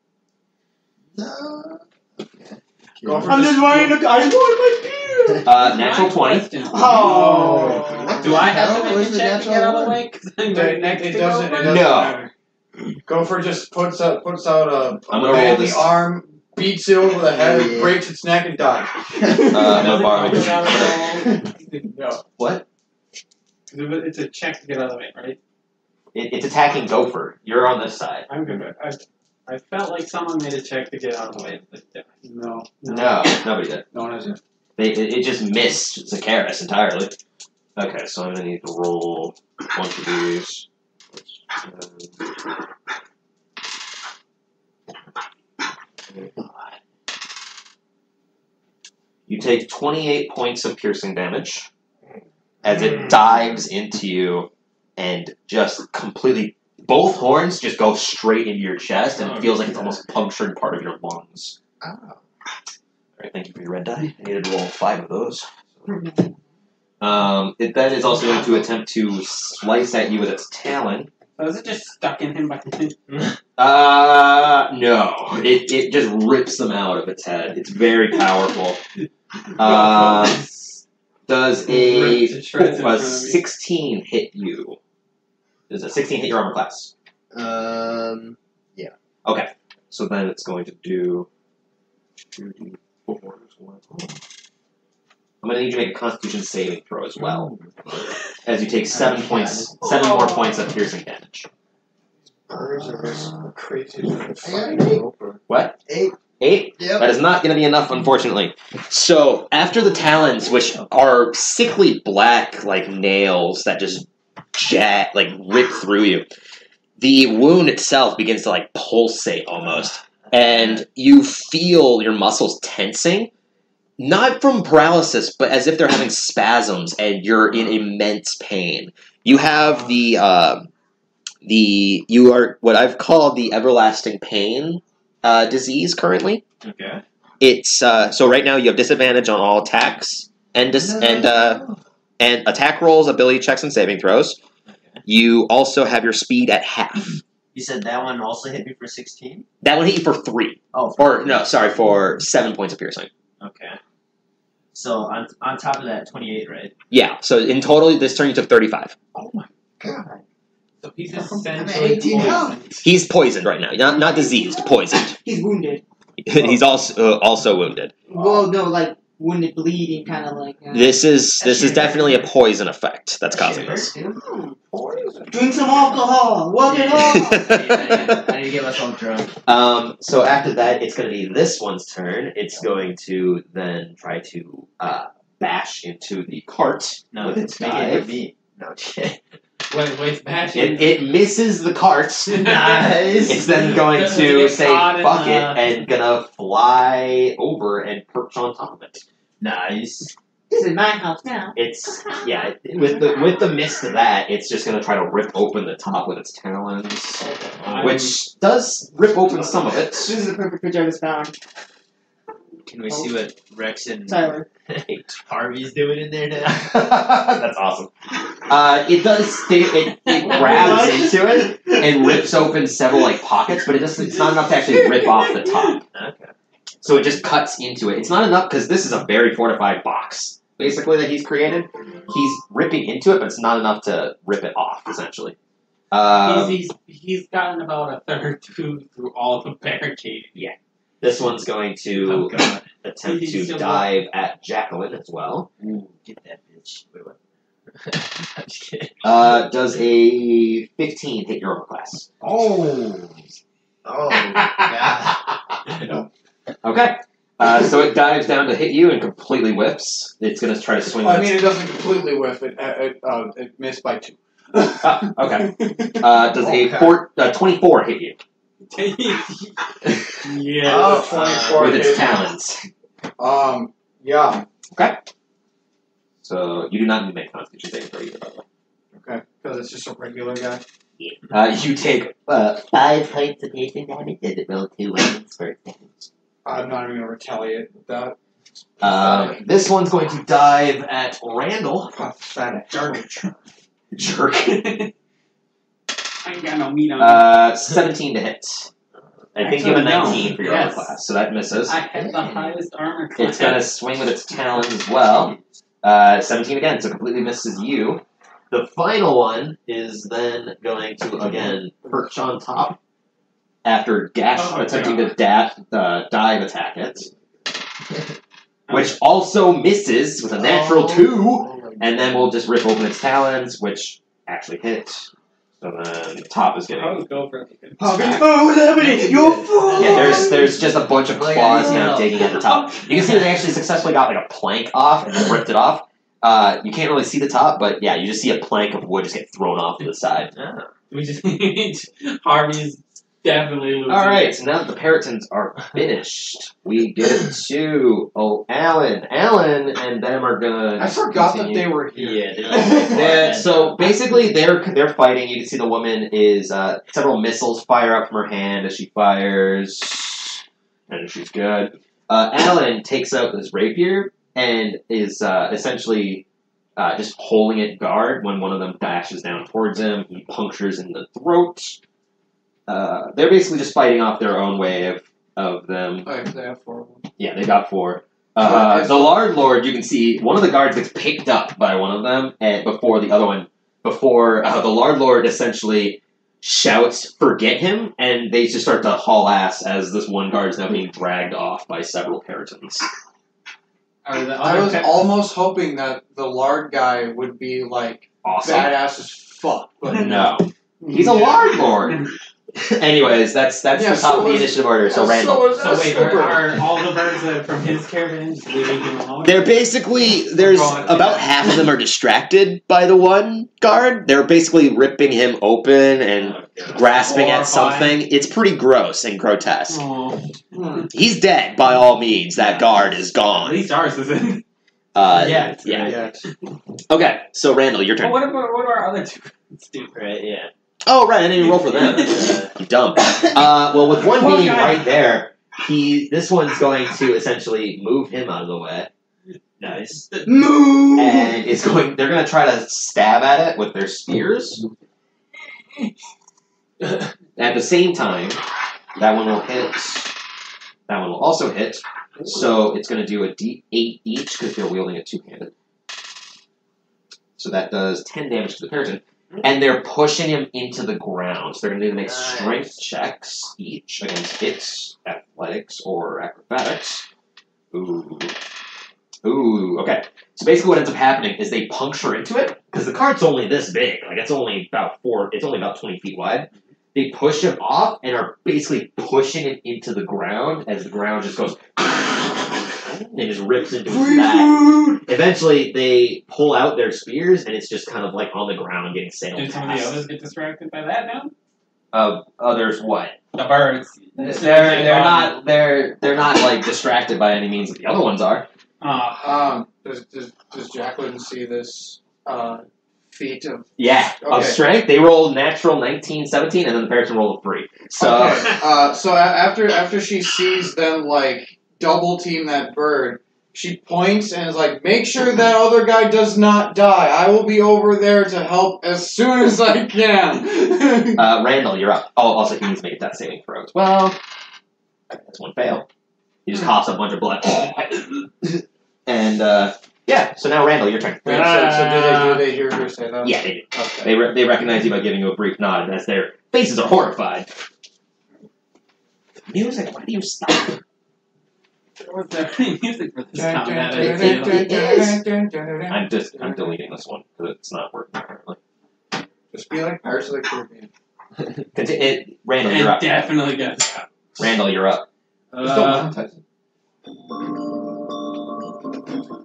[SPEAKER 3] No. Okay.
[SPEAKER 2] Go for
[SPEAKER 6] I'm just wanting to. I just want my beer!
[SPEAKER 1] Uh, natural
[SPEAKER 4] My
[SPEAKER 1] 20.
[SPEAKER 4] question.
[SPEAKER 6] Oh.
[SPEAKER 4] Do I have
[SPEAKER 3] That
[SPEAKER 4] to make
[SPEAKER 3] was
[SPEAKER 4] a
[SPEAKER 3] the
[SPEAKER 4] check to
[SPEAKER 3] natural
[SPEAKER 4] get out of
[SPEAKER 3] one.
[SPEAKER 4] the way? 'Cause I'm
[SPEAKER 2] It,
[SPEAKER 4] right
[SPEAKER 2] it
[SPEAKER 4] next to
[SPEAKER 2] doesn't. It
[SPEAKER 4] Gopher?
[SPEAKER 2] doesn't
[SPEAKER 1] No.
[SPEAKER 2] matter. Gopher just puts out puts out a
[SPEAKER 1] I'm gonna roll
[SPEAKER 2] manly
[SPEAKER 1] this.
[SPEAKER 2] arm, beats it over the head,
[SPEAKER 3] Yeah.
[SPEAKER 2] breaks its neck, and dies.
[SPEAKER 1] Uh, no
[SPEAKER 4] Doesn't
[SPEAKER 1] borrow.
[SPEAKER 4] Gopher out of the way?
[SPEAKER 2] No.
[SPEAKER 1] What?
[SPEAKER 4] It's a check to get out of the way, right?
[SPEAKER 1] It, it's attacking Gopher. You're on this side.
[SPEAKER 4] I'm good. with it. I, I felt like someone made a check to get out of the way. but didn't.
[SPEAKER 2] No.
[SPEAKER 1] No, nobody did.
[SPEAKER 2] No one has it.
[SPEAKER 1] They, it, it just missed Zacharis entirely. Okay, so I'm gonna need to roll a bunch of these. You take 28 points of piercing damage as it dives into you and just completely. Both horns just go straight into your chest, and it feels like it's almost punctured part of your lungs.
[SPEAKER 3] Oh.
[SPEAKER 1] All right, thank you for your red die. I needed to roll five of those. Um, it then is also going to attempt to slice at you with its talon.
[SPEAKER 4] So is it just stuck in him by
[SPEAKER 1] Uh, no. It, it just rips them out of its head. It's very powerful. Uh, does a,
[SPEAKER 4] Ripped to shreds in
[SPEAKER 1] a
[SPEAKER 4] front of you.
[SPEAKER 1] 16 hit you? Does a 16 hit your armor class?
[SPEAKER 3] Um.
[SPEAKER 1] So then it's going to do. I'm going to need you to make a constitution saving throw as well. as you take seven points, seven more points of piercing damage.
[SPEAKER 2] Birds are just crazy.
[SPEAKER 1] What?
[SPEAKER 3] Eight.
[SPEAKER 1] Eight?
[SPEAKER 3] Yep.
[SPEAKER 1] That is not going to be enough, unfortunately. So after the talons, which are sickly black like nails that just jet like rip through you, the wound itself begins to like pulsate almost, and you feel your muscles tensing, not from paralysis, but as if they're having spasms, and you're in immense pain. You have the uh, the you are what I've called the everlasting pain uh, disease currently.
[SPEAKER 7] Okay.
[SPEAKER 1] It's uh, so right now you have disadvantage on all attacks and dis- and uh, and attack rolls, ability checks, and saving throws.
[SPEAKER 7] Okay.
[SPEAKER 1] You also have your speed at half.
[SPEAKER 7] You said that one also hit me for 16?
[SPEAKER 1] That one hit you for three,
[SPEAKER 7] Oh,
[SPEAKER 1] or no, sorry, for seven points of piercing.
[SPEAKER 7] Okay. So on, on top of that, 28, right?
[SPEAKER 1] Yeah, so in total, this turn you took thirty-five.
[SPEAKER 7] Oh my god.
[SPEAKER 4] So he's
[SPEAKER 6] I'm at
[SPEAKER 4] essentially
[SPEAKER 6] 18
[SPEAKER 4] poisoned.
[SPEAKER 1] He's poisoned right now, not not diseased, poisoned.
[SPEAKER 6] He's wounded.
[SPEAKER 1] He's also uh, also wounded.
[SPEAKER 6] Well, no, like wounded, bleeding, kind of like. Uh,
[SPEAKER 1] This is this is definitely a poison effect that's causing this.
[SPEAKER 6] drink some alcohol. Work it off.
[SPEAKER 7] I need to get myself drunk.
[SPEAKER 1] Um, so after that, it's going to be this one's turn. It's going to then try to uh, bash into the cart
[SPEAKER 7] No,
[SPEAKER 1] with its
[SPEAKER 7] make it hit
[SPEAKER 1] dive.
[SPEAKER 7] me. No, shit.
[SPEAKER 4] Wait, wait, smash
[SPEAKER 1] It, it misses the cart.
[SPEAKER 7] Nice.
[SPEAKER 1] It's then going
[SPEAKER 4] Doesn't
[SPEAKER 1] to
[SPEAKER 4] get
[SPEAKER 1] say
[SPEAKER 4] caught in
[SPEAKER 1] fuck it
[SPEAKER 4] the-
[SPEAKER 1] and gonna fly over and perch on top of it.
[SPEAKER 7] Nice.
[SPEAKER 6] this is my house now.
[SPEAKER 1] It's yeah, it- with the with the mist of that, it's just gonna try to rip open the top with its talons. Which does rip open some of it.
[SPEAKER 6] This is the perfect picture I just found.
[SPEAKER 7] Can we see what Rex and
[SPEAKER 6] Tyler.
[SPEAKER 7] Harvey's doing in there now?
[SPEAKER 1] That's awesome. Uh, it does. Stay, it, it grabs into it and rips open several like pockets, but it doesn't. It's not enough to actually rip off the top.
[SPEAKER 7] Okay.
[SPEAKER 1] So it just cuts into it. It's not enough because this is a very fortified box, basically that he's created. He's ripping into it, but it's not enough to rip it off. Essentially, um,
[SPEAKER 4] he's, he's, he's gotten about a third through, through all the barricading.
[SPEAKER 1] this one's going
[SPEAKER 7] Oh
[SPEAKER 1] to
[SPEAKER 7] god.
[SPEAKER 1] attempt
[SPEAKER 4] He's
[SPEAKER 1] to
[SPEAKER 4] so-
[SPEAKER 1] dive at Jacqueline as well.
[SPEAKER 7] Ooh, get that bitch. Wait, what? I'm just kidding.
[SPEAKER 1] Uh, does a fifteen hit your armor class?
[SPEAKER 7] Oh. Oh god.
[SPEAKER 1] Oh. Okay. Uh, so it dives down to hit you and completely whips. It's going to try to swing.
[SPEAKER 2] I
[SPEAKER 1] with
[SPEAKER 2] mean,
[SPEAKER 1] its-
[SPEAKER 2] it doesn't completely whiff. It it, uh, it missed by two.
[SPEAKER 1] Ah, okay. Uh, does a
[SPEAKER 7] Okay.
[SPEAKER 1] four, uh, 24 hit you
[SPEAKER 4] yeah.
[SPEAKER 2] Oh,
[SPEAKER 7] uh,
[SPEAKER 2] 24
[SPEAKER 1] with its
[SPEAKER 2] hit.
[SPEAKER 1] talons?
[SPEAKER 2] Um, yeah.
[SPEAKER 1] So you do not need to make constitution saving throw either, by the way.
[SPEAKER 2] Okay. Because it's just a regular guy.
[SPEAKER 1] Uh, you take uh,
[SPEAKER 3] Five points of piercing damage and it rolled two weapons for damage.
[SPEAKER 2] I'm not even going to retaliate with that.
[SPEAKER 1] um, this one's going to dive at Randall.
[SPEAKER 2] Pathetic.
[SPEAKER 1] Jerk.
[SPEAKER 4] I ain't got no meat on me.
[SPEAKER 1] Uh, 17 to hit. I think you have a
[SPEAKER 4] Actually, no.
[SPEAKER 1] 19 for your armor
[SPEAKER 4] Yes.
[SPEAKER 1] class, so that misses.
[SPEAKER 4] I have the highest armor class.
[SPEAKER 1] It's gonna swing with its talons as
[SPEAKER 7] Oh,
[SPEAKER 1] well. Uh, 17 again, so completely misses you. The final one is then going to again perch on top after dash
[SPEAKER 4] Oh,
[SPEAKER 1] attempting to dash uh, dive attack it,
[SPEAKER 4] Oh.
[SPEAKER 1] which also misses with a natural two, and then we'll just rip open its talons, which actually hit. So then the top is
[SPEAKER 4] I
[SPEAKER 1] getting
[SPEAKER 4] would go for it.
[SPEAKER 6] Oh, Liberty, you fool!
[SPEAKER 1] yeah, there's there's just a bunch of
[SPEAKER 7] Oh, yeah,
[SPEAKER 1] claws
[SPEAKER 7] yeah.
[SPEAKER 1] now digging at the top. You can see that they actually successfully got like a plank off and then ripped it off. Uh, you can't really see the top, but yeah, you just see a plank of wood just get thrown off to the side.
[SPEAKER 4] We just Harvey's definitely losing.
[SPEAKER 1] All right, so now that the Parrotons are finished, we get to oh Alan, Alan, and them are gonna.
[SPEAKER 2] I forgot
[SPEAKER 1] continue.
[SPEAKER 2] that they were here.
[SPEAKER 7] Yeah, they're
[SPEAKER 1] Yeah,
[SPEAKER 7] like-
[SPEAKER 1] so basically, they're they're fighting. You can see the woman is uh, several missiles fire up from her hand as she fires, and she's good. Uh, Alan takes out this rapier and is uh, essentially uh, just holding it guard when one of them dashes down towards him. He punctures in the throat. Uh, they're basically just fighting off their own way of, of them
[SPEAKER 2] Oh, yeah, they have four of them.
[SPEAKER 1] yeah, they got four. Uh, the Lard Lord, you can see one of the guards gets picked up by one of them, and before the other one, before uh, the Lard Lord essentially shouts, "Forget him!" and they just start to haul ass as this one guard is now being dragged off by several Paratons.
[SPEAKER 4] Are the
[SPEAKER 2] I
[SPEAKER 4] other
[SPEAKER 2] was
[SPEAKER 4] pe-
[SPEAKER 2] almost hoping that the lard guy would be like
[SPEAKER 1] Awesome.
[SPEAKER 2] badass as fuck, but
[SPEAKER 1] No, he's a Lard Lord. Anyways, that's that's
[SPEAKER 2] Yeah,
[SPEAKER 1] the top
[SPEAKER 2] so
[SPEAKER 1] of the
[SPEAKER 2] was-
[SPEAKER 1] initiative order. So
[SPEAKER 2] Uh,
[SPEAKER 1] Randall.
[SPEAKER 2] So is
[SPEAKER 4] So
[SPEAKER 2] that
[SPEAKER 4] wait, are,
[SPEAKER 2] super?
[SPEAKER 4] are all the birds that are from his caravan just leaving him alone?
[SPEAKER 1] They're basically there's
[SPEAKER 4] Wrong.
[SPEAKER 1] about half of them are distracted by the one guard. They're basically ripping him open and grasping at something.
[SPEAKER 4] Horrifying.
[SPEAKER 1] It's pretty gross and grotesque.
[SPEAKER 4] Oh,
[SPEAKER 2] Hmm.
[SPEAKER 1] He's dead by all means. That guard is
[SPEAKER 4] at
[SPEAKER 1] gone.
[SPEAKER 4] least ours isn't.
[SPEAKER 1] Uh,
[SPEAKER 4] yeah.
[SPEAKER 1] yeah. Okay, so Randall, your
[SPEAKER 4] But
[SPEAKER 1] turn.
[SPEAKER 4] what are, what are our other two birds do?
[SPEAKER 7] Right, yeah.
[SPEAKER 1] Oh right, I didn't even roll for them. I'm dumb. Uh, well, with one
[SPEAKER 4] Poor
[SPEAKER 1] being
[SPEAKER 4] guy.
[SPEAKER 1] right there, he this one's going to essentially move him out of the way,
[SPEAKER 7] nice.
[SPEAKER 6] Move.
[SPEAKER 1] and it's going. They're going to try to stab at it with their spears. At the same time, that one will hit. That one will also hit. So it's going to do a d8 each because they're wielding it two handed. So that does 10 damage to the person. And they're pushing him into the ground. So they're going to need to make
[SPEAKER 7] Nice.
[SPEAKER 1] strength checks each against its athletics or acrobatics. Ooh. Ooh, okay. So basically, what ends up happening is they puncture into it because the card's only this big. Like it's only about four. It's only about twenty feet wide. They push him off and are basically pushing him into the ground as the ground just goes and just rips into his back. Eventually, they pull out their spears and it's just kind of like on the ground getting sailed
[SPEAKER 4] Did some of the
[SPEAKER 1] past.
[SPEAKER 4] others get distracted by that now?
[SPEAKER 1] Uh, others what?
[SPEAKER 4] The birds.
[SPEAKER 1] They're they're not they're they're not like distracted by any means that the other ones are.
[SPEAKER 4] Ah,
[SPEAKER 2] Um, does, does, does Jacqueline see this uh, feat of?
[SPEAKER 1] Yeah, of
[SPEAKER 2] Okay.
[SPEAKER 1] strength they rolled natural 19, 17, and then the person rolled a three. So.
[SPEAKER 2] Okay, uh, so a- after after she sees them like double team that bird, she points and is like, "Make sure that other guy does not die. I will be over there to help as soon as I can."
[SPEAKER 1] Uh, Randall, you're up. Oh, also he needs to make a death saving throw as well. That's one fail. He just coughs up a bunch of blood. and uh, yeah, so now Randall, your turn.
[SPEAKER 2] Wait, so, so did they, did they hear her say that?
[SPEAKER 1] Yeah, they, do.
[SPEAKER 2] Okay.
[SPEAKER 1] they, re- they recognize you by giving you a brief nod as their faces are horrified. Music, why do you stop?
[SPEAKER 4] there was there any music for this
[SPEAKER 2] Dun,
[SPEAKER 4] combat?
[SPEAKER 2] dun,
[SPEAKER 4] I
[SPEAKER 2] dun,
[SPEAKER 4] didn't
[SPEAKER 2] dun,
[SPEAKER 4] feel.
[SPEAKER 1] It is.
[SPEAKER 2] dun, dun, dun, dun.
[SPEAKER 1] I'm just I'm deleting this one because it's not working currently.
[SPEAKER 2] Just be like Pirates of the Caribbean.
[SPEAKER 1] Conti- it, Randall, you're
[SPEAKER 4] It
[SPEAKER 1] up.
[SPEAKER 4] definitely got.
[SPEAKER 1] Randall, you're up.
[SPEAKER 4] Uh,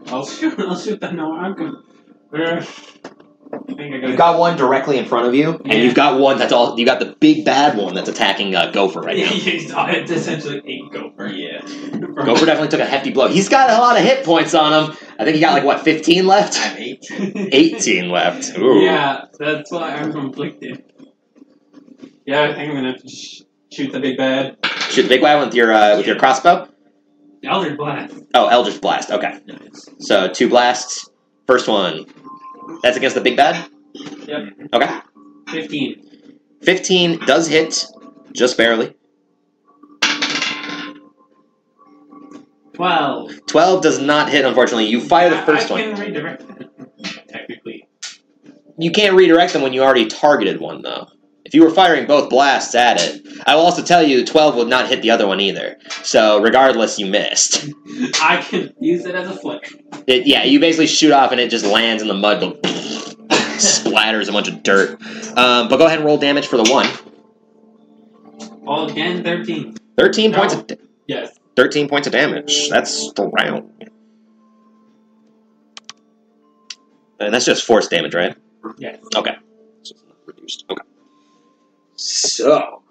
[SPEAKER 4] I'll shoot. I'll shoot that no I'm gonna. Where? I think I got.
[SPEAKER 1] You've got one directly in front of you, and
[SPEAKER 4] Yeah.
[SPEAKER 1] you've got one that's all. You got the big bad one that's attacking uh, Gopher right now.
[SPEAKER 4] you saw it. It's essentially a gopher.
[SPEAKER 7] Yeah.
[SPEAKER 4] From-
[SPEAKER 1] Gopher definitely took a hefty blow. He's got a lot of hit points on him. I think he got like what, fifteen left?
[SPEAKER 7] I'm 18.
[SPEAKER 1] Eighteen left. Ooh.
[SPEAKER 4] Yeah, that's why I'm conflicted. Yeah, I think I'm gonna have to sh- shoot the big bad.
[SPEAKER 1] Shoot the big guy with your uh, with your crossbow.
[SPEAKER 4] Elder Blast.
[SPEAKER 1] Oh, Eldritch Blast. Okay,
[SPEAKER 4] Nice.
[SPEAKER 1] so two blasts. First one. That's against the big bad.
[SPEAKER 4] Yep.
[SPEAKER 1] Okay.
[SPEAKER 4] 15.
[SPEAKER 1] Fifteen does hit, just barely.
[SPEAKER 4] 12.
[SPEAKER 1] Twelve does not hit. Unfortunately, you fire the
[SPEAKER 4] I-
[SPEAKER 1] first
[SPEAKER 4] I
[SPEAKER 1] one.
[SPEAKER 4] can redirect that, technically.
[SPEAKER 1] You can't redirect them when you already targeted one, though. If you were firing both blasts at it, I will also tell you, twelve would not hit the other one either. So regardless, you missed.
[SPEAKER 4] I can use it as a flick.
[SPEAKER 1] It, yeah, you basically shoot off and it just lands in the mud, but splatters a bunch of dirt. Um, but go ahead and roll damage for the one.
[SPEAKER 4] All again, 13.
[SPEAKER 1] 13
[SPEAKER 4] No.
[SPEAKER 1] points of da-
[SPEAKER 4] Yes.
[SPEAKER 1] 13 points of damage. That's the round. And that's just force damage, right?
[SPEAKER 4] Yes.
[SPEAKER 1] Reduced. Okay. So,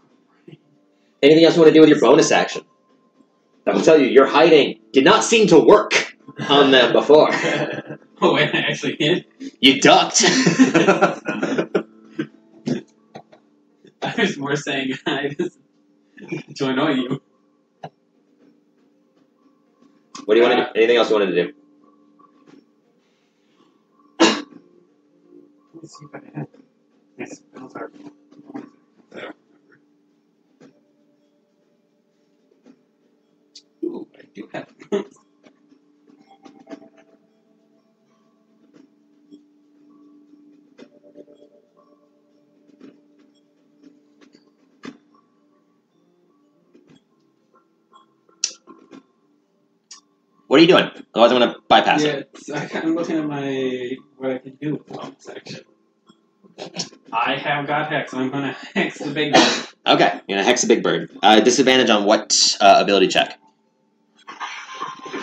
[SPEAKER 1] anything else you want to do with your bonus action? I will tell you, your hiding did not seem to work on them before.
[SPEAKER 4] Oh, wait, I actually hit.
[SPEAKER 1] You ducked.
[SPEAKER 4] I was more saying I just to annoy you.
[SPEAKER 1] What do you want to do? Anything else you wanted to do?
[SPEAKER 4] Let me see if I have. My spells are. There. Ooh, I do have.
[SPEAKER 1] What are you doing? Otherwise, I'm going to bypass it.
[SPEAKER 4] Yeah, it's- I ca- I'm looking at my what I can do with bonus action. I have got hex. I'm gonna hex the big one.
[SPEAKER 1] Okay, you're gonna hex a big bird. Uh, disadvantage on what uh, ability check?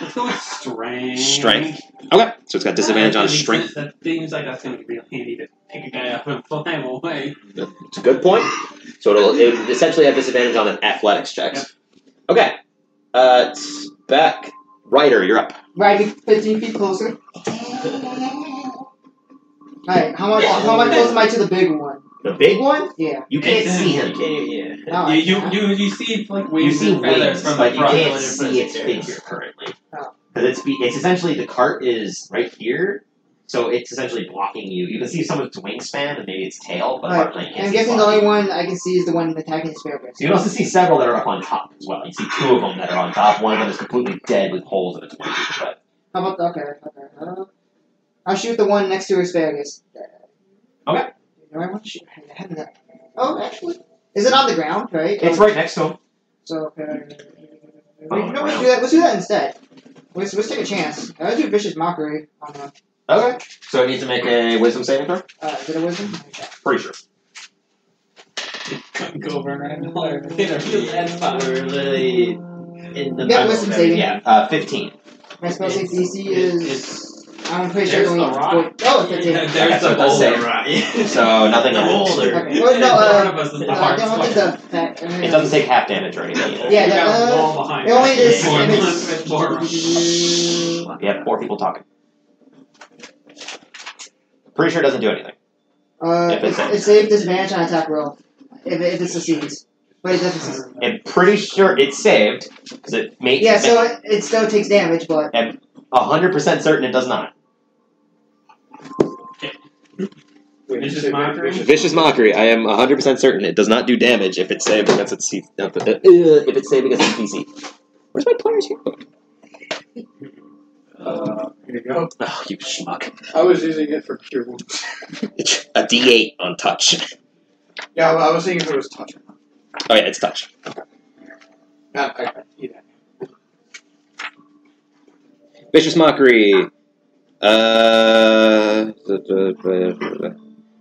[SPEAKER 4] Let's go with strength.
[SPEAKER 1] Strength. Okay, so it's got disadvantage on strength.
[SPEAKER 4] That seems like that's going to be real handy to pick a guy up and fly him away.
[SPEAKER 1] It's a good point. So it'll, it would essentially have disadvantage on an athletics checks. Okay, uh, back. Ryder, you're up.
[SPEAKER 6] Right, 15 feet closer. Alright, how much, how much close am I to the big one?
[SPEAKER 1] The big one?
[SPEAKER 6] Yeah.
[SPEAKER 1] You can't see him. You can't,
[SPEAKER 6] No, I-
[SPEAKER 4] you, you, you, you see like
[SPEAKER 1] you
[SPEAKER 4] waves
[SPEAKER 1] see
[SPEAKER 4] and
[SPEAKER 1] wings,
[SPEAKER 4] feathers from
[SPEAKER 1] but
[SPEAKER 4] the
[SPEAKER 1] you
[SPEAKER 4] front.
[SPEAKER 1] can't
[SPEAKER 4] when it
[SPEAKER 1] see its
[SPEAKER 4] first appears.
[SPEAKER 1] figure currently.
[SPEAKER 6] Oh.
[SPEAKER 1] Because it's, be- it's essentially the cart is right here, so it's essentially blocking you. You can see someone's wingspan and maybe its tail, but
[SPEAKER 6] Right.
[SPEAKER 1] hardly
[SPEAKER 6] I'm guessing the only one I can see is the one attacking the Sparrow.
[SPEAKER 1] So you can also see several that are up on top as well. You see two of them that are on top. One of them is completely dead with holes in its wings. But
[SPEAKER 6] How about the, okay, okay. Uh, I'll shoot the one next to asparagus.
[SPEAKER 1] Okay.
[SPEAKER 6] Do I want to shoot? I haven't done- Oh, actually, is it on the ground? Right. Oh,
[SPEAKER 1] it's right next to him.
[SPEAKER 6] So okay.
[SPEAKER 1] Oh,
[SPEAKER 6] Wait, no,
[SPEAKER 1] wow.
[SPEAKER 6] let's do that. Let's do that instead. Let's, let's take a chance. I'll do vicious mockery on uh, the.
[SPEAKER 1] Okay. So it needs to make a wisdom saving throw?
[SPEAKER 6] Uh, is it a wisdom? Okay.
[SPEAKER 1] Pretty sure.
[SPEAKER 4] Go over and holler. Hit her. That's fine.
[SPEAKER 1] We're literally in the
[SPEAKER 6] Yeah,
[SPEAKER 1] middle
[SPEAKER 6] wisdom
[SPEAKER 1] of every-
[SPEAKER 6] saving.
[SPEAKER 1] Yeah, uh, 15.
[SPEAKER 6] My spell save
[SPEAKER 4] It's-
[SPEAKER 6] DC
[SPEAKER 4] it's-
[SPEAKER 6] is.
[SPEAKER 4] it's-
[SPEAKER 6] I'm pretty
[SPEAKER 4] there's
[SPEAKER 6] sure
[SPEAKER 4] the
[SPEAKER 6] going.
[SPEAKER 4] rock.
[SPEAKER 6] going- Oh, it's
[SPEAKER 4] there's
[SPEAKER 6] 15.
[SPEAKER 1] Okay, so
[SPEAKER 4] the
[SPEAKER 1] it does
[SPEAKER 4] boulder.
[SPEAKER 1] save.
[SPEAKER 7] Right.
[SPEAKER 1] So Oh, nothing
[SPEAKER 7] The
[SPEAKER 1] on it.
[SPEAKER 7] boulder.
[SPEAKER 6] Okay. Well, no,
[SPEAKER 4] in
[SPEAKER 6] uh,
[SPEAKER 4] front of us is the
[SPEAKER 6] uh,
[SPEAKER 4] hard
[SPEAKER 6] I don't
[SPEAKER 4] question.
[SPEAKER 6] think the. That, I mean,
[SPEAKER 1] It doesn't take half damage or anything.
[SPEAKER 6] Yeah,
[SPEAKER 4] We
[SPEAKER 6] that,
[SPEAKER 4] got a
[SPEAKER 6] uh,
[SPEAKER 4] wall behind
[SPEAKER 6] it only
[SPEAKER 4] us.
[SPEAKER 6] does
[SPEAKER 4] More
[SPEAKER 6] damage.
[SPEAKER 4] guns with more
[SPEAKER 6] Is
[SPEAKER 1] You have four people talking. Pretty sure it doesn't do anything.
[SPEAKER 6] Uh,
[SPEAKER 1] If
[SPEAKER 6] it,
[SPEAKER 1] it's a-
[SPEAKER 6] it saved disadvantage on attack roll. If, if it succeeds. But it doesn't succeed.
[SPEAKER 1] And pretty sure it saved because it made
[SPEAKER 6] Yeah, so it, it still takes damage, but.
[SPEAKER 1] hundred percent certain it does not.
[SPEAKER 2] Wait,
[SPEAKER 4] Vicious
[SPEAKER 2] you said
[SPEAKER 4] mockery?
[SPEAKER 2] vicious-
[SPEAKER 1] Vicious mockery. I am hundred percent certain it does not do damage if it's saved against its C- uh, if it's saved against its DC. Where's my player's handbook?
[SPEAKER 2] Uh, here you go.
[SPEAKER 1] Oh, you schmuck!
[SPEAKER 2] I was using it for cure wounds.
[SPEAKER 1] It's a D eight on touch.
[SPEAKER 2] Yeah, I was thinking if it was touch.
[SPEAKER 1] Oh yeah, it's touch.
[SPEAKER 2] God, I, I, yeah.
[SPEAKER 1] Vicious mockery. Uh,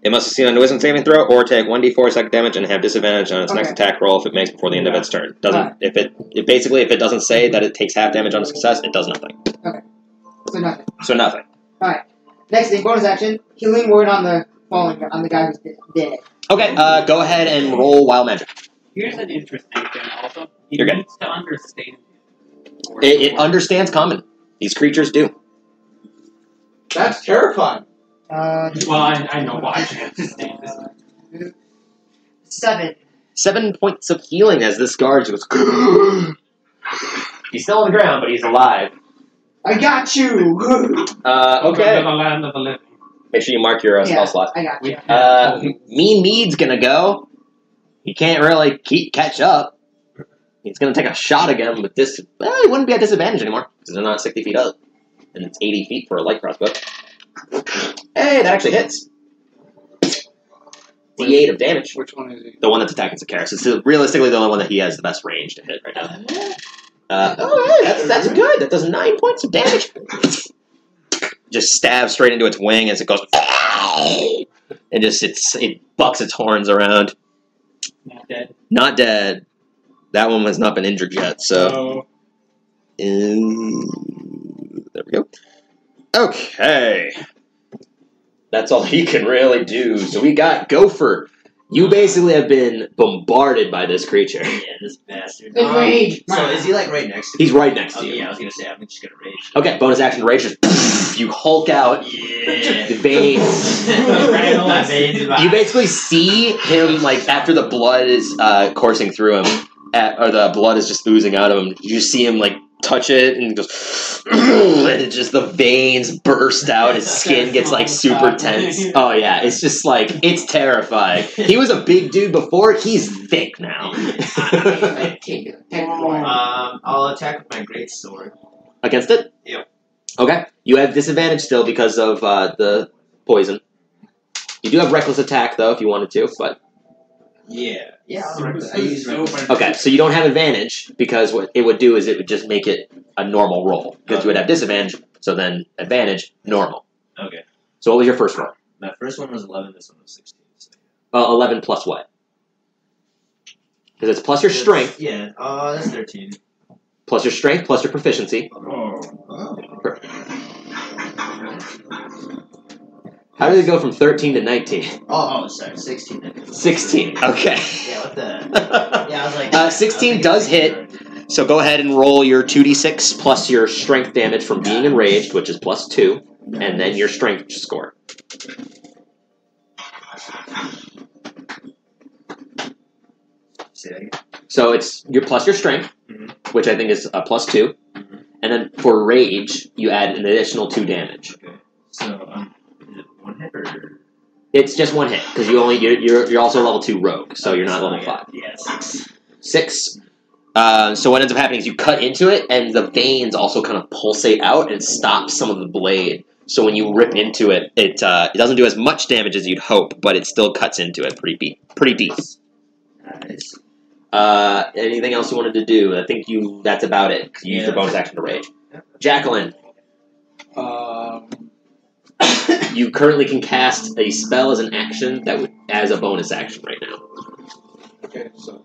[SPEAKER 1] it must succeed on a wisdom saving throw or take one d four psychic damage and have disadvantage on its next
[SPEAKER 6] Okay.
[SPEAKER 1] attack roll if it makes before the end of
[SPEAKER 4] Yeah.
[SPEAKER 1] its turn. Doesn't if it, it basically if it doesn't say that it takes half damage on a success, it does nothing.
[SPEAKER 6] So nothing.
[SPEAKER 1] So nothing.
[SPEAKER 6] Next thing, bonus action. Healing word on the falling on the guy who's de- dead.
[SPEAKER 1] Okay, uh, go ahead and roll wild magic.
[SPEAKER 4] Here's an interesting thing also. He
[SPEAKER 1] You're good.
[SPEAKER 4] needs to understand.
[SPEAKER 1] It, it understands common. These creatures do.
[SPEAKER 2] That's terrifying.
[SPEAKER 6] Uh,
[SPEAKER 4] well, I, I know why she understands this.
[SPEAKER 6] seven.
[SPEAKER 1] Seven points of healing as this guard goes. he's still on the ground, but he's alive.
[SPEAKER 6] I got you!
[SPEAKER 1] Uh,
[SPEAKER 4] Welcome to
[SPEAKER 1] okay.
[SPEAKER 4] the land of the living.
[SPEAKER 1] Make sure you mark your uh,
[SPEAKER 6] Yeah.
[SPEAKER 1] spell slot.
[SPEAKER 6] I got
[SPEAKER 4] We
[SPEAKER 6] you.
[SPEAKER 4] have
[SPEAKER 1] Uh,
[SPEAKER 4] hope.
[SPEAKER 1] mean Mead's gonna go. He can't really keep catch up. He's gonna take a shot again with this. Well, he wouldn't be at disadvantage anymore because they're not sixty feet up, and it's eighty feet for a light crossbow. Hey, that actually hits. D8 of damage.
[SPEAKER 2] Which one is he?
[SPEAKER 1] The one that's attacking Sakaris. It's realistically the only one that he has the best range to hit right now. Uh, oh, yeah, that's, that's good. That does nine points of damage. Just stabs straight into its wing as it goes. And just it's, it bucks its horns around.
[SPEAKER 4] Not dead.
[SPEAKER 1] Not dead. That one has not been injured yet, so.
[SPEAKER 4] So,
[SPEAKER 1] Ooh, there we go. Okay. That's all he can really do. So we got Gopher. You basically have been bombarded by this creature.
[SPEAKER 7] Yeah, this bastard. Um,
[SPEAKER 4] Um,
[SPEAKER 6] Good rage!
[SPEAKER 7] So is he like right next to me?
[SPEAKER 1] He's right next
[SPEAKER 7] Oh,
[SPEAKER 1] to you.
[SPEAKER 7] yeah, I was gonna say I'm just gonna rage.
[SPEAKER 1] Okay, bonus action rage. You hulk out.
[SPEAKER 7] Yeah.
[SPEAKER 1] The veins.
[SPEAKER 7] Right on my veins in my-
[SPEAKER 1] You basically see him like after the blood is uh, coursing through him, at, or the blood is just oozing out of him. You see him like touch it and goes, and it just the veins burst out. His skin gets like super tense. Oh yeah, it's just like it's terrifying. He was a big dude before. He's thick now.
[SPEAKER 6] I take it. Take one.
[SPEAKER 4] Uh,
[SPEAKER 7] um, I'll attack with my great sword.
[SPEAKER 1] Against it.
[SPEAKER 7] Yep.
[SPEAKER 1] Okay. You have disadvantage still because of uh, the poison. You do have reckless attack though if you wanted to, but.
[SPEAKER 7] Yeah. Yeah. I'll
[SPEAKER 4] super,
[SPEAKER 7] reckless- I use
[SPEAKER 4] super
[SPEAKER 7] reckless.
[SPEAKER 1] Okay, so you don't have advantage because what it would do is it would just make it a normal roll because you would have disadvantage, so then advantage, normal.
[SPEAKER 7] Okay.
[SPEAKER 1] So what was your first roll?
[SPEAKER 7] My first one was 11. This one was 16. So.
[SPEAKER 1] Uh, Eleven plus what? because it's plus your strength,
[SPEAKER 7] Yeah. Uh, that's thirteen.
[SPEAKER 1] plus your strength, plus your proficiency.
[SPEAKER 7] Oh.
[SPEAKER 1] How did it go from 13 to 19?
[SPEAKER 7] Oh, oh sorry. Sixteen. I think.
[SPEAKER 1] 16. Okay.
[SPEAKER 7] Yeah. What the?
[SPEAKER 1] so
[SPEAKER 7] Yeah, I was like.
[SPEAKER 1] Uh, 16
[SPEAKER 7] I was
[SPEAKER 1] does
[SPEAKER 7] thinking-
[SPEAKER 1] go ahead and roll your 2d6 plus your strength damage from being enraged, which is plus 2, and then your strength score.
[SPEAKER 7] Say that again.
[SPEAKER 1] So it's your plus your strength,
[SPEAKER 7] Mhm.
[SPEAKER 1] which I think is a plus 2.
[SPEAKER 7] Mhm.
[SPEAKER 1] And then for rage, you add an additional 2 damage.
[SPEAKER 7] Okay. So um, is it one hit or?
[SPEAKER 1] It's just one hit because you only you're, you're you're also level two rogue, so you're not level
[SPEAKER 7] I
[SPEAKER 1] five.
[SPEAKER 7] got- Yeah. Six.
[SPEAKER 1] Six. Uh, so what ends up happening is you cut into it, and the veins also kind of pulsate out and stop some of the blade. So when you rip into it, it uh, it doesn't do as much damage as you'd hope, but it still cuts into it pretty deep. Pretty deep.
[SPEAKER 7] Nice.
[SPEAKER 1] Uh, anything else you wanted to do? I think you that's about it. You used your bonus action to rage. Jacqueline,
[SPEAKER 2] Um,
[SPEAKER 1] you currently can cast a spell as an action that would, as a bonus action right now.
[SPEAKER 2] okay, so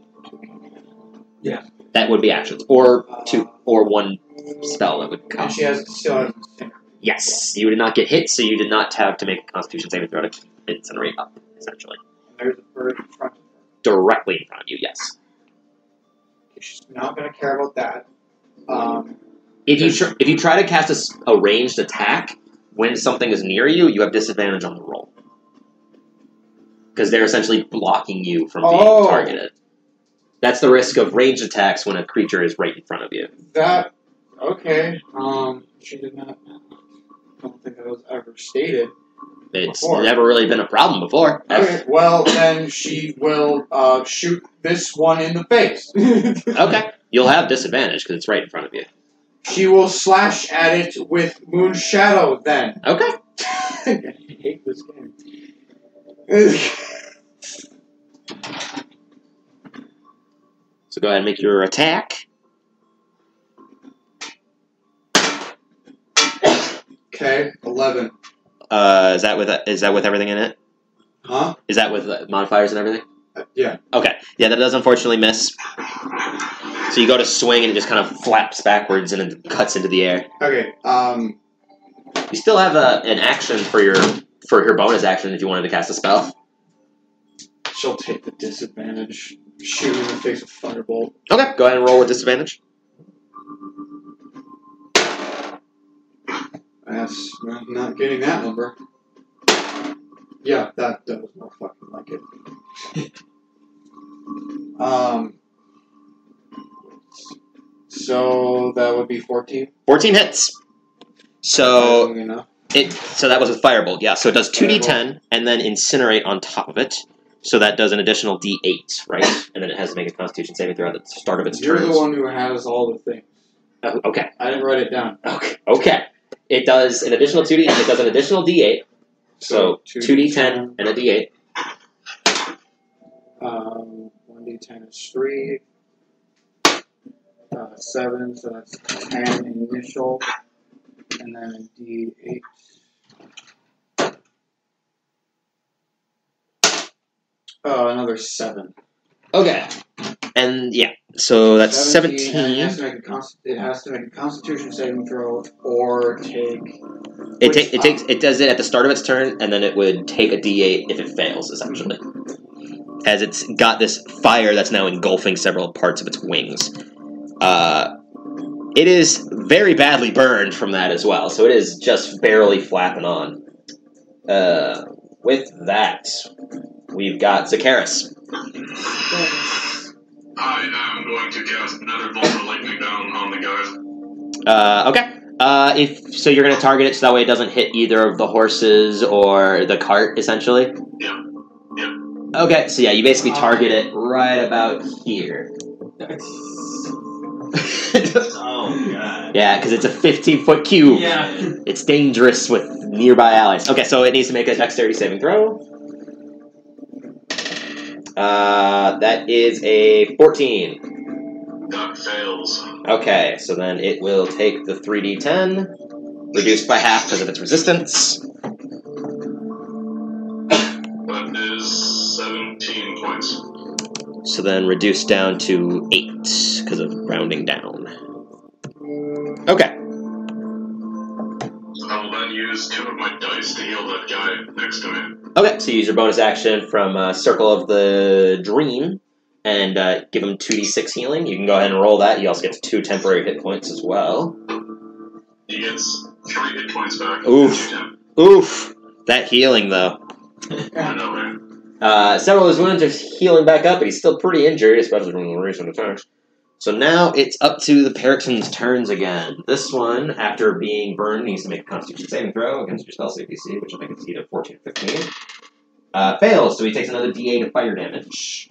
[SPEAKER 1] That would be actions, or
[SPEAKER 2] uh,
[SPEAKER 1] two, or one spell that would
[SPEAKER 2] And
[SPEAKER 1] cost.
[SPEAKER 2] she has still has stinger.
[SPEAKER 1] Yes, you did not get hit, so you did not have to make a Constitution saving throw to incinerate up, essentially,
[SPEAKER 2] There's a bird in front of her.
[SPEAKER 1] directly in front of you. Yes,
[SPEAKER 2] She's not going to care about that. Um,
[SPEAKER 1] if you tr- if you try to cast a, s- a ranged attack when something is near you, you have disadvantage on the roll because they're essentially blocking you from being
[SPEAKER 2] Oh.
[SPEAKER 1] targeted. That's the risk of ranged attacks when a creature is right in front of you.
[SPEAKER 2] that okay. Um, she did not. I don't think that was ever stated.
[SPEAKER 1] It's
[SPEAKER 2] Before. Oh,
[SPEAKER 1] never really been a problem before.
[SPEAKER 2] Okay, well then she will uh, shoot this one in the face.
[SPEAKER 1] okay, you'll have disadvantage because it's right in front of you.
[SPEAKER 2] She will slash at it with Moon Shadow then.
[SPEAKER 1] Okay.
[SPEAKER 2] I hate this game.
[SPEAKER 1] So go ahead and make your attack.
[SPEAKER 2] okay, eleven.
[SPEAKER 1] Uh, is that with is that with everything in it?
[SPEAKER 2] Huh?
[SPEAKER 1] Is that with uh, modifiers and everything?
[SPEAKER 2] Uh, yeah.
[SPEAKER 1] Okay. Yeah, that does unfortunately miss. So you go to swing and it just kind of flaps backwards and it cuts into the air.
[SPEAKER 2] Okay. Um.
[SPEAKER 1] You still have a, an action for your for your bonus action if you wanted to cast a spell.
[SPEAKER 2] She'll take the disadvantage. Shoot in the face with Thunderbolt.
[SPEAKER 1] Okay. Go ahead and roll with disadvantage.
[SPEAKER 2] That's not, not getting that number. Yeah, that that was more fucking like it. um. So that would be fourteen.
[SPEAKER 1] Fourteen hits. So
[SPEAKER 2] Surprisingly enough.
[SPEAKER 1] It so that was a firebolt, yeah. So it does two D ten and then incinerate on top of it. So that does an additional D eight, right? And then it has to make a Constitution saving throw at the start of its
[SPEAKER 2] You're
[SPEAKER 1] turn.
[SPEAKER 2] the one who has all the things.
[SPEAKER 1] Oh, okay,
[SPEAKER 2] I didn't write it down.
[SPEAKER 1] okay, okay. It does an additional two D. It does an additional D eight. So two D ten and a D eight.
[SPEAKER 2] Um, one d ten is three. Uh, seven, so that's ten initial, and then a d eight. Oh, another seven.
[SPEAKER 1] Okay, and yeah. So Oh, that's
[SPEAKER 2] and It
[SPEAKER 1] seventeen.
[SPEAKER 2] has to make a const- it has to make a Constitution saving throw or take.
[SPEAKER 1] It,
[SPEAKER 2] which,
[SPEAKER 1] ta- it
[SPEAKER 2] um,
[SPEAKER 1] takes it does it at the start of its turn, and then it would take a d8 if it fails, essentially. As it's got this fire that's now engulfing several parts of its wings. Uh, it is very badly burned from that as well, so it is just barely flapping on. Uh, with that, we've got Zacharis.
[SPEAKER 5] I am going to cast another bolt of lightning down on the guys.
[SPEAKER 1] Uh, okay. Uh, if so, you're going to target it so that way it doesn't hit either of the horses or the cart, essentially.
[SPEAKER 5] Yeah. Yeah.
[SPEAKER 1] Okay, so yeah, you basically target it right about here.
[SPEAKER 7] Oh god.
[SPEAKER 1] yeah, because it's a 15 foot cube.
[SPEAKER 4] Yeah.
[SPEAKER 1] It's dangerous with nearby allies. Okay, so it needs to make a dexterity saving throw. Uh, that is a 14.
[SPEAKER 5] That fails.
[SPEAKER 1] Okay, so then it will take the 3d10, reduced by half because of its resistance.
[SPEAKER 5] That is 17 points.
[SPEAKER 1] so then reduce down to eight because of rounding down. Okay.
[SPEAKER 5] I will then use two of my dice to heal that guy next to me.
[SPEAKER 1] Okay, so you use your bonus action from uh, Circle of the Dream and uh, give him 2d6 healing. You can go ahead and roll that. You also get two temporary hit points as well.
[SPEAKER 5] He gets three hit points back.
[SPEAKER 1] Oof. Oof! That healing, though.
[SPEAKER 5] I know, right?
[SPEAKER 1] Uh, several of his wounds are healing back up, but he's still pretty injured, especially from the recent attacks. So now it's up to the Parrotson's turns again. This one, after being burned, needs to make a Constitution saving throw against your spell save DC, which I think is either 14 or 15. Uh, fails, so he takes another D8 of fire damage.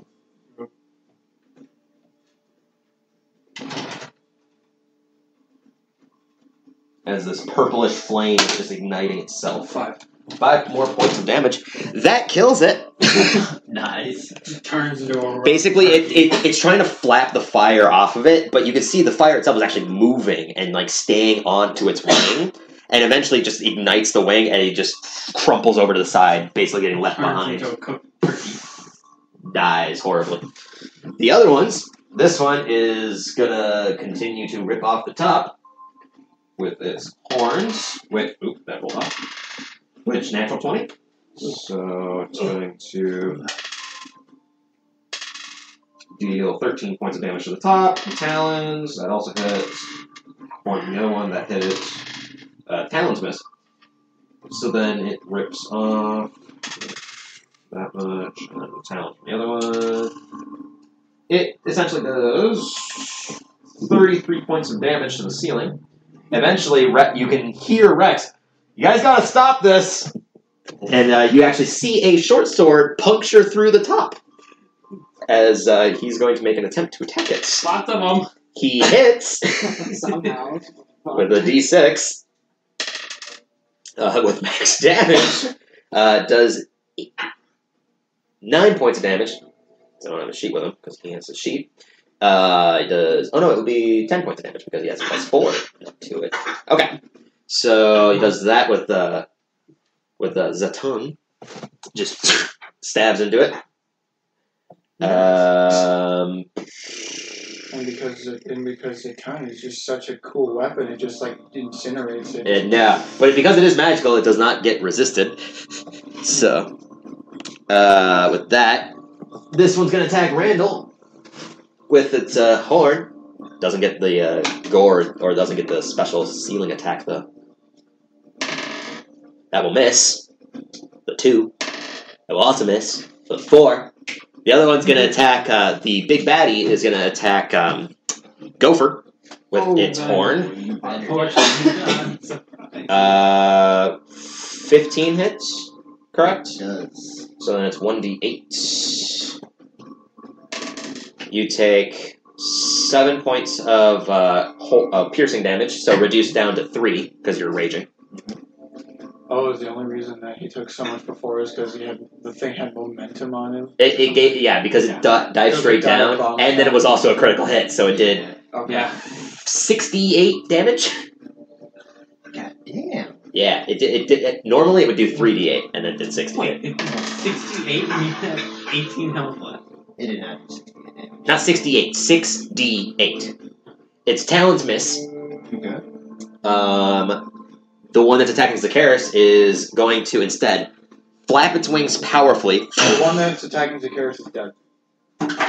[SPEAKER 1] As this purplish flame is just igniting itself. Five. Five more points of damage. That kills it.
[SPEAKER 7] Nice.
[SPEAKER 2] uh,
[SPEAKER 4] turns into a
[SPEAKER 1] Basically, it, it, it's trying to flap the fire off of it, but you can see the fire itself is actually moving and like staying onto its wing, and eventually just ignites the wing and it just crumples over to the side, basically getting left
[SPEAKER 4] turns
[SPEAKER 1] behind.
[SPEAKER 4] into a cooked turkey.
[SPEAKER 1] Dies horribly. The other ones, this one is gonna continue to rip off the top with its horns. With oop, that rolled off. Which natural twenty. So it's going to deal 13 points of damage to the top. The talons, that also hits. One, the other one that hit it. Uh, talons miss. So then it rips off that much, and then the talons from the other one. It essentially does 33 points of damage to the ceiling. Eventually, Re- you can hear Rex, you guys gotta stop this! And uh, you actually see a short sword puncture through the top as uh, he's going to make an attempt to attack it.
[SPEAKER 4] Lots of them.
[SPEAKER 1] He hits
[SPEAKER 6] Somehow.
[SPEAKER 1] with a d6 uh, with max damage. Uh, does eight- nine points of damage. I don't have a sheet with him because he has a sheet. Uh, it does oh no, it would be ten points of damage because he has a plus four to it. Okay, so he does that with the with the zaton, just stabs into it. Um,
[SPEAKER 2] And because it, and because it kind of is just such a cool weapon, it just like incinerates it.
[SPEAKER 1] And yeah, but because it is magical, it does not get resisted. So, uh, with that, this one's gonna attack Randall with its uh, horn. Doesn't get the uh, gore or doesn't get the special ceiling attack though. That will miss. The two. That will also miss. The four. The other one's gonna attack. Uh, the big baddie is gonna attack um, Gopher with
[SPEAKER 4] Oh,
[SPEAKER 1] its
[SPEAKER 4] man.
[SPEAKER 1] horn.
[SPEAKER 7] You better.
[SPEAKER 4] Unfortunately, uh, surprise.
[SPEAKER 1] Uh, 15 hits, correct?
[SPEAKER 3] Does.
[SPEAKER 1] So then it's 1d8. You take 7 points of uh, ho- uh, piercing damage, so reduced down to 3 because you're raging.
[SPEAKER 2] Oh, is the only reason that he took so much before is because he had the thing had momentum on him.
[SPEAKER 1] It, it gave, yeah, because it di- dived
[SPEAKER 2] Because it
[SPEAKER 1] straight down,
[SPEAKER 2] dived bomb
[SPEAKER 1] and then it
[SPEAKER 2] down.
[SPEAKER 1] was also a critical hit, so it did
[SPEAKER 2] Okay.
[SPEAKER 4] yeah.
[SPEAKER 1] 68 damage?
[SPEAKER 3] God damn.
[SPEAKER 1] Yeah, it did. It did it, normally it would do 3d8, and then it did 68.
[SPEAKER 4] Wait, it was 68 and you have 18 health left.
[SPEAKER 3] It did not do 60 damage.
[SPEAKER 1] Not 68, 6d8. Its talons miss.
[SPEAKER 3] Okay.
[SPEAKER 1] Um, the one that's attacking Zacharis is going to instead flap its wings powerfully.
[SPEAKER 2] The one that's attacking Zacharis is dead.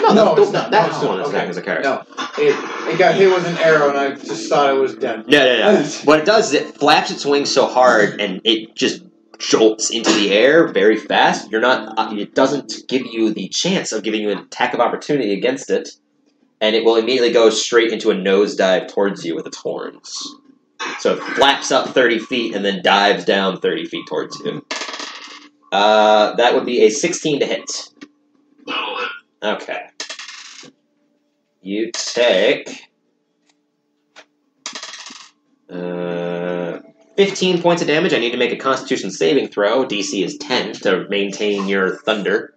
[SPEAKER 1] No,
[SPEAKER 2] No,
[SPEAKER 1] the-
[SPEAKER 2] it's not.
[SPEAKER 1] That's
[SPEAKER 2] No,
[SPEAKER 1] the one that's
[SPEAKER 2] okay.
[SPEAKER 1] attacking Zacharis.
[SPEAKER 2] No. It, it got hit with an arrow, and I just thought it was dead.
[SPEAKER 1] No, no, no. What it does is it flaps its wings so hard and it just jolts into the air very fast. You're not. uh, It doesn't give you the chance of giving you an attack of opportunity against it, and it will immediately go straight into a nosedive towards you with its horns. So it flaps up thirty feet and then dives down thirty feet towards you. Uh, that would be a sixteen to hit.
[SPEAKER 5] That'll hit.
[SPEAKER 1] Okay. You take uh, 15 points of damage. I need to make a Constitution saving throw. DC is 10 to maintain your thunder.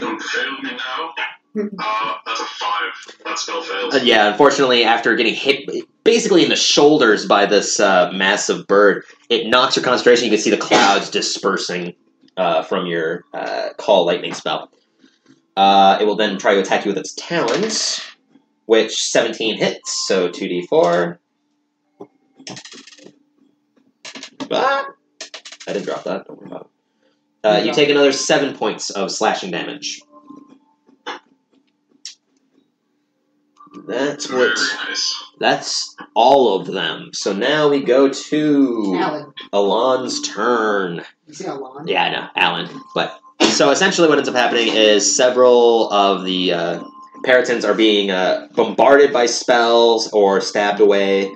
[SPEAKER 5] Don't fail me now. Uh, that's a five. That spell fails.
[SPEAKER 1] Uh, yeah, unfortunately, after getting hit basically in the shoulders by this uh, massive bird, it knocks your concentration. You can see the clouds dispersing uh, from your uh, call lightning spell. Uh, it will then try to attack you with its talons, which 17 hits, so 2d4. Ah! I didn't drop that, don't worry about it. Uh, you take another 7 points of slashing damage. That's
[SPEAKER 5] Very
[SPEAKER 1] what.
[SPEAKER 5] nice.
[SPEAKER 1] That's all of them. So now we go to
[SPEAKER 6] Alan,
[SPEAKER 1] Alon's turn.
[SPEAKER 6] you see Alan?
[SPEAKER 1] Yeah, I know, Alan. But so essentially, what ends up happening is several of the uh, Paratons are being uh, bombarded by spells or stabbed away,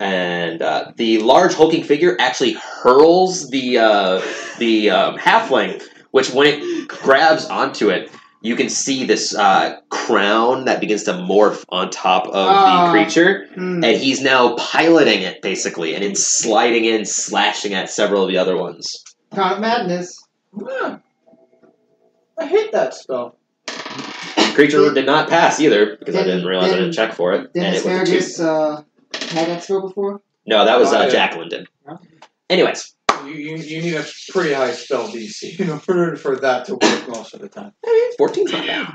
[SPEAKER 1] and uh, the large hulking figure actually hurls the uh, the um, halfling, which when it grabs onto it. You can see this uh, crown that begins to morph on top of the
[SPEAKER 6] Ah.
[SPEAKER 1] creature,
[SPEAKER 6] Hmm.
[SPEAKER 1] and he's now piloting it basically, and it's sliding in, slashing at several of the other ones.
[SPEAKER 6] Count of Madness.
[SPEAKER 2] Yeah. I hate that spell.
[SPEAKER 1] Creature did not pass either because I
[SPEAKER 6] Didn't-
[SPEAKER 1] didn't realize I didn't
[SPEAKER 6] didn't-
[SPEAKER 1] check for it,
[SPEAKER 6] Did
[SPEAKER 1] and it was a two.
[SPEAKER 6] Asparagus uh, had that spell before?
[SPEAKER 1] No, that was
[SPEAKER 2] Oh,
[SPEAKER 1] uh,
[SPEAKER 2] yeah.
[SPEAKER 1] Jacqueline did. Anyways,
[SPEAKER 2] You, you, you need a pretty high spell DC in order for that to work most of the time.
[SPEAKER 1] 14's not bad.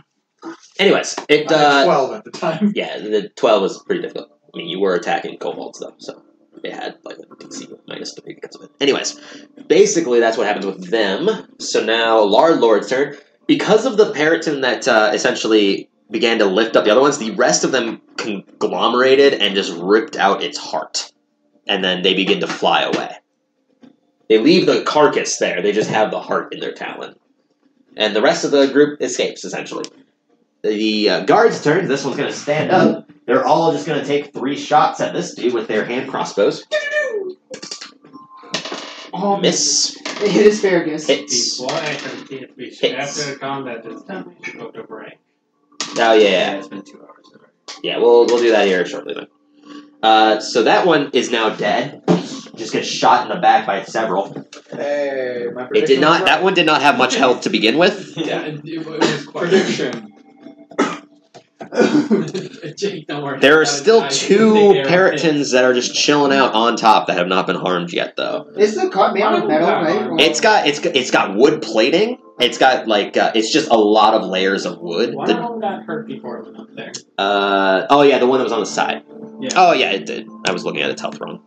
[SPEAKER 1] Anyways, it
[SPEAKER 2] I had
[SPEAKER 1] uh,
[SPEAKER 2] 12 at the time.
[SPEAKER 1] yeah, the twelve was pretty difficult. I mean, you were attacking kobolds though, so they had like a DC of minus three because of it. Anyways, basically that's what happens with them. So now Lard Lord's turn because of the Periton that uh, essentially began to lift up the other ones. The rest of them conglomerated and just ripped out its heart, and then they begin to fly away. They leave the carcass there. They just have the heart in their talon, and the rest of the group escapes essentially. The uh, guards' turn. This one's going to stand up. They're all just going to take three shots at this dude with their hand crossbows.
[SPEAKER 6] Oh,
[SPEAKER 1] Miss,
[SPEAKER 6] It hit Asparagus.
[SPEAKER 1] hits.
[SPEAKER 4] Before I proceed, we should,
[SPEAKER 1] Hits.
[SPEAKER 4] after combat this time, we should go to break.
[SPEAKER 1] Oh yeah,
[SPEAKER 7] it's been two hours. already.
[SPEAKER 1] yeah. We'll we'll do that here shortly then. Uh, so that one is now dead. Just gets shot in the back by several.
[SPEAKER 2] Hey, my
[SPEAKER 1] It did
[SPEAKER 2] prediction
[SPEAKER 1] not.
[SPEAKER 2] was
[SPEAKER 1] That
[SPEAKER 2] right.
[SPEAKER 1] one did not have much health to begin with.
[SPEAKER 4] Yeah, it, it was quite.
[SPEAKER 2] Prediction.
[SPEAKER 4] Jake, don't worry.
[SPEAKER 1] There
[SPEAKER 4] I-
[SPEAKER 1] are still
[SPEAKER 4] I-
[SPEAKER 1] two
[SPEAKER 4] they are-
[SPEAKER 1] Peritons that are just chilling out on top that have not been harmed yet, though.
[SPEAKER 6] Is the cut made out of metal, right? Or-
[SPEAKER 1] It's got it's got- it's got wood plating. It's got like uh, it's just a lot of layers of wood.
[SPEAKER 4] One
[SPEAKER 1] The
[SPEAKER 4] of them got hurt before it went up there.
[SPEAKER 1] Uh, oh yeah, the one that was on the side.
[SPEAKER 4] Yeah.
[SPEAKER 1] Oh yeah, it did. I was looking at its health wrong.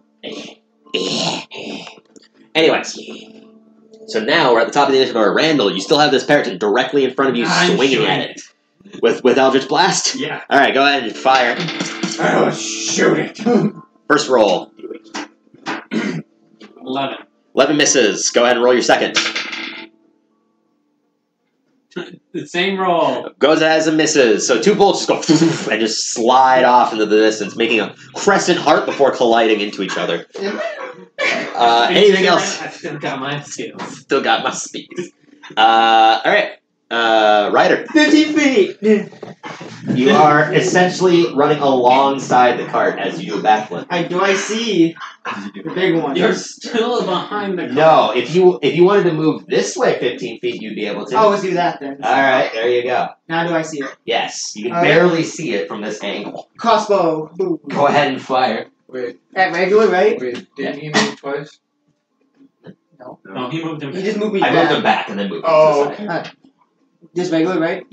[SPEAKER 1] Anyways, so now we're at the top of the initiative order. Randall, you still have this Periton directly in front of you,
[SPEAKER 4] I'm
[SPEAKER 1] swinging
[SPEAKER 4] shooting
[SPEAKER 1] at it with with Eldritch Blast.
[SPEAKER 4] Yeah.
[SPEAKER 1] All right, go ahead and fire.
[SPEAKER 2] Oh, shoot it.
[SPEAKER 1] First roll,
[SPEAKER 4] Eleven.
[SPEAKER 1] eleven misses. Go ahead and roll your second.
[SPEAKER 4] The same roll.
[SPEAKER 1] Goes as and misses. So two bolts just go and just slide off into the distance, making a crescent heart before colliding into each other. Uh, anything else?
[SPEAKER 4] I still got my skills.
[SPEAKER 1] Still got my speed. Uh, all right, uh, Ryder.
[SPEAKER 6] 15 feet!
[SPEAKER 1] You are essentially running alongside the cart as you do a backflip.
[SPEAKER 6] I, do I see
[SPEAKER 7] Did you
[SPEAKER 6] the
[SPEAKER 7] do it?
[SPEAKER 6] big one?
[SPEAKER 4] You're still behind the.
[SPEAKER 1] No, if you if you wanted to move this way 15 feet, you'd be able to.
[SPEAKER 6] Oh, let's do that then.
[SPEAKER 1] All right, there you go.
[SPEAKER 6] Now do I see it?
[SPEAKER 1] Yes, you can
[SPEAKER 6] All right.
[SPEAKER 1] barely see it from this angle.
[SPEAKER 6] Crossbow. Boom.
[SPEAKER 1] Go ahead and fire.
[SPEAKER 2] Wait,
[SPEAKER 6] At regular, right?
[SPEAKER 2] wait, didn't he move twice?
[SPEAKER 4] No, he moved him.
[SPEAKER 6] You just move me
[SPEAKER 1] I moved them
[SPEAKER 6] back.
[SPEAKER 1] back and then moved them
[SPEAKER 2] Oh,
[SPEAKER 1] to the side.
[SPEAKER 2] okay.
[SPEAKER 6] Just regular, right?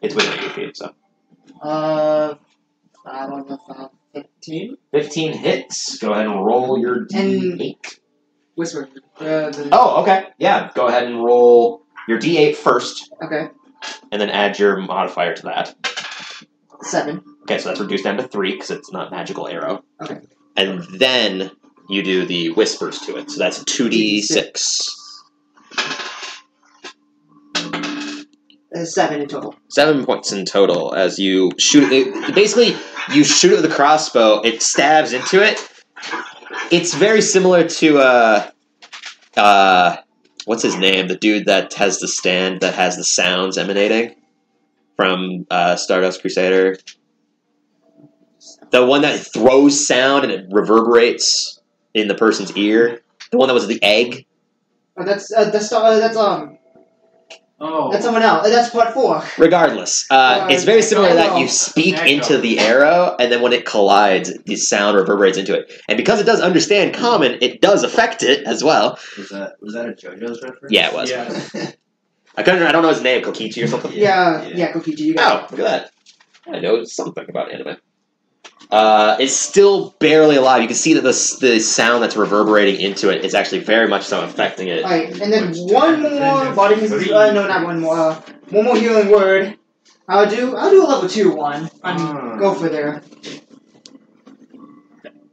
[SPEAKER 1] It's within your feet, so
[SPEAKER 6] Uh, I don't know, five, 15?
[SPEAKER 1] 15 hits. Go ahead and roll your
[SPEAKER 6] And-
[SPEAKER 1] d8.
[SPEAKER 6] Whisper. Uh, the,
[SPEAKER 1] Oh, okay. Yeah, go ahead and roll your d8 first,
[SPEAKER 6] okay,
[SPEAKER 1] and then add your modifier to that.
[SPEAKER 6] seven.
[SPEAKER 1] Okay, so that's reduced down to three because it's not magical arrow.
[SPEAKER 6] Okay.
[SPEAKER 1] And then you do the whispers to it. So that's two d six.
[SPEAKER 6] Uh, seven in total.
[SPEAKER 1] Seven points in total as you shoot it. Basically, you shoot it with a crossbow. It stabs into it. It's very similar to uh, uh, what's his name? The dude that has the stand that has the sounds emanating from uh, Stardust Crusader. The one that throws sound and it reverberates in the person's ear. The one that was the egg.
[SPEAKER 6] Oh, that's, uh, that's, uh, that's, um,
[SPEAKER 4] Oh.
[SPEAKER 6] that's someone else. Uh, That's part four.
[SPEAKER 1] Regardless, uh,
[SPEAKER 6] Uh,
[SPEAKER 1] it's very similar to that you
[SPEAKER 6] arrow.
[SPEAKER 1] speak
[SPEAKER 4] Echo.
[SPEAKER 1] into the arrow, and then when it collides, the sound reverberates into it. And because it does understand common, it does affect it as well.
[SPEAKER 7] Was that was that a JoJo's reference?
[SPEAKER 1] Yeah, it was.
[SPEAKER 2] Yeah.
[SPEAKER 1] I couldn't. I don't know his name, Kokichi or something.
[SPEAKER 6] Yeah,
[SPEAKER 7] Yeah.
[SPEAKER 6] yeah, Kokichi, you
[SPEAKER 1] Oh,
[SPEAKER 6] got
[SPEAKER 1] look at that. I know something about anime. Uh, it's still barely alive. You can see that the, s- the sound that's reverberating into it is actually very much so affecting it.
[SPEAKER 6] Alright, and then one more body consistency. Uh, no, not one more. Uh, one more healing word. I'll do. I'll do a level two one.
[SPEAKER 2] Uh.
[SPEAKER 6] Um,
[SPEAKER 7] Ah.
[SPEAKER 6] go for there.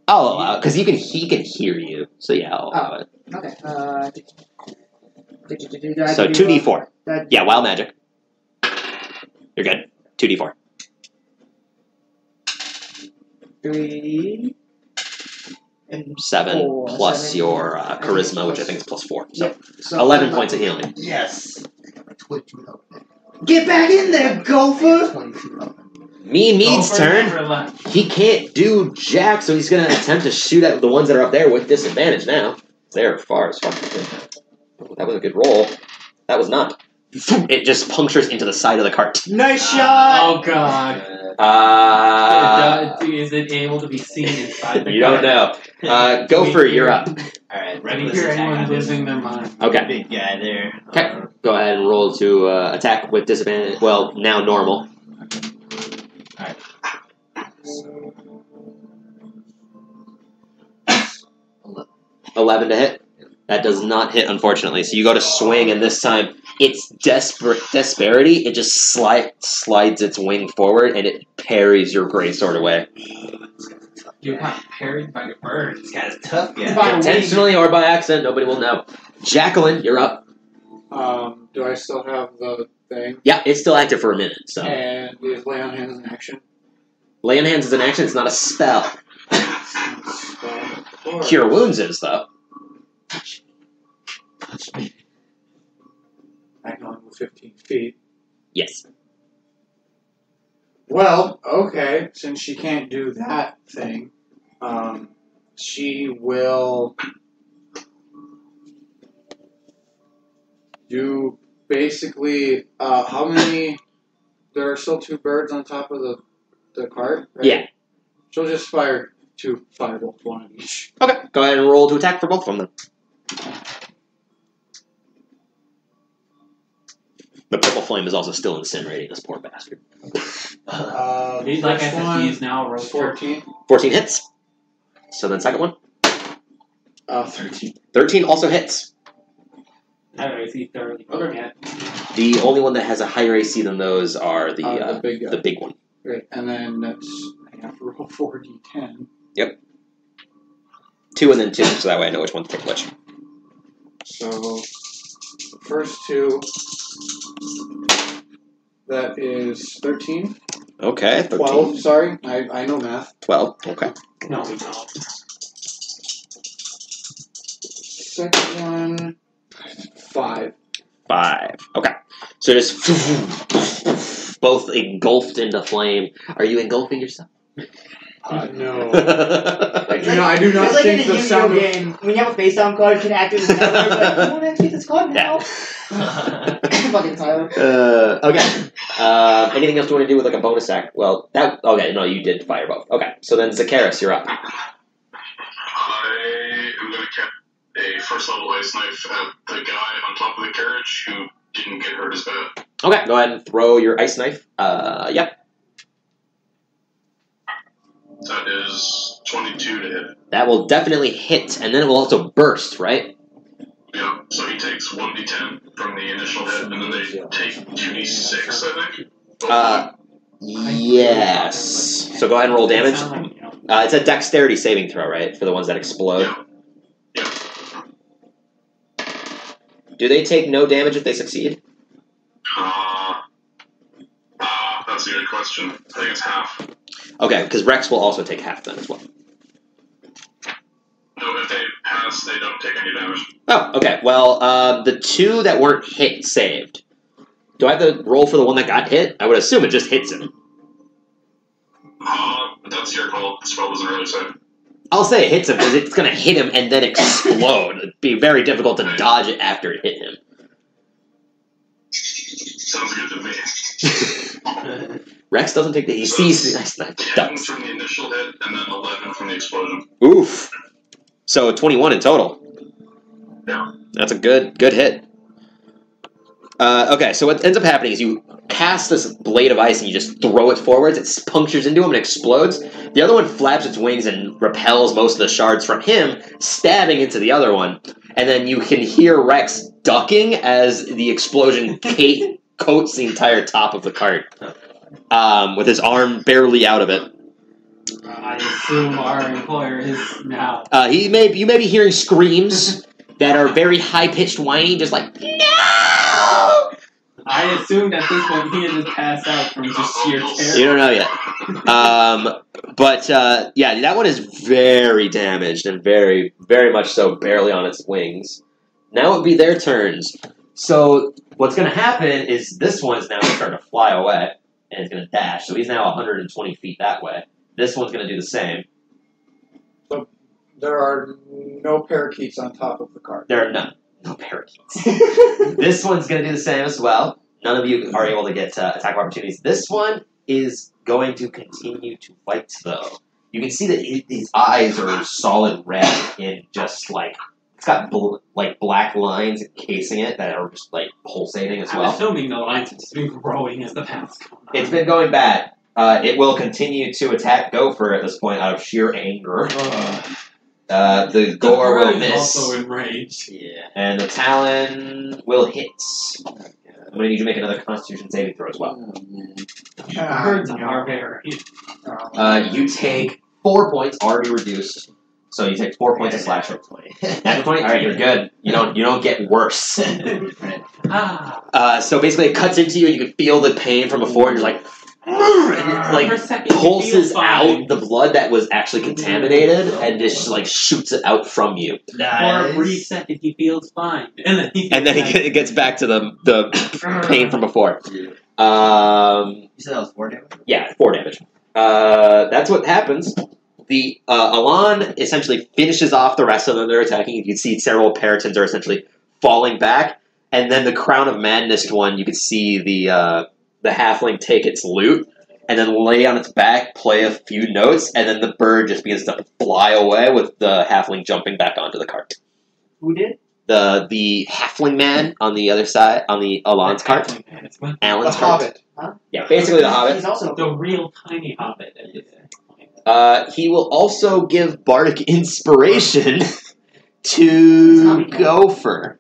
[SPEAKER 1] I'll allow it because Oh, uh, you can he can hear you. So yeah,
[SPEAKER 6] Oh,
[SPEAKER 1] I'll allow it.
[SPEAKER 6] Okay. Uh, do- do- do- do- do- I
[SPEAKER 1] So
[SPEAKER 6] do,
[SPEAKER 1] two d
[SPEAKER 6] uh,
[SPEAKER 1] four.
[SPEAKER 6] that-
[SPEAKER 1] Yeah, wild magic. You're good. Two d four.
[SPEAKER 6] Three. And
[SPEAKER 1] Seven
[SPEAKER 6] Four,
[SPEAKER 1] plus
[SPEAKER 6] seven.
[SPEAKER 1] your uh, charisma, which I think is plus four. So
[SPEAKER 6] Yep. so
[SPEAKER 1] eleven points of healing.
[SPEAKER 3] Yes. Twenty-two health.
[SPEAKER 6] Get back in there, gopher!
[SPEAKER 3] Twenty-two health.
[SPEAKER 1] Mean Mead's
[SPEAKER 4] Over
[SPEAKER 1] turn.
[SPEAKER 4] and over left.
[SPEAKER 1] He can't do jack, so he's gonna attempt to shoot at the ones that are up there with disadvantage now. They're far as fuck. That was a good roll. That was not. It just punctures into the side of the cart.
[SPEAKER 6] Nice shot.
[SPEAKER 4] Oh god.
[SPEAKER 7] Uh,
[SPEAKER 1] Uh,
[SPEAKER 4] It does- is it able to be seen inside the
[SPEAKER 1] you don't know. Uh, Gopher, you're up.
[SPEAKER 7] Alright,
[SPEAKER 4] I
[SPEAKER 7] reckless
[SPEAKER 4] hear
[SPEAKER 7] attack
[SPEAKER 4] anyone
[SPEAKER 7] on this
[SPEAKER 4] losing their mind.
[SPEAKER 1] Okay,
[SPEAKER 7] big guy there.
[SPEAKER 1] Okay.
[SPEAKER 7] Uh,
[SPEAKER 1] go ahead and roll to uh, attack with disadvantage. Well, now normal.
[SPEAKER 7] so,
[SPEAKER 1] Eleven to hit. That does not hit, unfortunately. So you go to swing, and this time it's desperate desperity. It just slide, slides its wing forward, and it parries your greatsword away.
[SPEAKER 4] You got parried by a bird.
[SPEAKER 7] this guy's tough guy.
[SPEAKER 6] By a wing.
[SPEAKER 1] Intentionally or by accident, nobody will know. Jacqueline, you're up.
[SPEAKER 2] Um, do I still have the thing?
[SPEAKER 1] Yeah, it's still active for a minute. So
[SPEAKER 2] And is lay on hands an action?
[SPEAKER 1] lay on hands is an action. It's not a spell.
[SPEAKER 2] Sure.
[SPEAKER 1] Cure wounds is though.
[SPEAKER 2] I can only move 15 feet.
[SPEAKER 1] Yes.
[SPEAKER 2] Well, okay, since she can't do that thing, um, she will do basically uh, how many? There are still two birds on top of the the cart. Right?
[SPEAKER 1] Yeah.
[SPEAKER 2] She'll just fire two firebolts, one of each.
[SPEAKER 1] Okay. Go ahead and roll to attack for both of them. then. The purple flame is also still incinerating this poor bastard.
[SPEAKER 2] Uh,
[SPEAKER 4] He's
[SPEAKER 2] first
[SPEAKER 4] like I said,
[SPEAKER 2] one,
[SPEAKER 4] he is now a rogue turtle.
[SPEAKER 2] 14,
[SPEAKER 1] 14 hits. So then second one.
[SPEAKER 2] uh, 13.
[SPEAKER 1] 13 also hits.
[SPEAKER 4] I don't know, is he thoroughly
[SPEAKER 2] Okay.
[SPEAKER 4] yet?
[SPEAKER 1] The only one that has a higher AC than those are the
[SPEAKER 2] Uh,
[SPEAKER 1] uh,
[SPEAKER 2] the big guy.
[SPEAKER 1] the big one.
[SPEAKER 2] Great. And then that's, I have to roll 4d10.
[SPEAKER 1] Two and then two, so that way I know which one to take which.
[SPEAKER 2] So, the first two. That is 13.
[SPEAKER 1] Okay, 13.
[SPEAKER 2] 12, sorry. I, I know math.
[SPEAKER 1] 12. Okay.
[SPEAKER 4] No, we don't.
[SPEAKER 2] Second one. 5.
[SPEAKER 1] Five. Okay. So just both engulfed into flame. Are you engulfing yourself?
[SPEAKER 2] Uh, no. I
[SPEAKER 1] okay.
[SPEAKER 2] do not, I do not
[SPEAKER 6] it's like
[SPEAKER 2] think
[SPEAKER 6] in a
[SPEAKER 2] the
[SPEAKER 6] Yu-Gi-Oh
[SPEAKER 2] sound of.
[SPEAKER 6] game when you have a face down card, you can act as another. but you want to activate this card now. Fucking Tyler.
[SPEAKER 1] Uh, okay. Uh, anything else you want to do with like a bonus act? Well, that okay. No, you did fire both. Okay. So then Zacharis, you're up.
[SPEAKER 5] I am going to get a first level ice knife at the guy on top of the carriage who didn't get hurt as bad.
[SPEAKER 1] Okay. Go ahead and throw your ice knife. Uh, yeah,
[SPEAKER 5] That is 22 to hit.
[SPEAKER 1] that will definitely hit, and then it will also burst, right?
[SPEAKER 5] Yeah, so he takes 1d10 from the initial hit, and then they take 2d6, I think.
[SPEAKER 1] Uh, Yes. So go ahead and roll damage. Uh, it's a dexterity saving throw, right? For the ones that explode.
[SPEAKER 5] Yeah.
[SPEAKER 1] Do they take no damage if they succeed?
[SPEAKER 5] Uh, uh, that's a good question. I think it's half.
[SPEAKER 1] Okay, because Rex will also take half then as well.
[SPEAKER 5] No, if they pass, they don't take any damage.
[SPEAKER 1] Oh, okay. Well, uh, the two that weren't hit saved. Do I have to roll for the one that got hit? I would assume it just hits him.
[SPEAKER 5] Uh, that's your call. The spell doesn't really say.
[SPEAKER 1] I'll say it hits him because it's going to hit him and then explode. It'd be very difficult to dodge it after it hit him.
[SPEAKER 5] Sounds good to me.
[SPEAKER 1] Rex doesn't take the. He sees the ice knife.
[SPEAKER 5] 10
[SPEAKER 1] Ducks.
[SPEAKER 5] from the initial hit, and then 11 from the explosion.
[SPEAKER 1] Oof. So 21 in total.
[SPEAKER 5] Yeah.
[SPEAKER 1] That's a good good hit. Uh, okay, so what ends up happening is you cast this blade of ice and you just throw it forwards. It s- punctures into him and explodes. The other one flaps its wings and repels most of the shards from him, stabbing into the other one. And then you can hear Rex ducking as the explosion ca- coats the entire top of the cart um, with his arm barely out of it.
[SPEAKER 4] I assume our employer is now.
[SPEAKER 1] Uh, he may you may be hearing screams that are very high pitched, whiny, just like no.
[SPEAKER 4] I assumed at this point he had just passed out from just sheer
[SPEAKER 1] You
[SPEAKER 4] terror.
[SPEAKER 1] don't know yet. Um, but uh, yeah, that one is very damaged and very, very much so, barely on its wings. Now it would be their turns. So what's going to happen is this one's now starting to fly away and it's going to dash. So he's now 120 feet that way. This one's going to do the same.
[SPEAKER 2] There are no parakeets on top of the cart.
[SPEAKER 1] There are none. No parakeets. this one's going to do the same as well. None of you are able to get uh, attack of opportunities. This one is going to continue to fight, though. You can see that it, his eyes are solid red and just like it's got bl- like black lines encasing it that are just like pulsating as
[SPEAKER 4] I'm
[SPEAKER 1] well.
[SPEAKER 4] assuming the lines have just been growing as the pounds come.
[SPEAKER 1] It's been going bad. Uh, it will continue to attack Gopher at this point out of sheer anger. Uh, the Gore will
[SPEAKER 4] is
[SPEAKER 1] miss.
[SPEAKER 4] also enraged.
[SPEAKER 1] Yeah. And the Talon will hit. I'm going to need you to make another Constitution saving throw as well.
[SPEAKER 4] Birds are very.
[SPEAKER 1] Uh, you take four points, already reduced. So you take four points of slashing. Natural twenty. All right, you're good. You don't. You don't get worse.
[SPEAKER 4] Ah,
[SPEAKER 1] uh, so basically, it cuts into you, and you can feel the pain from before. And you're like, "Mmm," and it,
[SPEAKER 4] for a
[SPEAKER 1] like
[SPEAKER 4] second, you
[SPEAKER 1] pulses
[SPEAKER 4] feel fine.
[SPEAKER 1] out the blood that was actually contaminated, and just like shoots it out from you.
[SPEAKER 4] For a brief second, he feels fine, and then he
[SPEAKER 1] And then
[SPEAKER 4] gets
[SPEAKER 1] it gets back to the the pain from before.
[SPEAKER 3] You
[SPEAKER 1] Um,
[SPEAKER 3] said that was four damage?
[SPEAKER 1] Yeah, four damage. Uh, that's what happens. The uh, Alon essentially finishes off the rest of them. They're attacking. You can see several Paratons are essentially falling back, and then the Crown of Madness one. You can see the uh, the halfling take its loot and then lay on its back, play a few notes, and then the bird just begins to fly away with the halfling jumping back onto the cart.
[SPEAKER 6] Who did?
[SPEAKER 1] The the halfling man on the other side on the Alon's cart,
[SPEAKER 4] Man, it's my-
[SPEAKER 2] The
[SPEAKER 1] Alan's cart.
[SPEAKER 2] Hobbit.
[SPEAKER 1] Yeah, basically the Hobbit.
[SPEAKER 6] He's also
[SPEAKER 4] The real tiny hobbit. at this point.
[SPEAKER 1] Uh, he will also give bardic inspiration to Gopher.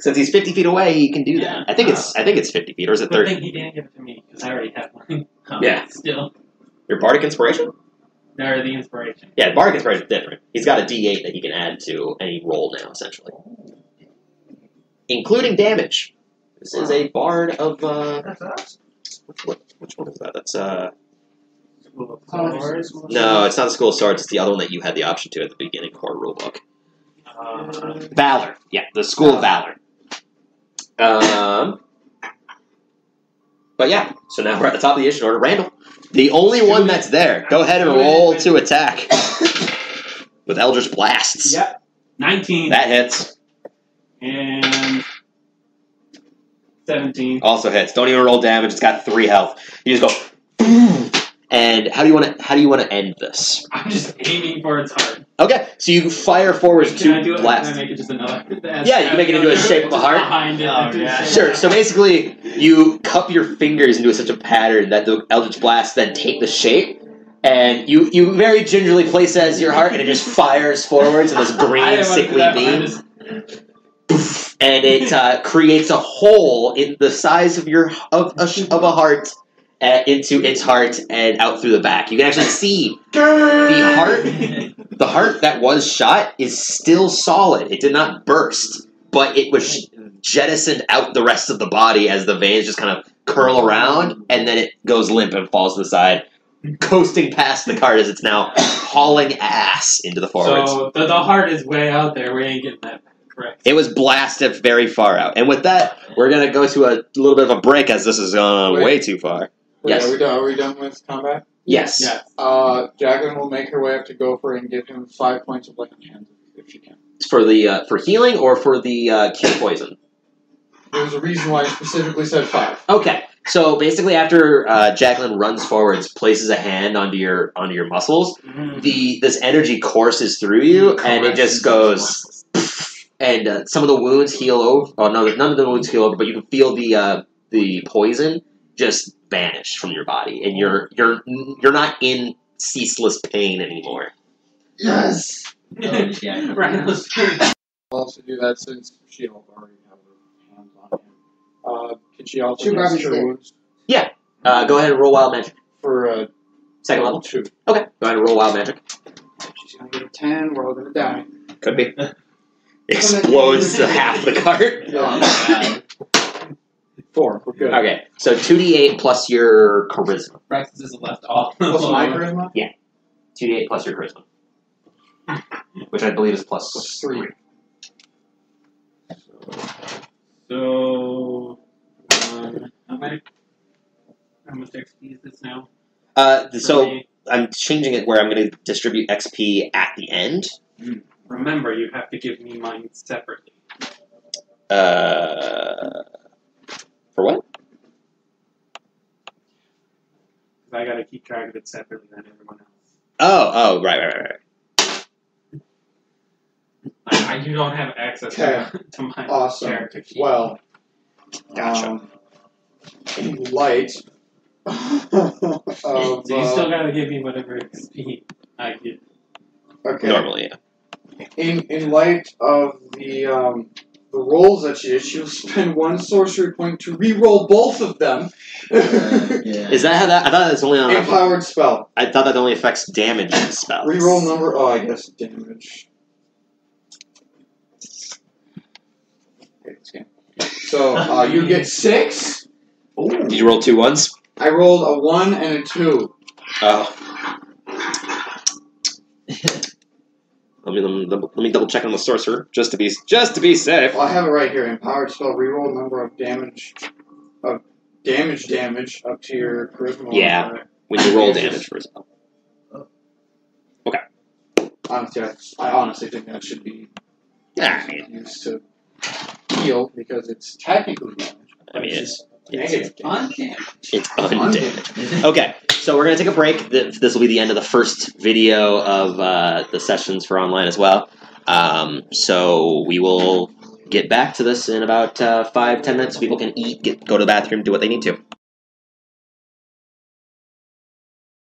[SPEAKER 1] Since he's fifty feet away, he can do that. I think it's I think it's fifty feet, or is it
[SPEAKER 4] Good
[SPEAKER 1] thirty?
[SPEAKER 4] thing he didn't give it to me because I already have one. Um,
[SPEAKER 1] Yeah.
[SPEAKER 4] Still,
[SPEAKER 1] Your bardic inspiration?
[SPEAKER 4] they're the inspiration.
[SPEAKER 1] Yeah, bardic inspiration is different. He's got a D eight that he can add to any roll now, essentially, including damage. This is a bard of uh, which one, which one is that? That's uh
[SPEAKER 4] Swords.
[SPEAKER 1] no, it's not the school of swords. It's the other one that you had the option to at the beginning core rulebook.
[SPEAKER 4] Uh,
[SPEAKER 1] Valor. Yeah, the School of Valor. Um, but yeah, so now we're at the top of the issue order. Randall, the only one that's there. Go ahead and roll to attack with Eldritch Blasts.
[SPEAKER 4] yep. Nineteen
[SPEAKER 1] That hits.
[SPEAKER 4] and seventeen.
[SPEAKER 1] Also hits. Don't even roll damage. It's got three health. You just go. boom. And how do you want to? How do you want to end this?
[SPEAKER 4] I'm just aiming for its heart.
[SPEAKER 1] Okay, so you fire forward
[SPEAKER 4] Can I do
[SPEAKER 1] two
[SPEAKER 4] it?
[SPEAKER 1] blasts.
[SPEAKER 4] Can I make it just another?
[SPEAKER 1] Yeah, you can make it into a shape of a heart.
[SPEAKER 4] Behind it.
[SPEAKER 7] Oh,
[SPEAKER 4] do the
[SPEAKER 7] yeah.
[SPEAKER 4] shape.
[SPEAKER 1] Sure. So basically, you cup your fingers into such a pattern that the Eldritch Blasts then take the shape, and you you very gingerly place it as your heart, and it just fires forwards in this
[SPEAKER 4] I
[SPEAKER 1] green
[SPEAKER 4] didn't wanna do
[SPEAKER 1] sickly
[SPEAKER 4] that one, I
[SPEAKER 1] beam,
[SPEAKER 4] just-
[SPEAKER 1] and it uh, creates a hole in the size of your of a, sh- of a heart. Uh, into its heart and out through the back. You can actually see the heart the heart that was shot is still solid. It did not burst, but it was jettisoned out the rest of the body as the veins just kind of curl around, and then it goes limp and falls to the side, coasting past the cart as it's now hauling ass into the forwards.
[SPEAKER 4] So the, the heart is way out there. We ain't getting that. Correct.
[SPEAKER 1] it was blasted very far out. And with that, we're going to go to a little bit of a break as this has gone on
[SPEAKER 2] Wait.
[SPEAKER 1] way too far.
[SPEAKER 2] Wait,
[SPEAKER 1] Yes.
[SPEAKER 2] Are we done? Are we done with combat?
[SPEAKER 1] Yes.
[SPEAKER 4] Yeah.
[SPEAKER 2] Uh, Jagan will make her way up to Gopher and give him five points of laying hands if she can.
[SPEAKER 1] For the uh, for healing or for the uh, cure poison?
[SPEAKER 2] There's a reason why I specifically said five.
[SPEAKER 1] Okay, so basically, after uh, Jacqueline runs forwards, places a hand onto your onto your
[SPEAKER 3] Mm-hmm.
[SPEAKER 1] muscles, the this energy courses through you, and it just goes and uh, some of the wounds heal over. Oh no, none of the wounds heal over, but you can feel the uh, the poison just vanish from your body, and you're you're you're not in ceaseless pain anymore.
[SPEAKER 3] Yes.
[SPEAKER 7] Oh, yeah.
[SPEAKER 4] Rhino's turn.
[SPEAKER 2] I'll also do that since she already has her hands on him. Uh, can she also
[SPEAKER 6] Two
[SPEAKER 2] use
[SPEAKER 6] rubbish
[SPEAKER 2] cure
[SPEAKER 6] stick.
[SPEAKER 2] wounds
[SPEAKER 1] Uh, go ahead and roll wild magic.
[SPEAKER 2] for uh,
[SPEAKER 1] Second level.
[SPEAKER 2] Two.
[SPEAKER 1] Okay, go ahead and roll wild magic.
[SPEAKER 2] She's gonna get a ten. We're all gonna die.
[SPEAKER 1] Could be. Explodes to half the cart.
[SPEAKER 7] Uh,
[SPEAKER 2] Four. We're good.
[SPEAKER 1] Okay, so two d eight plus your charisma.
[SPEAKER 4] Rex is left off.
[SPEAKER 2] Plus my charisma.
[SPEAKER 1] Two d eight plus your charisma, which I believe is plus
[SPEAKER 2] Plus three.
[SPEAKER 4] so, um, how many? How much XP is this now?
[SPEAKER 1] Uh,
[SPEAKER 4] For
[SPEAKER 1] so
[SPEAKER 4] me?
[SPEAKER 1] I'm changing it where I'm going to distribute XP at the end.
[SPEAKER 4] remember, you have to give me mine separately.
[SPEAKER 1] Uh, for what?
[SPEAKER 4] 'cause I gotta keep track of it separately than everyone else.
[SPEAKER 1] Oh, oh, right, right, right, right.
[SPEAKER 4] I, I do not have access to, to my
[SPEAKER 2] Awesome.
[SPEAKER 4] character sheet.
[SPEAKER 2] Well.
[SPEAKER 1] Gotcha.
[SPEAKER 2] Um, in light. of,
[SPEAKER 4] so you
[SPEAKER 2] uh,
[SPEAKER 4] still gotta give me whatever XP I get.
[SPEAKER 2] okay.
[SPEAKER 1] Normally, yeah.
[SPEAKER 2] in in light of the um, the rolls that she did, she'll spend one sorcery point to re-roll both of them.
[SPEAKER 3] Uh, yeah.
[SPEAKER 1] Is that how that? I thought that's only on.
[SPEAKER 2] Empowered spell.
[SPEAKER 1] I thought that only affects damage spells.
[SPEAKER 2] Reroll number. Oh, I guess damage. Okay, let's go. So uh, you get six.
[SPEAKER 1] Did you roll two ones?
[SPEAKER 2] I rolled a one and a two.
[SPEAKER 1] Oh. Let me, let me- let me double check on the sorcerer just to be just to be safe.
[SPEAKER 2] Well, I have it right here. Empowered spell. Reroll number of damage. Of damage, damage up to your charisma.
[SPEAKER 1] Yeah.
[SPEAKER 2] modifier.
[SPEAKER 1] When you roll damage for a spell.
[SPEAKER 2] Honestly, I, I honestly think that should be
[SPEAKER 1] Yeah, I mean,
[SPEAKER 2] used to heal because it's technically damage.
[SPEAKER 1] I mean, it's- yeah,
[SPEAKER 2] negative damage.
[SPEAKER 1] it's undamaged. Okay, so we're gonna take a break. Th- This will be the end of the first video of uh, the sessions for online as well. Um, so we will get back to this in about uh, five, ten minutes. People can eat, get, go to the bathroom, do what they need to.